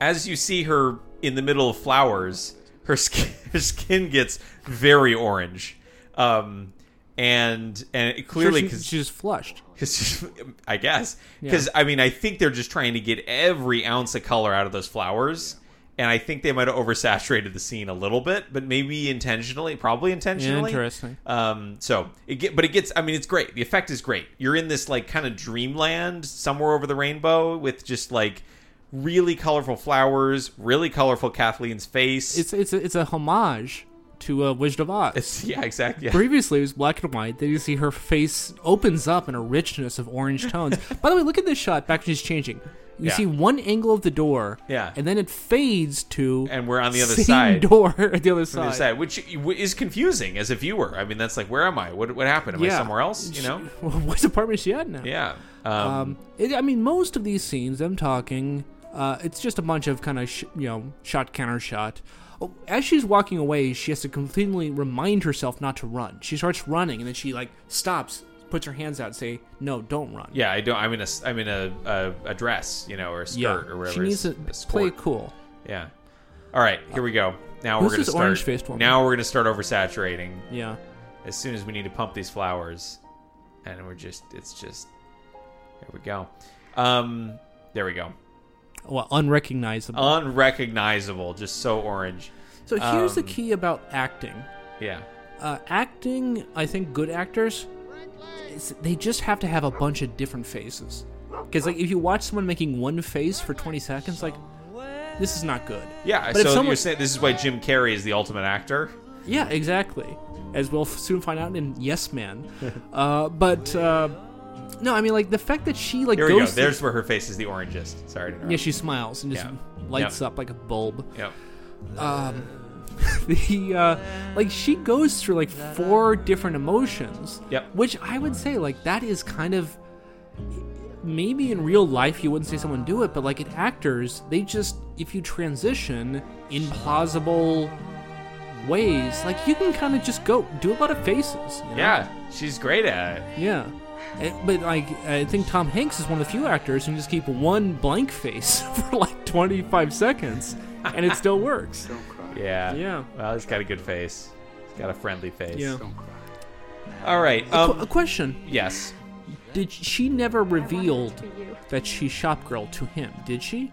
As you see her in the middle of flowers, her skin her skin gets very orange, um, and and it
Sure,
clearly
she-
because
she's just flushed.
I guess because I mean I think they're just trying to get every ounce of color out of those flowers. And I think they might have oversaturated the scene a little bit, but maybe intentionally, probably intentionally.
Interesting.
Um, so it get, but it gets. I mean, it's great. The effect is great. You're in this like kind of dreamland somewhere over the rainbow with just like really colorful flowers, really colorful Kathleen's face.
It's it's a, it's a homage to uh, Wizard of Oz.
It's- yeah, exactly. Yeah.
Previously, it was black and white. Then you see her face opens up in a richness of orange tones. By the way, look at this shot back when she's changing. You
Yeah.
see one angle of the door,
Yeah.
and then it fades to
And we're on the other
same
side.
door at the other
On
side.
the other side, which is confusing as a viewer. I mean, that's like, where am I? What what happened? Am I
Yeah.
somewhere else? You know?
what apartment is she at now?
Yeah. Um,
Um, it, I mean, most of these scenes, them talking, uh, it's just a bunch of kind of sh- you know shot counter shot. Oh, As she's walking away, she has to continually remind herself not to run. She starts running, and then she like stops, puts her hands out, and say, "No, don't run."
yeah, I don't. I'm in a. s- I'm in a a, a dress, you know, or a skirt or whatever.
She needs to
is- a sport.
play it cool.
Yeah. All right, here we go. Now
Who's
we're gonna
this
start.
orange-faced woman?
Now we're gonna start oversaturating.
Yeah.
as soon as we need to pump these flowers and we're just it's just there we go um there we go
Well, unrecognizable.
Uh, unrecognizable just so orange
so here's the
um,
key about acting.
yeah
Uh, acting, I think, good actors, it's- they just have to have a bunch of different faces. Because like, if you watch someone making one face for 20 seconds, like, this is not good.
yeah
But if
so
someone-
you're saying this is why jim carrey is the ultimate actor
Yeah, exactly. As we'll f- soon find out in Yes Man. uh, but uh, no, I mean, like the fact that she like
here we go
goes. to-
there's where her face is the orangest sorry to interrupt.
yeah, she smiles and just
Yeah.
lights
Yeah.
up like a bulb.
Yep.
the uh, like she goes through like four different emotions.
Yep.
Which I would say like that is kind of maybe in real life you wouldn't say someone do it, but like in actors they just if you transition implausible ways, like you can kind of just go do a lot of faces. you know?
yeah she's great at it
Yeah. Eh, But like, I think Tom Hanks is one of the few actors who can just keep one blank face for like 25 seconds, and it still works.
Yeah.
Yeah.
Well, he's got a good face. He's got a friendly face.
Yeah.
All right.
A,
Um,
qu- a question:
yes.
Did she never revealed
to be you.
that she shop girl to him? Did she?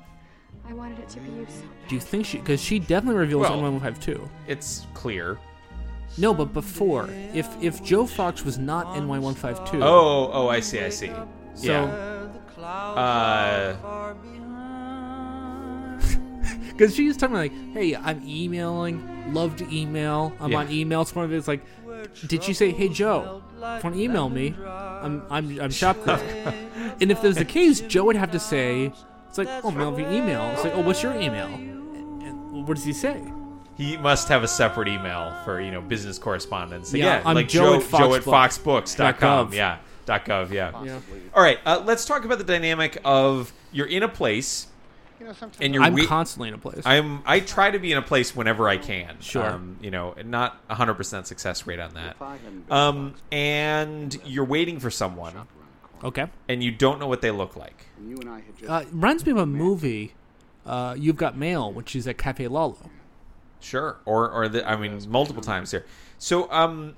I wanted it to be you so
Do you think she? Because she definitely reveals
Well-
on 152.
It's clear.
No, but before, if if Joe Fox was not NY152,
Oh, oh, I see, I see.
so
Uh,
Because she was talking like, "Hey, I'm emailing. Love to email. I'm
Yeah.
on email." It's one of it's like, did she say, "Hey Joe, want to email me? I'm I'm I'm shop girl." and if there's the case, Joe would have to say, "It's like, oh, mail via email." It's like, "Oh, what's your email?" And- and what does he say?
he must have a separate email for you know business correspondence.
Yeah,
Yeah,
I'm
like
Joe
Joe,
at
Joe at
Foxbook-
foxbooks.com.
.gov.
Yeah, dot .gov. Yeah.
Yeah.
All right. Uh, let's talk about the dynamic of you're in a place
You know, sometimes
and you're
I'm
we-
constantly in a place.
I'm I try to be in a place whenever I can.
Sure.
Um, you know, not a hundred percent success rate on that. Um, and you're waiting for someone,
okay.
and you don't know what they look like.
You and I had just
Uh, it reminds me of a movie, uh, "You've Got Mail," which is at Cafe Lalo.
Sure. Or or the, I mean, multiple times here. So um,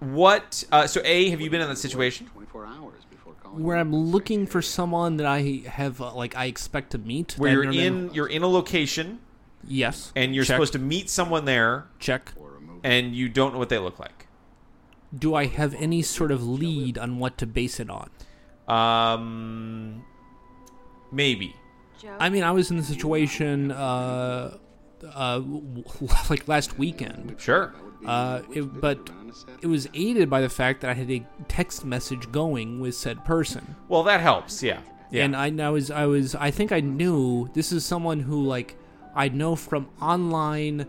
what? Uh, so a have you been in that situation?
24 hours before calling.
Where I'm looking for someone that I have, uh, like, I expect to meet.
Where
that
you're
I've never met-
in you're in a location
Yes.
and you're
Check.
supposed to meet someone there,
check.
and you don't know what they look like.
Do I have any sort of lead on what to base it on?
Um, maybe.
Joe,
I mean, I was in the situation, uh, uh, w- like last weekend.
Sure.
Uh, it, but it was aided by the fact that I had a text message going with said person,
Well, that helps. Yeah. Yeah.
and I, and I was, I was, I think I knew this is someone who, like, I know from online.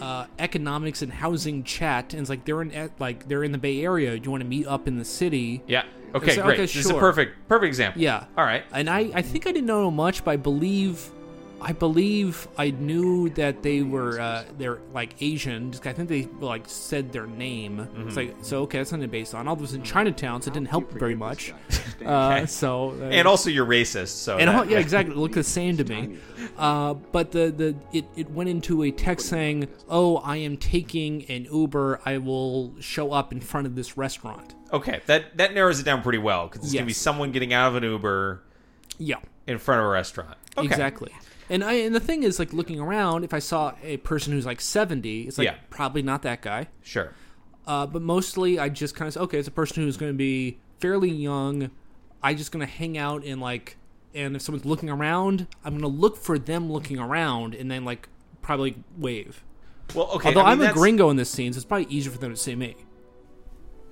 Uh, economics and housing chat, and it's like they're in eh, like they're in the Bay Area. Do you want to meet up in the city?
Yeah. Okay.
So,
great.
okay,
this is a
sure.
perfect perfect example.
Yeah.
All right.
and I, I think I didn't know much, but I believe, I believe I knew that they were uh, they're like Asian. Just I think they like said their name.
Mm-hmm.
It's like so okay, that's something based on. Although it was in Chinatown, so it didn't help very much. Uh, so uh,
And also, you're racist. So.
and
that-
all- yeah, exactly. It looked the same to me. Uh, but the, the it, it went into a text saying, "Oh, I am taking an Uber. I will show up in front of this restaurant."
Okay. That that narrows it down pretty well because it's gonna be
Yes.
someone getting out of an Uber
Yeah.
in front of a restaurant. Okay.
Exactly. And I and the thing is like looking around, if I saw a person who's like seventy, it's like
Yeah.
probably not that guy.
Sure.
Uh, but mostly I just kind of okay, it's a person who's going to be fairly young. I just going to hang out and like, and if someone's looking around, I'm going to look for them looking around and then like probably wave.
Well, okay.
Although
I
I am
mean,
a
that's-
gringo in this scene, so it's probably easier for them to see me.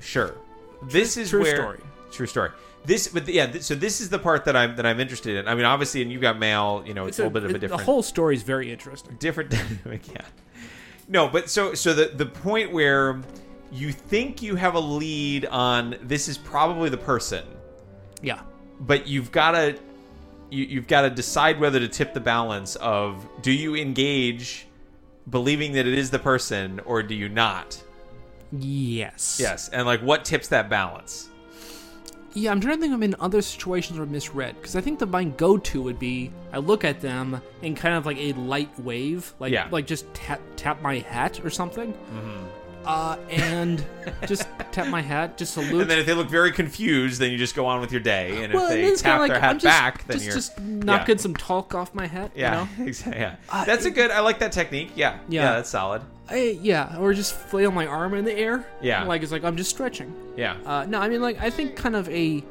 Sure. This is
true
where
story.
true story. This, but yeah. Th- so this is the part that I'm that I'm interested in. I mean, obviously, and you got mail. You know, it's, a little bit of a different.
The whole story is very interesting.
different dynamic yeah no but so so the the point where you think you have a lead on this is probably the person
Yeah.
but you've got to you, you've got to decide whether to tip the balance of do you engage believing that it is the person or do you not
Yes.
yes and like what tips that balance
Yeah, I'm trying to think of in other situations where I misread because I think the mine go-to would be I look at them and kind of like a light wave, like
Yeah.
like just tap tap my hat or something, mm-hmm. uh, and just tap my hat, just salute.
and then if they look very confused then you just go on with your day and if
and
they
then it's kinda
tap their hat
I'm just,
back then
just,
you're
just knocking some talk off my hat. you
yeah
know?
yeah exactly yeah
Uh,
that's a
it-
good i like that technique yeah yeah,
Yeah.
that's solid
I- yeah, or just flail my arm in the air.
Yeah.
like it's like I'm just stretching.
yeah
Uh, no, I mean like I think kind of a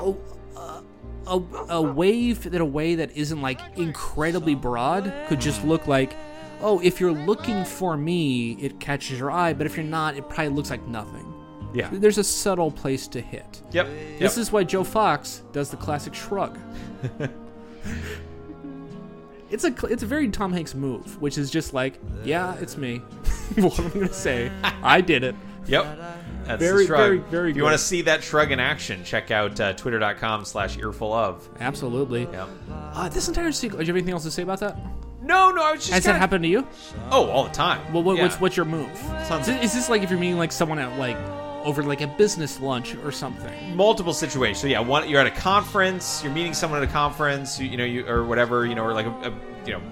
a, a, a wave in a way that isn't like incredibly broad could just look like, oh, if you're looking for me, it catches your eye, but if you're not, it probably looks like nothing.
yeah
There's a subtle place to hit.
Yep.
This is why Joe Fox does the classic shrug. it's a cl- it's a very Tom Hanks move, which is just like, yeah, it's me. what am I gonna say? I did it.
yep. That's
Very,
the shrug.
very, very
If you
good.
want to see that shrug in action, check out uh, twitter.com slash earful of.
Absolutely.
Yep.
Uh, this entire sequence. Do you have anything else to say about that?
No, no, I was just.
Has that
kinda-
happened to you?
Oh, all the time.
Well, what,
Yeah.
what's what's your move?
Sounds-
Is, is this like if you're meeting like someone at like over like a business lunch or something.
multiple situations. So yeah, one you're at a conference, you're meeting someone at a conference, you, you know, you or whatever, you know, or like a, a you know,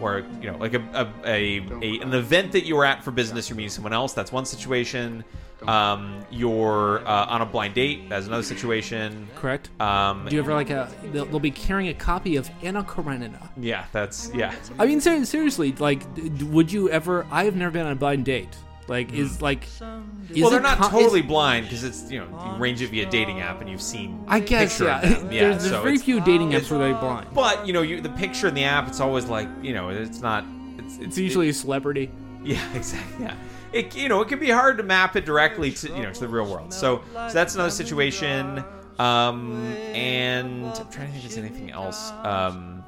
or you know, like a a, a, a an event that you were at for business, you're meeting someone else. That's one situation. Um, you're uh, on a blind date. That's another situation.
Correct.
Um,
Do you ever like a? They'll, they'll be carrying a copy of Anna Karenina.
Yeah, that's yeah.
I mean, ser- seriously, like, d- d- would you ever? I have never been on a blind date. Like, is like, is
Mm-hmm. well, they're
it
not
con-
totally
is-
blind because it's you know you range it via dating app and you've seen.
I guess
picture
yeah.
of them. yeah.
there's there's
so
very
it's-
few dating apps where they're blind.
But you know, you the picture in the app, it's always like you know, it's not. It's, it's,
It's usually
it-
a celebrity.
yeah, exactly. Yeah, it you know it can be hard to map it directly to you know to the real world. So, so that's another situation. Um, and I'm trying to think if there's anything else. Um,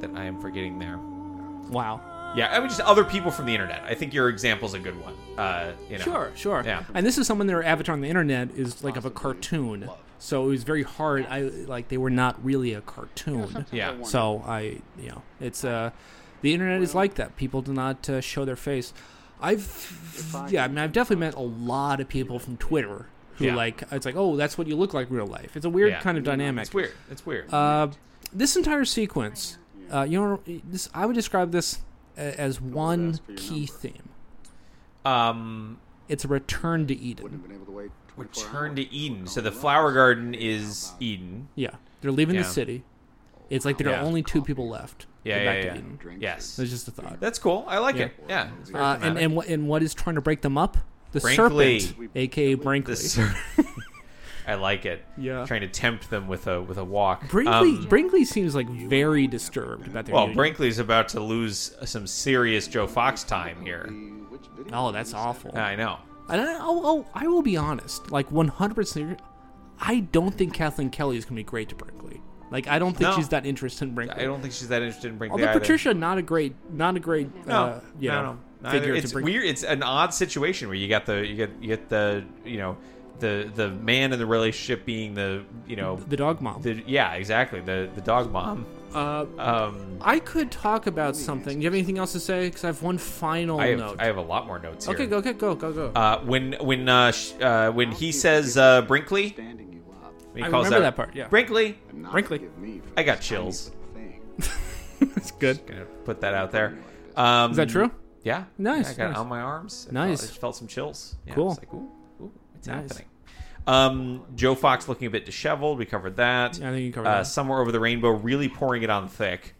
that I am forgetting there.
Wow.
Yeah, I mean just other people from the internet. I think your example's a good one. Uh, you know.
Sure, sure.
Yeah.
And this is someone their avatar on the internet is like of a cartoon. So it was very hard. I like they were not really a cartoon.
Yeah. wonder.
So I, you know, it's uh, the internet is like that. People do not uh, show their face. I've, yeah, I mean, I've definitely met a lot of people from Twitter who
Yeah.
like it's like, oh, that's what you look like in real life. It's a weird
Yeah.
kind of dynamic.
It's weird. It's weird.
Uh, this entire sequence, uh, you know, this I would describe this a- as one key theme.
um,
It's a return to Eden.
return to Eden. So the flower garden is Eden.
Yeah, they're leaving
Yeah.
the city. It's like there
Yeah.
are only two people left.
Yeah,
They're
yeah,
back
yeah.
to Eden.
Yes.
That's just a thought.
That's cool. I like
Yeah.
it. Yeah. It's very
Uh, and
thematic.
and what and what is trying to break them up? The
Brinkley.
serpent, aka Brinkley.
ser- I like it.
Yeah.
Trying to tempt them with a with a walk.
Brinkley
Um,
Brinkley seems like very disturbed about their.
well,
union.
Brinkley's about to lose some serious Joe Fox time here.
Oh, that's awful.
I know.
And I, oh, oh, I will be honest. Like 100%, I don't think Kathleen Kelly is going to be great to Brinkley. Like I don't think
No.
she's that interested in Brinkley.
I don't think she's that interested in Brinkley
Although
either.
Patricia, not a great, not a great,
no,
uh, you
no,
know,
no.
figure
Neither.
to
It's
Brinkley.
weird. It's an odd situation where you got the you get you get the you know the the man in the relationship being the you know
The dog mom.
the yeah exactly the the dog mom.
Uh,
Um,
I could talk about something. Do you have anything else to say? Because I have one final
I have,
note.
I have a lot more notes here.
okay, go, okay, go, go, go.
Uh, when when uh, sh- uh, when he says uh, Brinkley, when
I
he calls
remember
out,
that part, yeah.
Brinkley.
Brinkley,
I got chills.
it's good.
Gonna put that out there. Um,
Is that true?
Yeah.
Nice,
Yeah, I got it
nice.
on my arms. I
Nice.
Felt, I felt some chills. Yeah,
Cool.
I was like, ooh, ooh, it's
Nice.
happening. Um, Joe Fox looking a bit disheveled. We covered that.
I think you covered
uh,
that.
Somewhere over the rainbow, really pouring it on thick.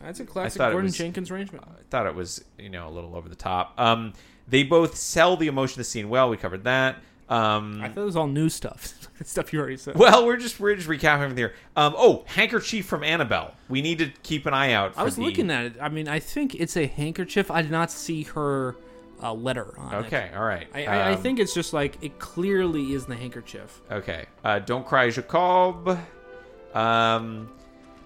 That's a
classic
classic
thought it
Gordon
Gordon was- Jenkins
Jenkins arrangement.
I thought it was you know a little over the top. Um, they both sell the emotion of the scene well. We covered that. Um,
I thought it was all new stuff. stuff you already said.
Well, we're just we're just recapping everything here. Um, oh, handkerchief from Annabelle. We need to keep an eye out. For
I was
the-
looking at it. I mean, I think it's a handkerchief. I did not see her uh, letter on it.
Okay, all right.
I, I, I
Um,
think it's just like it clearly is in the handkerchief.
Okay. Uh, don't cry, Jacob. Um,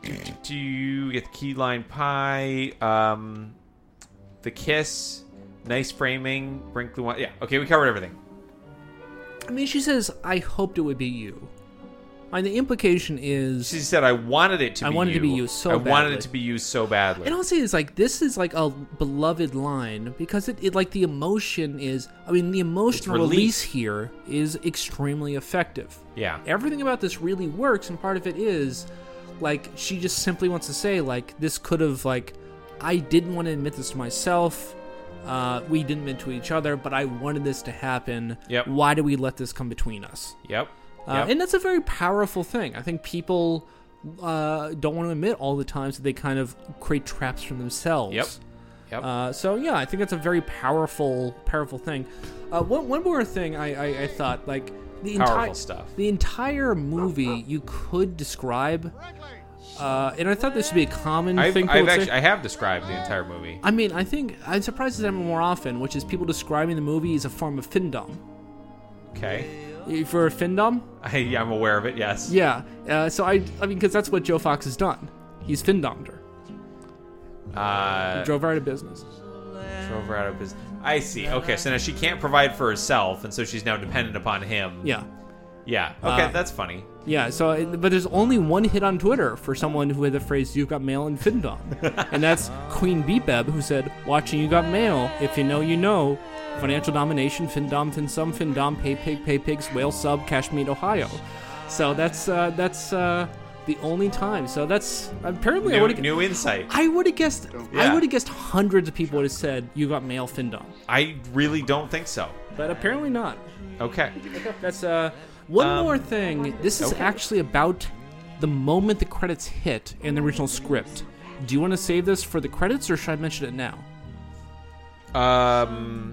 do, do, do you get the key line pie? Um, the kiss. Nice framing. Brinkley. One, yeah. Okay, we covered everything.
I mean, she says, "I hoped it would be you." And the implication is
She said, "I wanted it to.
I
be
wanted
you.
to be you so
I wanted
badly."
it to be you so badly."
And I'll say it's like this is like a beloved line because it, it like the emotion is I mean the emotional
relief.
release here is extremely effective.
Yeah.
Everything about this really works and part of it is like she just simply wants to say like this could have like I didn't want to admit this to myself. Uh, we didn't admit to each other, but I wanted this to happen.
Yep.
Why do we let this come between us?
Yep.
Uh,
yep.
And that's a very powerful thing. I think people uh, don't want to admit all the times that they kind of create traps for themselves.
Yep. Yep.
Uh, so yeah, I think that's a very powerful, powerful thing. Uh, one, one more thing I, I, I thought like the
Powerful
entire
stuff.
the entire movie you could describe, uh, and I thought this would be a common
I've,
thing. people
I've
would say.
actually I have described the entire movie.
I mean, I think I'm surprised it's happening more often, which is people describing the movie as a form of findom.
Okay.
If you're a findom,
I, yeah, I'm aware of it. Yes.
Yeah. Uh, so I, I mean, because that's what Joe Fox has done. He's findomed her.
Uh,
Drove her out of business.
drove her out of business. I see. Okay, so now she can't provide for herself, and so she's now dependent upon him.
Yeah.
Yeah. Okay,
Uh,
that's funny.
Yeah. So, but there's only one hit on Twitter for someone who had the phrase "You got mail" and findom, and that's Queen Bebeb who said, "Watching You Got Mail. If you know, you know. Financial domination, FinDom, FinSum, FinDom, PayPig, PayPigs, Whale Sub, Cashmere, Ohio. So that's uh, that's uh, the only time. So that's apparently I
New,
would have
new insight.
I would have guessed
Yeah.
I would have guessed hundreds of people would have said you got male FinDom,
I really don't think so.
but apparently not.
Okay.
That's uh one more thing. This is
Okay.
actually about the moment the credits hit in the original script. Do you want to save this for the credits or should I mention it now?
Um,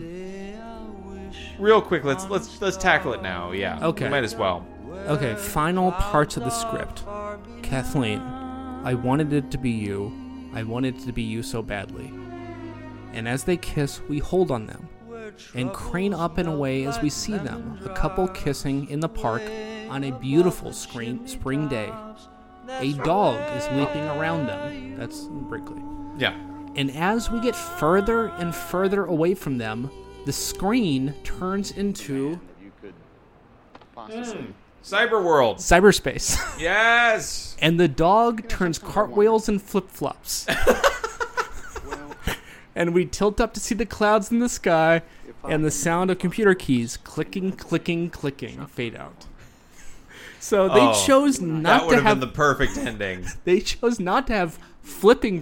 real quick, let's let's let's tackle it now. Yeah.
Okay.
We might as well.
Okay, final parts of the script. Kathleen, I wanted it to be you. I wanted it to be you so badly. And as they kiss, we hold on them and crane up and away as we see them, a couple kissing in the park on a beautiful screen, spring day. A dog is leaping around them. That's Brinkley.
Yeah.
And as we get further and further away from them, the screen turns into
Cyber world.
cyberspace.
Yes.
and the dog turns cartwheels and flip flops. and we tilt up to see the clouds in the sky and the sound of computer keys clicking, clicking, clicking fade out. So they
Oh,
chose
That
not
would
to
have
have
been the perfect ending.
they chose not to have flipping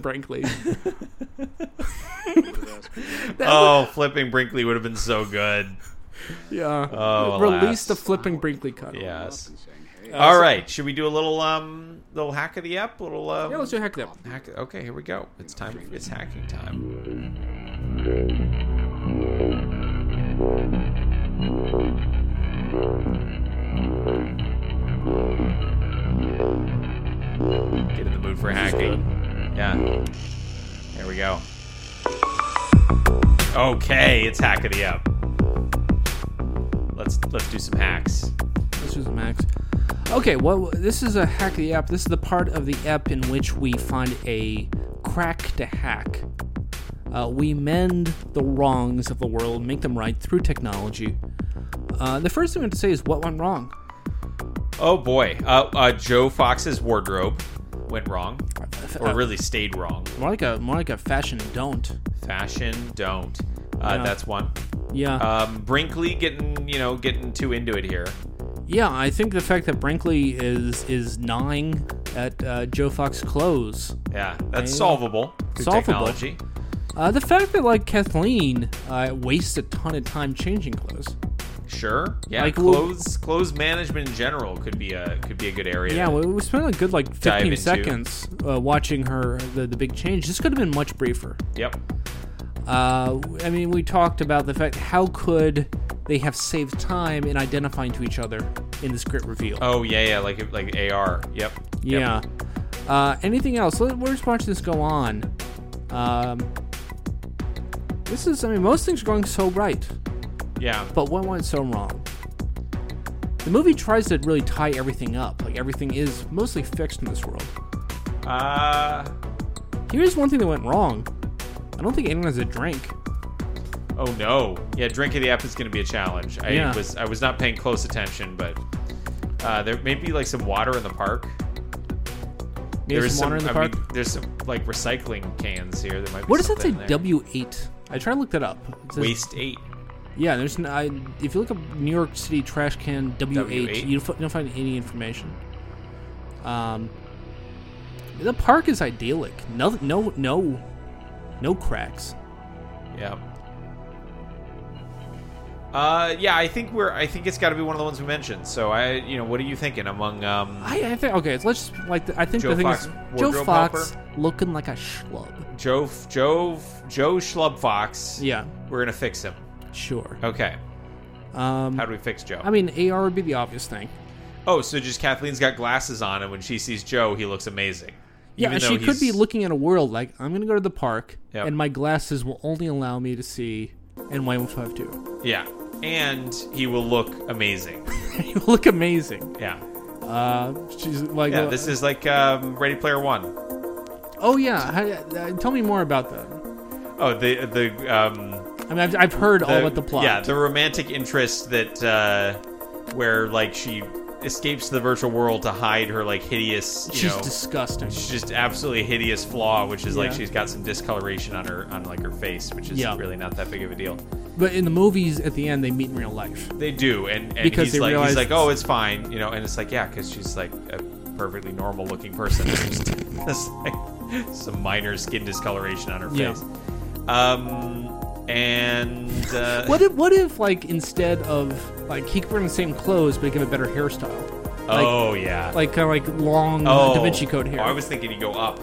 Brinkley.
oh, flipping Brinkley would have been so good.
yeah.
Oh,
Release the
alas.
flipping Brinkley cut.
Yes.
Uh,
All
so-
right. Should we do a little um little hack of the app? Little um,
Yeah, let's do hack them.
hack. Okay, here we go. It's time. It's hacking time. Get in the mood for hacking. Yeah. There we go. Okay, it's hack of the app. Let's let's do some hacks.
This is Max. Okay, well, this is a hack of the app. This is the part of the app in which we find a crack to hack. Uh, we mend the wrongs of the world, make them right through technology. Uh, the first thing I have to say is what went wrong.
Oh boy, uh, uh, Joe Fox's wardrobe went wrong,
Uh,
or really stayed wrong.
More like a more like a fashion don't.
Fashion don't. Uh,
Yeah.
That's one.
Yeah,
Um, Brinkley getting you know getting too into it here.
yeah. I think the fact that Brinkley is is gnawing at uh, Joe Fox's clothes
Yeah, that's
Yeah.
solvable. Through
Solvable.
Technology.
Uh, the fact that like Kathleen uh, wastes a ton of time changing clothes.
Sure. Yeah.
Like, we'll-
clothes clothes management in general could be a could be a good area.
Yeah, we, we spent a good like
Dive
15
into.
seconds uh, watching her the, the big change. This could have been much briefer.
Yep.
Uh, I mean, we talked about the fact how could they have saved time in identifying to each other in the script reveal.
Oh yeah, yeah. Like like AR. Yep. Yep.
yeah. Uh, anything else? Let, we're just watching this go on. Um, this is, I mean, most things are going so right.
Yeah.
but what went so wrong? The movie tries to really tie everything up. Like everything is mostly fixed in this world.
Uh.
Here's one thing that went wrong. I don't think anyone has a drink.
Oh no. Yeah. Drink of the app is going to be a challenge. I
Yeah.
was I was not paying close attention, but uh, there may be like some water in the park.
Maybe some water in the
I
park.
Mean, there's some like recycling cans here. There might. Be
what does that say?
something there.
W8. I tried to look that up. It says-
Waste eight.
Yeah, there's. An, I, if you look up New York City trash can W8,
W8?
You, don't, f- you don't find any information. Um, the park is idyllic. No, no, no, no cracks.
Yeah. Uh, yeah, I think we're. I think it's got to be one of the ones we mentioned. So I, you know, what are you thinking among? Um,
I, I think okay. so Let's just like I think
Joe
the thing
Fox
is Joe
wardrobe
Fox looking like a schlub.
Joe, F- Joe, F- Joe Schlub Fox.
Yeah,
we're gonna fix him.
sure.
Okay,
Um,
how do we fix Joe?
I mean, AR would be the obvious thing.
oh, so just Kathleen's got glasses on, and when she sees Joe, he looks amazing.
Yeah,
Even
and
though
she could be
he's-
looking at a world like I'm gonna go to the park,
Yep.
and my glasses will only allow me to see NY152.
Yeah, and he will look amazing.
you look amazing.
Yeah,
Uh, she's like,
yeah. This is like um, Ready Player One.
oh yeah. How, uh, tell me more about that.
Oh, the the um,
I mean, I've, I've heard all
the-
about the plot.
Yeah, the romantic interest that uh, where like she escapes the virtual world to hide her like hideous, you
she's
know,
disgusting.
she's just absolutely hideous flaw, which is like
Yeah.
she's got some discoloration on her on like her face, which is
Yeah.
really not that big of a deal.
But in the movies, at the end, they meet in real life.
They do, and, and
Because
he's
they
like,
realize-
he's like, oh, it's fine, you know, and it's like, yeah, because she's like a perfectly normal looking person. It's just it's like some minor skin discoloration on her
Yeah.
face. Um, and uh,
What if, what if like instead of like he could wear the same clothes but give a better hairstyle? Like,
oh yeah,
like kind of like long
oh,
Da Vinci Code hair.
Oh, I was thinking you go up.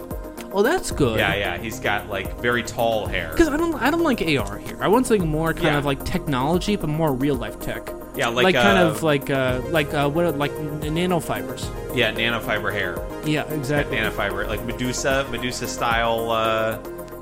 Oh, that's good.
Yeah, yeah, he's got like very tall hair.
Because I don't, I don't like AR here. I want something more kind
Yeah.
of like technology, but more real life tech.
Yeah, like,
kind
uh,
of like uh, like uh, what are- like n- nanofibers.
Yeah, nanofiber hair.
Yeah,
Got
exactly.
nanofiber, like Medusa, Medusa style uh,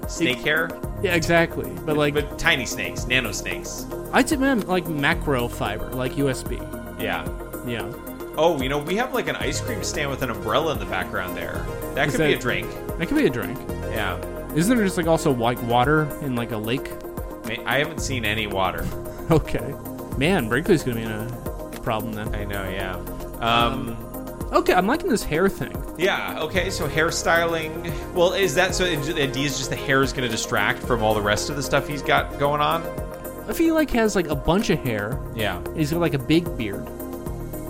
snake hair,
Yeah, exactly. But like,
but tiny snakes, nano snakes.
I'd say man, like macro fiber, like USB.
Yeah.
Yeah.
Oh, you know, we have like an ice cream stand with an umbrella in the background there. That
Is
could be
that-
a drink.
That could be a drink.
Yeah.
Isn't there just like also like water in like a lake?
Ma- I haven't seen any water.
Okay. Man, Brinkley's gonna be in a problem then.
I know, yeah. Um,
Okay, I'm liking this hair thing.
yeah, okay, so hairstyling. Well, is that so? it- The idea is just the hair is going to distract from all the rest of the stuff he's got going on?
If he like has like a bunch of hair,
Yeah.
and he's got like a big beard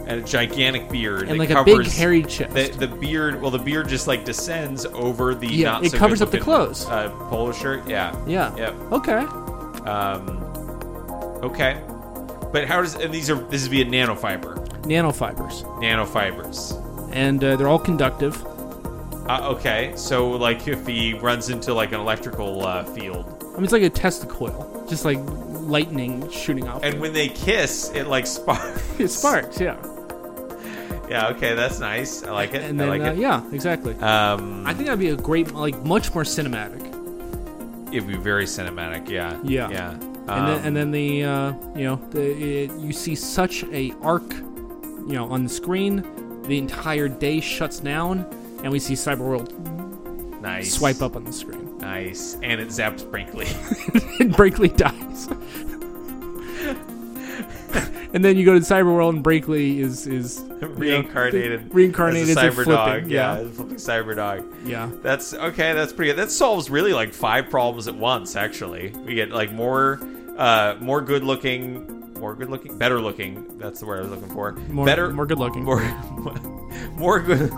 And a gigantic beard.
and
that
like a big
covers-
hairy chest.
The, the beard, well, the beard just like descends over the
Yeah,
not
it
so
covers up the
good-looking,
clothes.
Uh, polo shirt, yeah.
yeah.
Yep.
Okay.
Um, okay, but how does and these are this is via nanofiber,
Nanofibers.
nanofibers.
and uh, they're all conductive.
Uh, okay, so like if he runs into like an electrical uh, field,
I mean, it's like a Tesla coil, just like lightning shooting off.
and when they kiss, it like sparks.
it sparks, yeah.
yeah, okay, that's nice. I like it.
And then,
I like
uh,
it.
yeah, exactly.
Um,
I think that'd be a great, like, much more cinematic.
it'd be very cinematic. Yeah.
Yeah.
Yeah.
And then,
Um,
and then the, uh, you know, the, it, you see such a arc, you know, on the screen. The entire day shuts down, and we see Cyberworld
nice
swipe up on the screen.
Nice, and it zaps Brinkley.
and Brinkley dies. and then you go to Cyberworld, and Brinkley is is you know,
reincarnated, as
reincarnated as
a
a
cyber
flipping,
dog. Yeah,
yeah.
as a flipping cyber dog.
Yeah.
That's okay. That's pretty. good. That solves really like five problems at once. Actually, we get like more, uh, more good looking, more good looking, better looking. That's the word I was looking for.
More-
better,
more good-looking.
more, more good,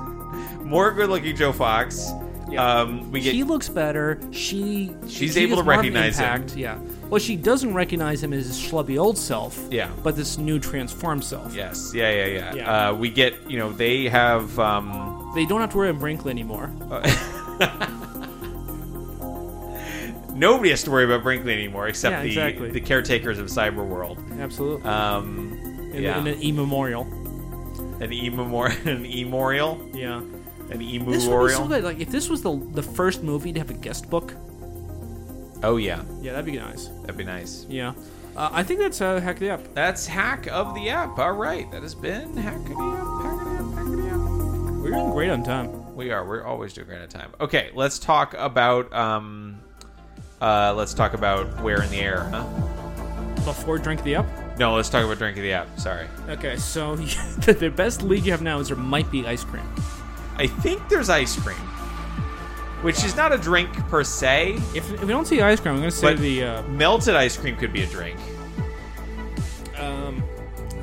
more good looking Joe Fox. Um, we get
he looks better. She
She's
he
able
has
to
more of an
recognize him.
impact, Yeah. Well, she doesn't recognize him as his schlubby old self.
Yeah.
But this new transformed self.
yes, yeah, yeah, yeah.
Yeah.
Uh, we get you know they have. Um,
They don't have to worry about Brinkley anymore.
Uh, Nobody has to worry about Brinkley anymore except
Yeah,
the,
exactly.
the caretakers of Cyberworld.
Absolutely.
Um,
in,
yeah.
in an immemorial.
an e-memorial, an e-morial,
Yeah.
an
This would be so
e-memorial.
good. Like if this was the the first movie to have a guest book.
Oh yeah,
Yeah, that'd be nice.
that'd be nice.
Yeah. Uh, I think that's uh, heck the up.
That's hack of the app. All right, that has been hack of the app. Hack of the app. Hack of the app.
We're doing great on time.
We are. We're always doing great on time. Okay, let's talk about. Um, uh, let's talk about where in the air, huh?
Before drink the up.
No, let's talk about drink of the app. Sorry.
Okay, so the, the best lead you have now is there might be ice cream.
I think there's ice cream, which is not a drink per se,
If, if we don't see ice cream, I'm gonna say
but
the uh,
melted ice cream could be a drink.
Um,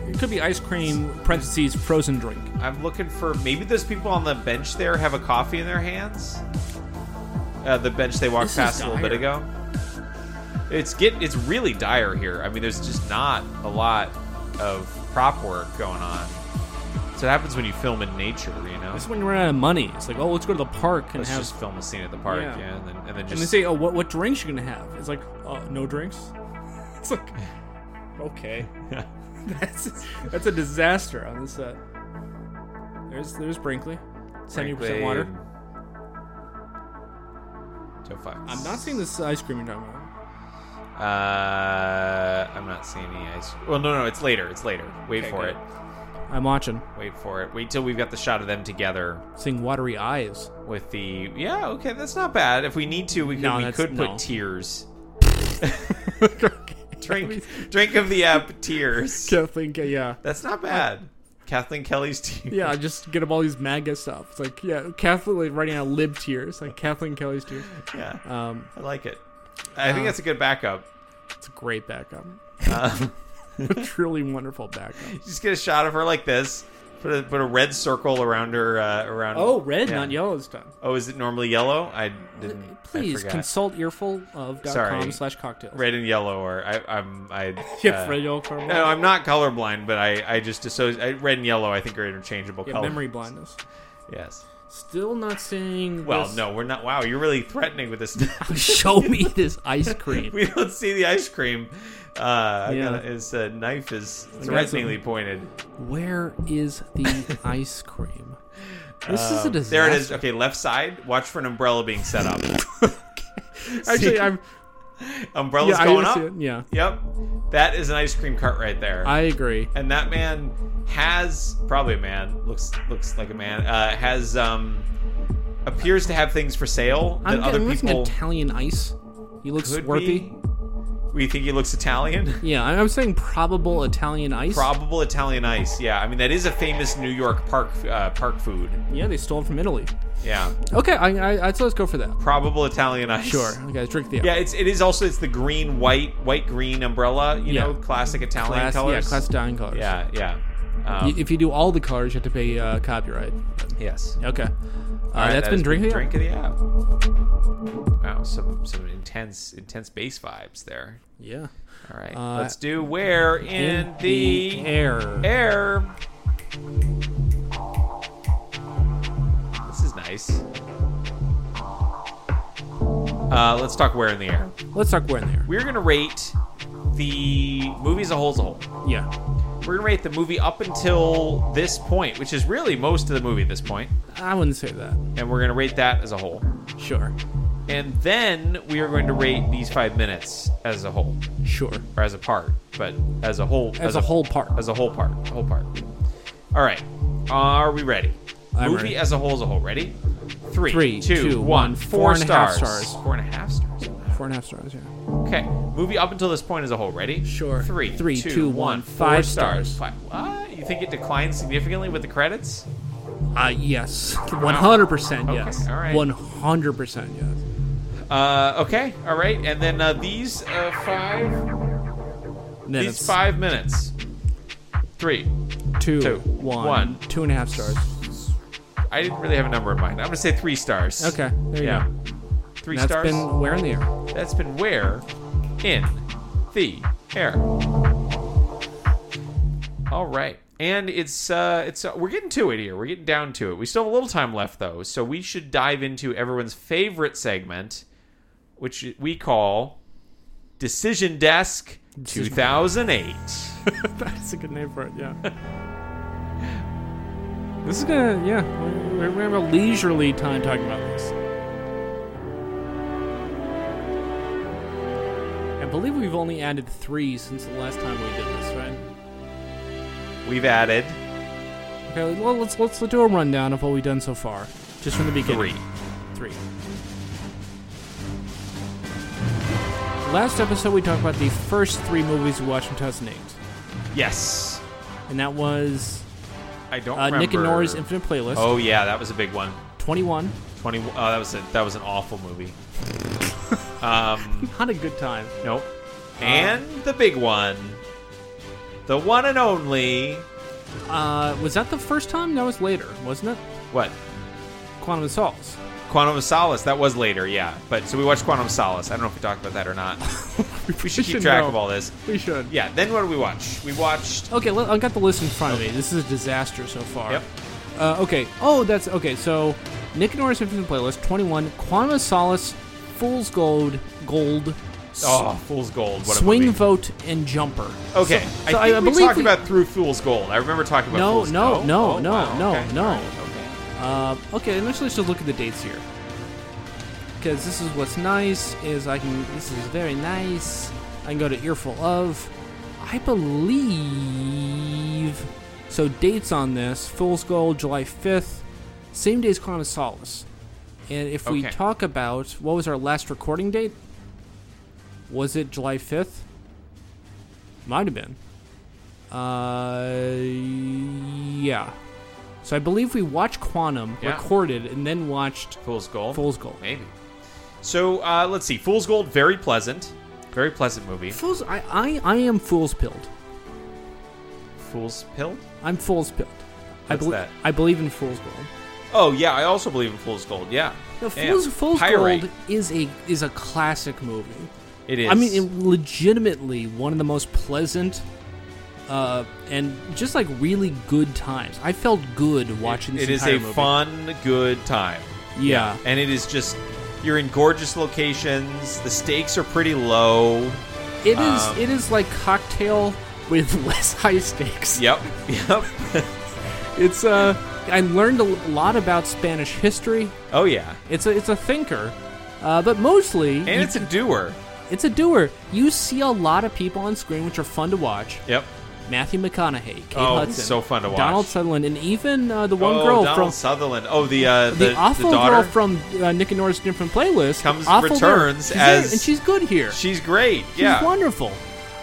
it could be ice cream, parentheses, frozen drink.
I'm looking for maybe those people on the bench there have a coffee in their hands. Uh, the bench they walked
This is
past a little bit
dire.
ago. It's get it's really dire here. I mean, there's just not a lot of prop work going on. So it happens when you film in nature, you know.
That's when you run out of money. It's like, oh, let's go to the park and
Let's
have.
just film a scene at the park,
Yeah.
yeah, and then and then just
and they say, oh, what, what drinks you gonna have? It's like, uh, no drinks. It's like, okay, that's that's a disaster on this set. There's there's Brinkley, seventy percent water.
Joe Fox.
I'm not seeing this ice cream you're talking about.
Uh, I'm not seeing any ice. Well, no, no, it's later. It's later. Wait
Okay,
for
good.
it.
I'm watching,
Wait for it. Wait till we've got the shot of them together
seeing watery eyes.
with the. Yeah, okay, that's not bad. If we need to, we could,
No,
we
that's-
could
no.
put tears. Drink, drink of the app tears.
Kathleen, yeah,
That's not bad. Kathleen Kelly's tears.
yeah. I just get up all these MAGA stuff. It's like, yeah, Kathleen like, writing out lib tears, like Kathleen Kelly's tears.
yeah.
Um, uh,
I like it. I think that's a good backup.
It's a great backup.
Um.
a truly wonderful backup.
Just get a shot of her like this. Put a put a red circle around her uh, around.
Oh, red,
yeah.
not yellow this time.
Oh, is it normally yellow? I didn't. I
Please
forgot.
consult earfulof.com
Sorry.
slash cocktails.
Red and yellow, or I, I'm I.
Yeah,
uh,
red, yellow, caramel.
No, I'm not colorblind, but I I just associate red and yellow. I think are interchangeable
Yeah,
colors.
memory blindness.
Yes.
Still not saying.
Well,
this-
no, we're not. Wow, you're really threatening with this.
Show me this ice cream.
we don't see the ice cream. Uh, I
Yeah.
gotta- his uh, knife is
got
threateningly
some-
pointed.
Where is the ice cream? This is a
Um,
disaster.
There it is. Okay, left side. Watch for an umbrella being set up.
Actually, I'm.
Umbrella's
Yeah, I
going up.
understand, yeah.
Yep. That is an ice cream cart right there.
I agree.
and that man has probably a man looks looks like a man uh, has um appears to have things for sale that
I'm
other
getting what's an
people
Italian ice. He looks
could
worthy.
be. We think he looks Italian.
Yeah, I- I'm saying probable Italian ice.
Probable Italian ice. Yeah, I mean that is a famous New York park uh, park food.
yeah, they stole it from Italy.
Yeah,
Okay, I, I, I'd so let's go for that.
probable Italian ice.
Sure. Okay, drink the
Yeah, it's it is also it's the green white white green umbrella. You
Yeah.
know, classic Italian
uh, class,
colors.
Yeah, class Italian colors.
Yeah, yeah. Um,
Y- if you do all the colors, you have to pay uh, copyright.
yes.
Okay. Uh,
All right,
that's
that
been
has
drinking.
Drink of the app. Wow, some some intense intense bass vibes there.
Yeah.
All right,
Uh,
let's do where in,
in
the,
the air.
Air. This is nice. Uh, let's talk where in the air.
Let's talk where in there.
We're gonna rate the movie as a whole as a whole.
Yeah.
We're gonna rate the movie up until this point, which is really most of the movie at this point,
I wouldn't say that.
and we're gonna rate that as a whole.
Sure.
And then we are going to rate these five minutes as a whole,
Sure.
or as a part, but as a whole,
As, a, whole part.
as a whole part, a whole part. All right, are we ready?
I'm
Movie
ready.
as a whole as a whole. Ready? Three,
Three, two, one.
Four
Four and a half
stars.
stars.
Four and a half stars.
Four and a half stars. Yeah.
Okay. Movie up until this point as a whole. Ready?
Sure.
Three,
Three,
two,
two,
one.
one.
Four
Five
stars.
stars.
Five. What? You think it declines significantly with the credits?
Uh, yes. 100%
Okay,
yes.
all right.
100% yes.
Uh, okay. All right. And then uh, these uh, five.
Minutes.
These five minutes. Three.
Two,
two,
one,
one.
two and a half stars.
I didn't really have a number in mind. I'm gonna say three stars.
Okay, there you
yeah.
go.
Three
That's
stars.
been where in the air.
That's been where in the air. All right. And it's uh it's uh, we're getting to it here. We're getting down to it. We still have a little time left though, so we should dive into everyone's favorite segment, which we call Decision Desk 2008.
That's a good name for it. Yeah. this is gonna yeah. We're, we're gonna have a leisurely time talking about this. I believe we've only added three since the last time we did this, right?
We've added
Okay. Well, let's let's do a rundown of what we've done so far, just from the beginning.
three.
Three. Last episode, we talked about the first three movies we watched in 2008.
Yes.
and that was
I don't
uh,
remember.
Nick and Nora's Infinite Playlist.
Oh yeah, that was a big one.
21.
Twenty. Oh, that was a, that was an awful movie. um,
Not a good time.
nope. And the big one, the one and only.
Uh, was that the first time? That was later, wasn't it?
What?
Quantum of Solace.
Quantum of Solace. That was later, yeah. But so we watched Quantum of Solace. I don't know if we talked about that or not. we should keep
should
track
know.
of all this.
We should.
Yeah. Then what did we watch? We watched.
Okay, let, I got the list in front of me. This is a disaster so far.
Yep.
Uh, okay. Oh, that's okay. So, Nick and Nora's Infinite Playlist. 21. Quantum of Solace. Fool's Gold. Gold. s-
Oh, Fool's Gold. What a
Swing
movie.
Vote and Jumper.
Okay, I
So- so
think
I, I
we
believe
talked
we-
about Through Fool's Gold. I remember talking about
No,
Fool's
no,
Gold.
no,
Oh,
no,
wow,
no,
okay,
no.
all right, okay.
Uh, okay, and actually, let's just look at the dates here. Because this is what's nice is I can. This is very nice. I can go to earful of. I believe. So dates on this: Fool's Gold, July fifth, same day as Quantum of Solace. And if we
Okay.
talk about what was our last recording date, was it July fifth? Might have been. Uh, yeah. So I believe we watched Quantum,
Yeah.
recorded, and then watched
Fool's Gold.
Fool's Gold.
Maybe. So uh, let's see. Fool's Gold, very pleasant. Very pleasant movie.
Fools, I, I, I am fool's pilled.
Fool's Pilled?
I'm fool's pilled. I
What's
belie-
that?
I believe in fool's gold.
Oh, yeah, I also believe in Fool's Gold. Yeah.
No,
Yeah.
Fool's, Fool's
Pyrite.
Gold is a is a classic movie.
It is.
I mean, it legitimately one of the most pleasant, uh, and just like really good times. I felt good watching.
It
this
is
entire
a
movie.
fun, good time.
Yeah.
And it is just you're in gorgeous locations. The stakes are pretty low.
It is.
Um,
it is like cocktail with less high stakes.
Yep. Yep.
It's uh, I learned a lot about Spanish history.
oh yeah.
It's a it's a thinker, uh, but mostly
And it's a doer.
it's a doer. You see a lot of people on screen, which are fun to watch.
Yep.
Matthew McConaughey, Kate
Oh,
Hudson,
so fun to watch.
Donald Sutherland, and even uh, the one
oh,
girl
Donald
from
Sutherland. Oh, the uh, the,
the, awful
daughter.
girl from uh, Nick and Nora's different playlist
Comes-
awful girl.
returns
She's there,
as-
and she's good here.
She's great.
She's
Yeah.
wonderful.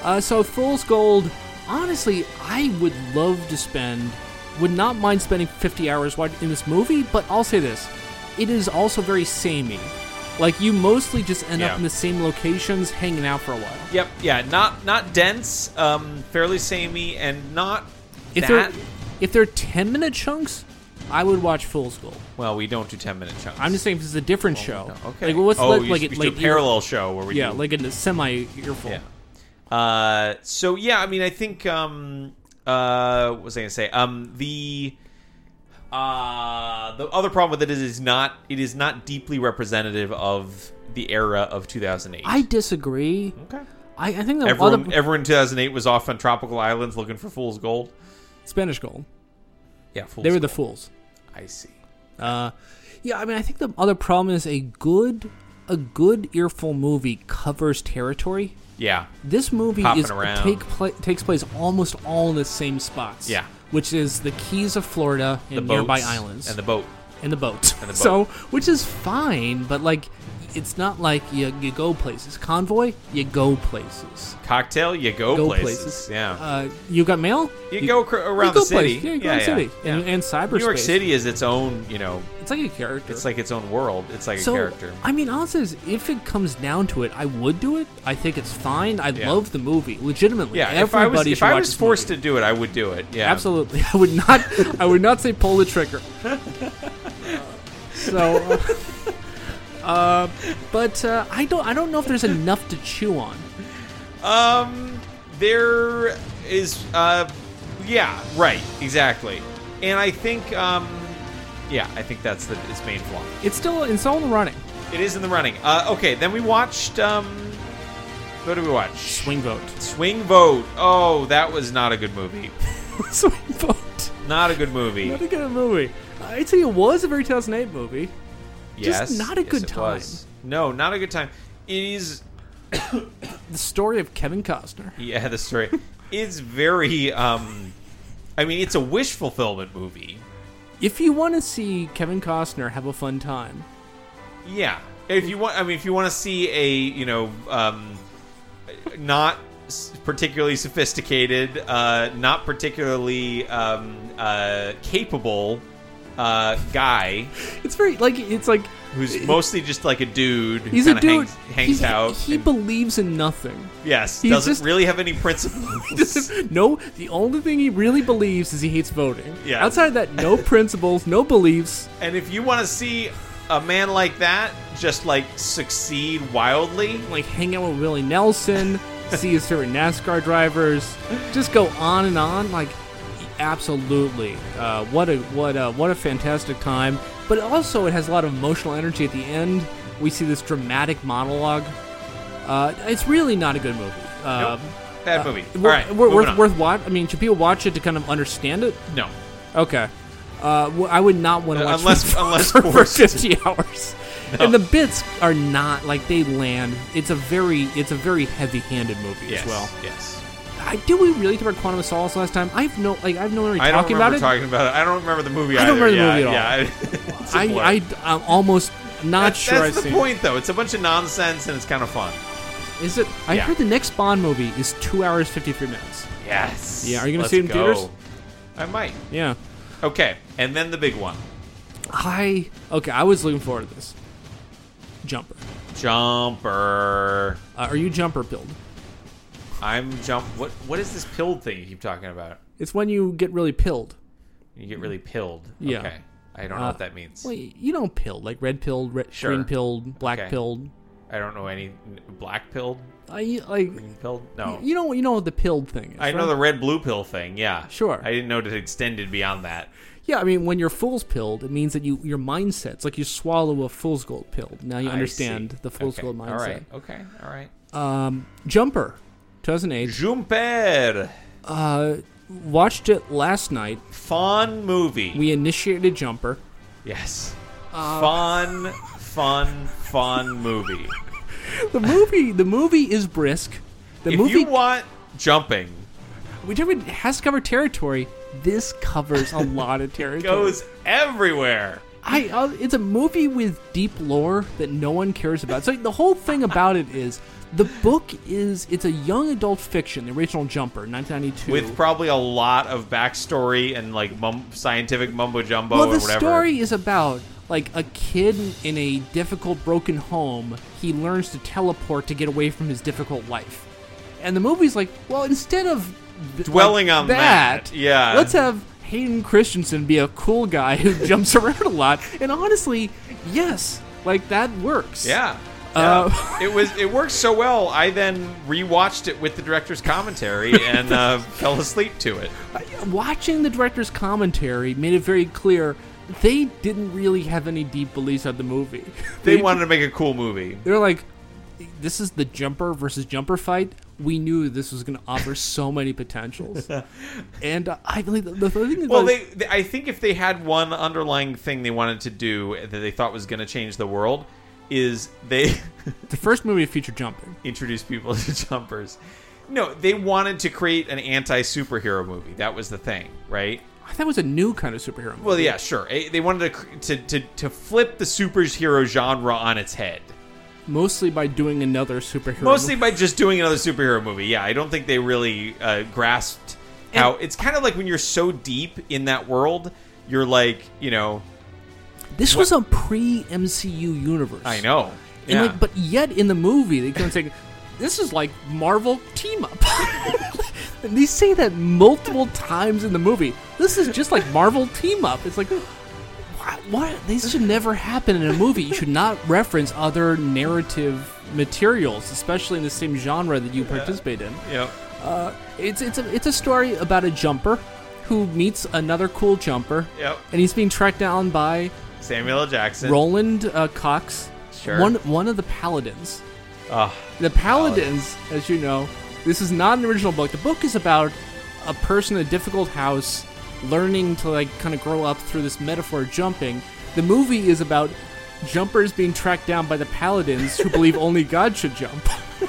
Uh, so Fool's Gold, honestly, I would love to spend, would not mind spending 50 hours watch- in this movie, but I'll say this, it is also very samey. Like you mostly just end
Yeah.
up in the same locations, hanging out for a while.
Yep. Yeah. Not not dense. Um, fairly samey and not
If
that.
they're if they're 10 minute chunks, I would watch Fool's Gold.
Well, we don't do ten minute chunks.
I'm just saying if it's a different show.
Oh, No, okay.
Like what's
oh,
like
you
like,
should- we
it-
should do
like
a parallel show where we
yeah,
do
like in a semi earful.
Yeah. Uh, so yeah, I mean, I think um, uh, what was I gonna say? Um, the uh, the other problem with it is, is not it is not deeply representative of the era of 2008.
I disagree.
okay.
I, I think the
Everyone,
other
everyone in 2008 was off on tropical islands looking for fool's gold.
Spanish Gold.
Yeah, fool's
They were the
gold.
fools.
I see.
Uh, yeah, I mean, I think the other problem is a good a good earful movie covers territory.
Yeah,
This movie
Hopping
is
around.
take pla- takes place almost all in the same spots.
Yeah.
which is the Keys of Florida and
the
nearby
boats
islands
and the boat.
and the boat.
and the boat.
So, which is fine, but like, it's not like you you go places. Convoy, you go places.
Cocktail, you go,
go
places. Yeah,
Uh, you got mail.
you, go cr- around
go
the city.
places. Yeah, you go around the city. And- and
New York
cyberspace.
City is its own, you know,
It's like a character.
It's like its own world. It's like
so,
a character.
I mean, honestly, is if it comes down to it, I would do it. I think it's fine. I
Yeah.
love the movie, legitimately.
Yeah, if I was
everybody
if
should
I
watch
was
this
forced
movie.
to do it, I would do it. Yeah,
Absolutely, I would not. I would not say pull the trigger. So, uh, uh, but uh, I don't. I don't know if there's enough to chew on.
Um, there is uh, yeah, right, exactly. And I think um, yeah, I think that's the its main flaw.
It's still it's all in the running.
It is in the running. Uh, okay, then we watched um, what did we watch?
Swing vote.
Swing Vote. Oh, that was not a good movie.
Swing vote.
Not a good movie.
Not a good movie. Uh, I'd say it was a very 2008 movie.
yes,
just not a
yes,
good
it was. No, not a good time. It is
The story of Kevin Costner.
Yeah, the story. it's very. Um, I mean, it's a wish fulfillment movie.
If you want to see Kevin Costner have a fun time,
Yeah. If you want, I mean, if you want to see a, you know, um, not s- particularly sophisticated, uh, not particularly um, uh, capable uh, guy
it's very like it's like eh,
who's mostly just like a dude who
he's a
kinda
dude.
hangs, hangs
he,
out.
He
and-
believes in nothing.
yes,
he's
doesn't
just-
really have any principles.
No, the only thing he really believes is he hates voting.
Yeah.
Outside of that, no principles, no beliefs.
And if you want to see a man like that just like succeed wildly,
Like hang out with Willie Nelson, see his favorite NASCAR drivers, just go on and on. Like, absolutely, uh, what a what a what a fantastic time. But also, it has a lot of emotional energy at the end. We see this dramatic monologue. Uh, it's really not a good movie. Uh,
bad movie.
wor-
All right,
wor-
moving
worth
on.
worth watch. I mean, should people watch it to kind of understand it?
no.
Okay. Uh, w I would not want to
Uh,
watch
unless-
this
unless
for,
forced.
fifty hours. And the bits are not like they land. It's a very it's a very heavy handed movie
Yes.
as well.
Yes.
I did we really talk about Quantum of Solace last time? I've no like I've no memory
I don't
talking
remember
about it.
talking about it. I don't remember the movie.
I don't
either.
remember the
yeah,
movie
yeah. It's a blur.
I, I am almost not
that's,
sure
that's
I've
the
seen. it.
point, though. It's a bunch of nonsense and it's kind of fun.
Is it? I
Yeah.
heard the next Bond movie is two hours fifty three minutes.
Yes.
Yeah, are you gonna
Let's
see it in
go.
theaters?
I might.
Yeah.
Okay, and then the big one,
I okay. I was looking forward to this. Jumper.
Jumper.
Uh, are you jumper pilled?
I'm jump. What what is this pilled thing you keep talking about?
It's when you get really pilled.
You get really pilled.
Yeah.
Okay. I don't know
Uh,
what that means.
Well, y- you don't pill like red pilled, red,
Sure.
green pilled, black
Okay.
pilled.
I don't know any black pilled,
I like
green pilled. No.
you know you know what the pilled thing is.
oh. I know
right?
the red blue pill thing. Yeah.
Sure.
I didn't know it extended beyond that.
Yeah, I mean, when you're fool's pilled, it means that you your mindset's like you swallow a fool's gold pilled. Now you
I
understand
see.
the fool's
Okay.
gold mindset.
All right. Okay. All right.
Um, Jumper, 2008.
Jumper.
Uh, watched it last night.
Fun movie.
We Uh, initiated Jumper.
Yes. fun, fun, fun movie.
The movie, the movie is brisk. The
if
movie
you want jumping,
we determined it has to cover territory. This covers a lot of territory.
goes everywhere.
I, uh, it's a movie with deep lore that no one cares about. So the whole thing about it is the book is it's a young adult fiction, the original Jumper, 1992.
With probably a lot of backstory and like mum- scientific mumbo jumbo
well,
or
the
whatever.
story is about like a kid in a difficult, broken home. He learns to teleport to get away from his difficult life, and the movie's like, well, instead of th-
Dwelling
like
on that, yeah.
let's have Hayden Christensen be a cool guy who jumps around a lot. And honestly, yes, like that works.
Yeah.
Uh,
Yeah. it was it worked so well. I then rewatched it with the director's commentary and uh, fell asleep to it.
Uh, watching the director's commentary made it very clear they didn't really have any deep beliefs on the movie.
They wanted to make a cool movie.
They're like, this is the jumper versus jumper fight. We knew this was going to offer so many potentials, and uh, I believe the, the thing.
Well,
about-
they, they- I think if they had one underlying thing they wanted to do that they thought was going to change the world, is they
the first movie to feature jumping.
introduce people to jumpers. No, they wanted to create an anti superhero movie. That was the thing, right?
That was a new kind of superhero. Movie.
Well, yeah, sure. Eh, They wanted to cr- to to, to flip the superhero genre on its head.
mostly by doing another superhero.
mostly
movie.
by just doing another superhero movie. Yeah, I don't think they really uh, grasped how it's kind of like when you're so deep in that world, you're like, you know,
this was a pre MCU universe.
I know,
And
yeah,
like, but yet in the movie, they come and say, "This is like Marvel team up." and they say that multiple times in the movie. This is just like Marvel team up. It's like, why? why these should never happen in a movie. You should not reference other narrative materials, especially in the same genre that you participate in.
yeah.
It's it's a it's a story about a jumper who meets another cool jumper,
Yep.
and he's being tracked down by
Samuel L. Jackson.
Roland uh, Cox,
Sure.
one one of the paladins.
Ugh.
The Paladins, as you know, this is not an original book. The book is about a person in a difficult house learning to like kind of grow up through this metaphor of jumping. The movie is about jumpers being tracked down by the Paladins who believe only God should jump.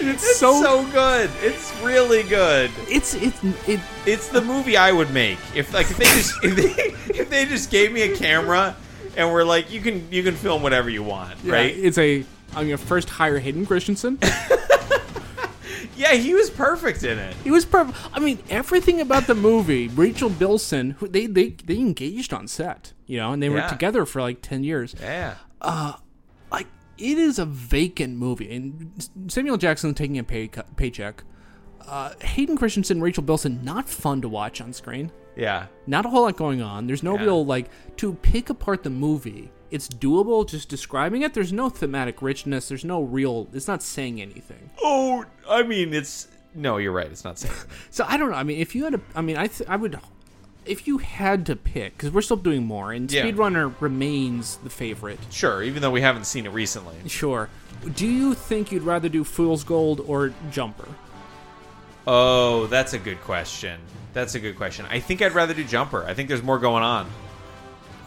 And it's,
It's
so,
so, good. It's really good.
it's it's it
It's the movie I would make if like if they just if they, if they just gave me a camera and were like you can you can film whatever you want,
yeah,
right?
It's a I'm gonna first hire Hayden Christensen.
yeah, he was perfect in it.
It was perfect. I mean, everything about the movie, Rachel Bilson, who they they they engaged on set, you know, and they were
Yeah.
together for like ten years.
Yeah.
like it is a vacant movie, and Samuel Jackson taking a pay cut, paycheck. Uh, Hayden Christensen, Rachel Bilson, not fun to watch on screen.
Yeah.
Not a whole lot going on. There's no
Yeah.
real like to pick apart the movie. It's doable just describing it. There's no thematic richness. There's no real. It's not saying anything.
Oh, I mean, it's no. You're right. It's not safe.
So I don't know. I mean, if you had a, I mean, I th- I would, if you had to pick, because we're still doing more, and
Yeah.
Speedrunner remains the favorite.
sure, even though we haven't seen it recently.
Sure. Do you think you'd rather do Fool's Gold or Jumper?
Oh, that's a good question. That's a good question. I think I'd rather do jumper. I think there's more going on.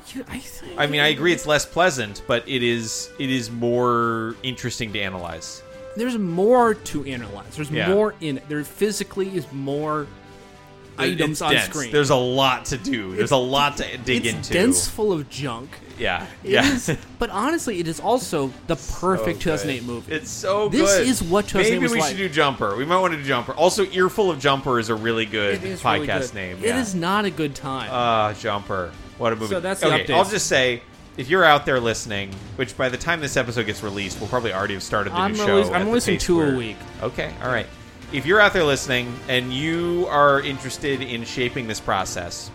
You- I, think-
I mean, I agree it's less pleasant, but it is it is more interesting to analyze.
There's more to analyze. There's
Yeah.
more in it. There physically is more items
It's
on
dense.
screen.
There's a lot to do. There's a lot to dig
it's
into.
dense, full of junk.
Yeah,
It
yeah.
is- but honestly, it is also the perfect 2008 movie.
It's so good.
This is what 2008
Maybe
was
we
like.
should do jumper. We might want to do jumper. Also, earful of jumper is a really good
It is
podcast
really good.
name.
It
yeah. Uh,
is not a good time.
Ah, jumper. What a movie.
So that's the
okay,
updates.
I'll just say if you're out there listening, which by the time this episode gets released, we'll probably already have started the
I'm
new
releas-
show.
I'm
at the
releasing
pace
two a
where-
week.
Okay, all right. If you're out there listening and you are interested in shaping this process,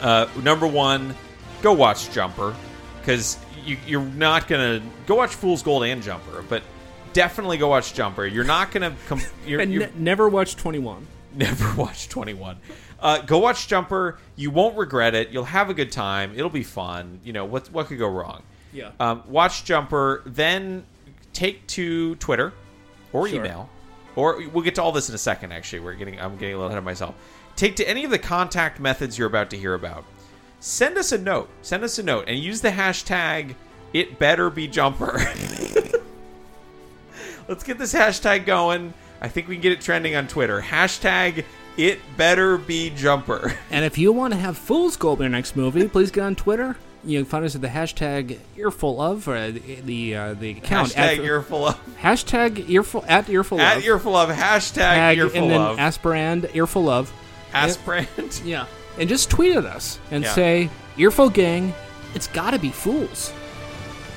uh, number one, go watch Jumper because you, you're not gonna go watch Fool's Gold and Jumper, but definitely go watch Jumper. You're not gonna. Com- you're,
And
you're,
ne- never watch 21.
never watch 21 uh, go watch jumper you won't regret it you'll have a good time it'll be fun you know what what could go wrong
Yeah.
um, watch jumper then take to twitter or
Sure.
email or we'll get to all this in a second actually we're getting i'm getting a little ahead of myself take to any of the contact methods you're about to hear about send us a note send us a note and use the hashtag it better be jumper Let's get this hashtag going. I think we can get it trending on Twitter. Hashtag it better be jumper.
And if you want to have Fool's Gold in our next movie, please get on Twitter. You can find us at the hashtag earful of or the uh, the account
hashtag
at,
earful of.
hashtag earful at earful
At
of
earful of. Hashtag
Tag,
earful
and then
of.
Asperand earful of
Asprand.
yeah and just tweet at us and
Yeah.
say earful gang it's gotta be fools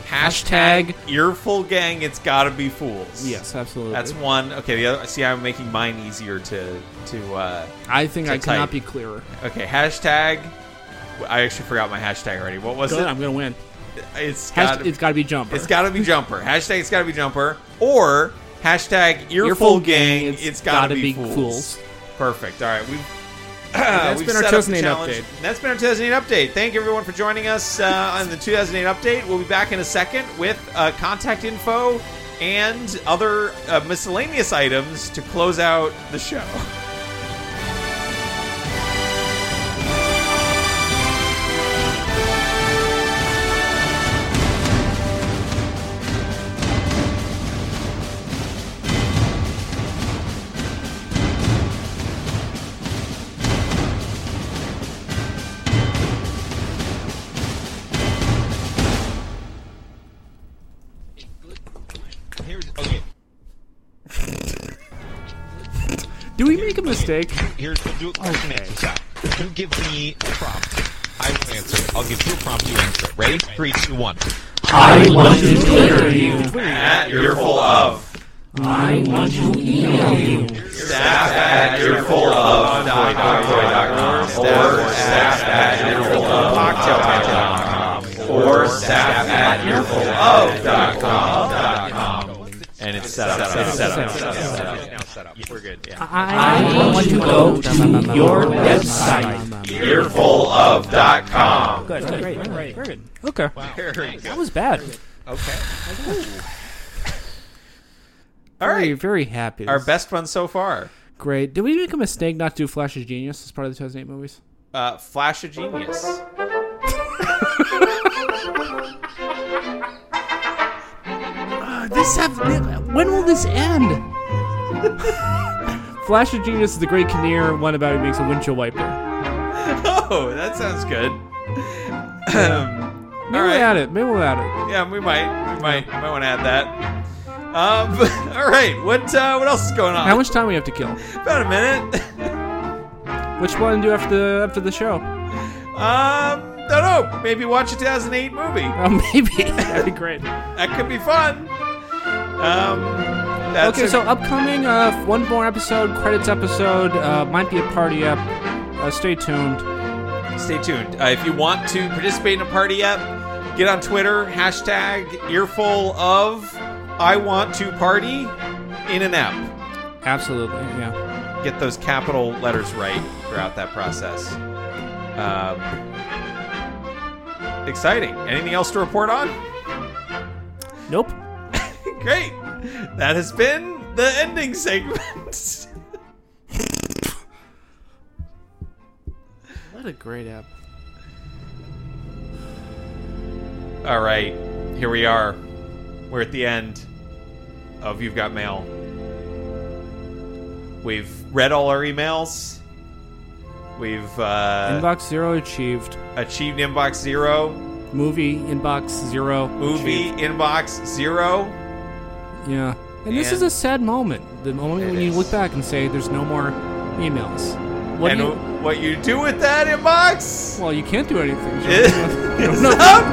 Hashtag earful gang. It's gotta be fools.
yes absolutely
That's one. Okay, the other. See, I'm making mine easier to to. uh
I think
to
I cannot
type.
be clearer
Okay, hashtag. I actually forgot my hashtag already. What was
Good,
it?
I'm gonna win
It's
Has-
gotta be-
it's gotta be jumper
It's got to be jumper. Hashtag it's got to be jumper. Or hashtag earful,
Earful
gang.
gang, it's
it's got to
gotta
be,
be
fools.
fools.
Perfect. All right. We've,
that's
we've
been our
set up the
2008
challenge.
update.
That's been our 2008 update. Thank you, everyone, for joining us uh, on the 2008 update. We'll be back in a second with uh, contact info and other uh, miscellaneous items to close out the show.
Here's okay.
do we make a mistake
Here's the do question answer. You give me a prompt. I will answer it. I'll give you a prompt. You answer it. Ready? Three, two, one.
I want to Twitter you.
At earful of.
I want to email you.
Staff at earful of. Or staff at earful of. Or staff at earful of. Dot com. Dot com. And it's set up. Set up. Set up. Set up. Set up. Now set up. We're good. Yeah.
I want to go to your website.
Earfulof.com.
Good, good, great, great, great. Okay. That was bad.
Okay.
All right. Very, very happy.
Our best one so far.
Great. Did we make a mistake not to do Flash is Genius as part of the 2008 movies?
Uh, Flash of Genius.
this have when will this end? Flash of Genius is the great Kinnear one about who makes a windshield wiper.
Oh, that sounds good.
Maybe we'll add it. Maybe we'll add it.
Yeah, we might. We might. Might want to add that. Um, all right. What uh, What else is going on?
How much time we have to kill?
About a minute.
Which one do after the after the show?
Um, don't know. Maybe watch a 2008 movie.
Oh, maybe that'd be great.
That could be fun. Um, that's
okay,
a-
so upcoming uh, one more episode, credits episode, uh, might be a party up. Uh, stay tuned.
stay tuned. Uh, if you want to participate in a party app, get on Twitter hashtag earful of I want to party in an app.
Absolutely, yeah.
Get those capital letters right throughout that process. Um, exciting. Anything else to report on?
Nope.
Great. That has been the ending segment.
What a great app.
All right, here we are. We're at the end of You've Got Mail. We've read all our emails. We've uh,
Inbox zero achieved.
achieved inbox zero,
Movie inbox zero.
movie
achieved.
inbox zero.
Yeah. And this
And-
is a sad moment. The moment when you look back and say, "There's no more emails." What
and
do you?
what you do with that inbox
Well, you can't do anything.
is,
Joe.
is up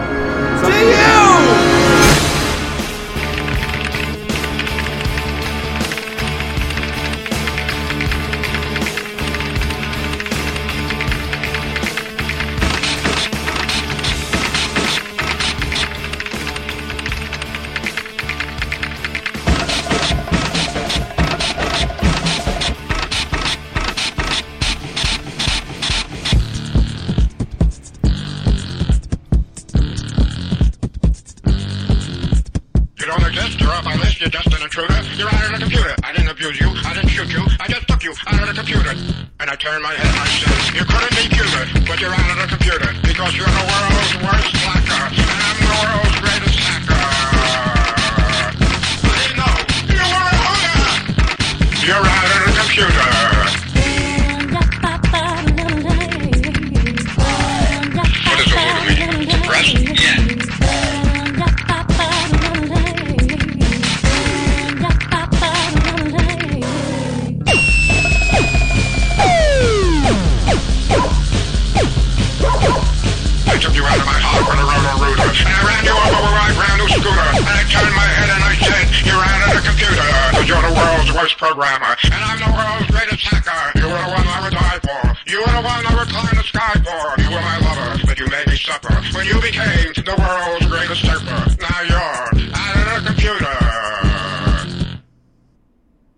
to you!
You don't exist. You're off my list. You're just an intruder. You're out of the computer. I didn't abuse you. I didn't shoot you. I just took you out of the computer. And I turned my head and I said, You couldn't be cuter, but you're out of the computer because you're the world's worst slacker. And I'm the world's greatest slacker. I know. You were a hooter. You're out of the computer. What does a hooter mean? Suppressed? Yeah. I took you out of my heart with a roller rooter. And I ran you over with my brand new scooter. And I turned my head and I said, You're out of the computer. Cause you're the world's worst programmer. And I'm the world's greatest hacker. You were the one I would die for. You were the one I would climb the sky for. You were my lover, but you made me suffer. When you became the world's greatest surfer.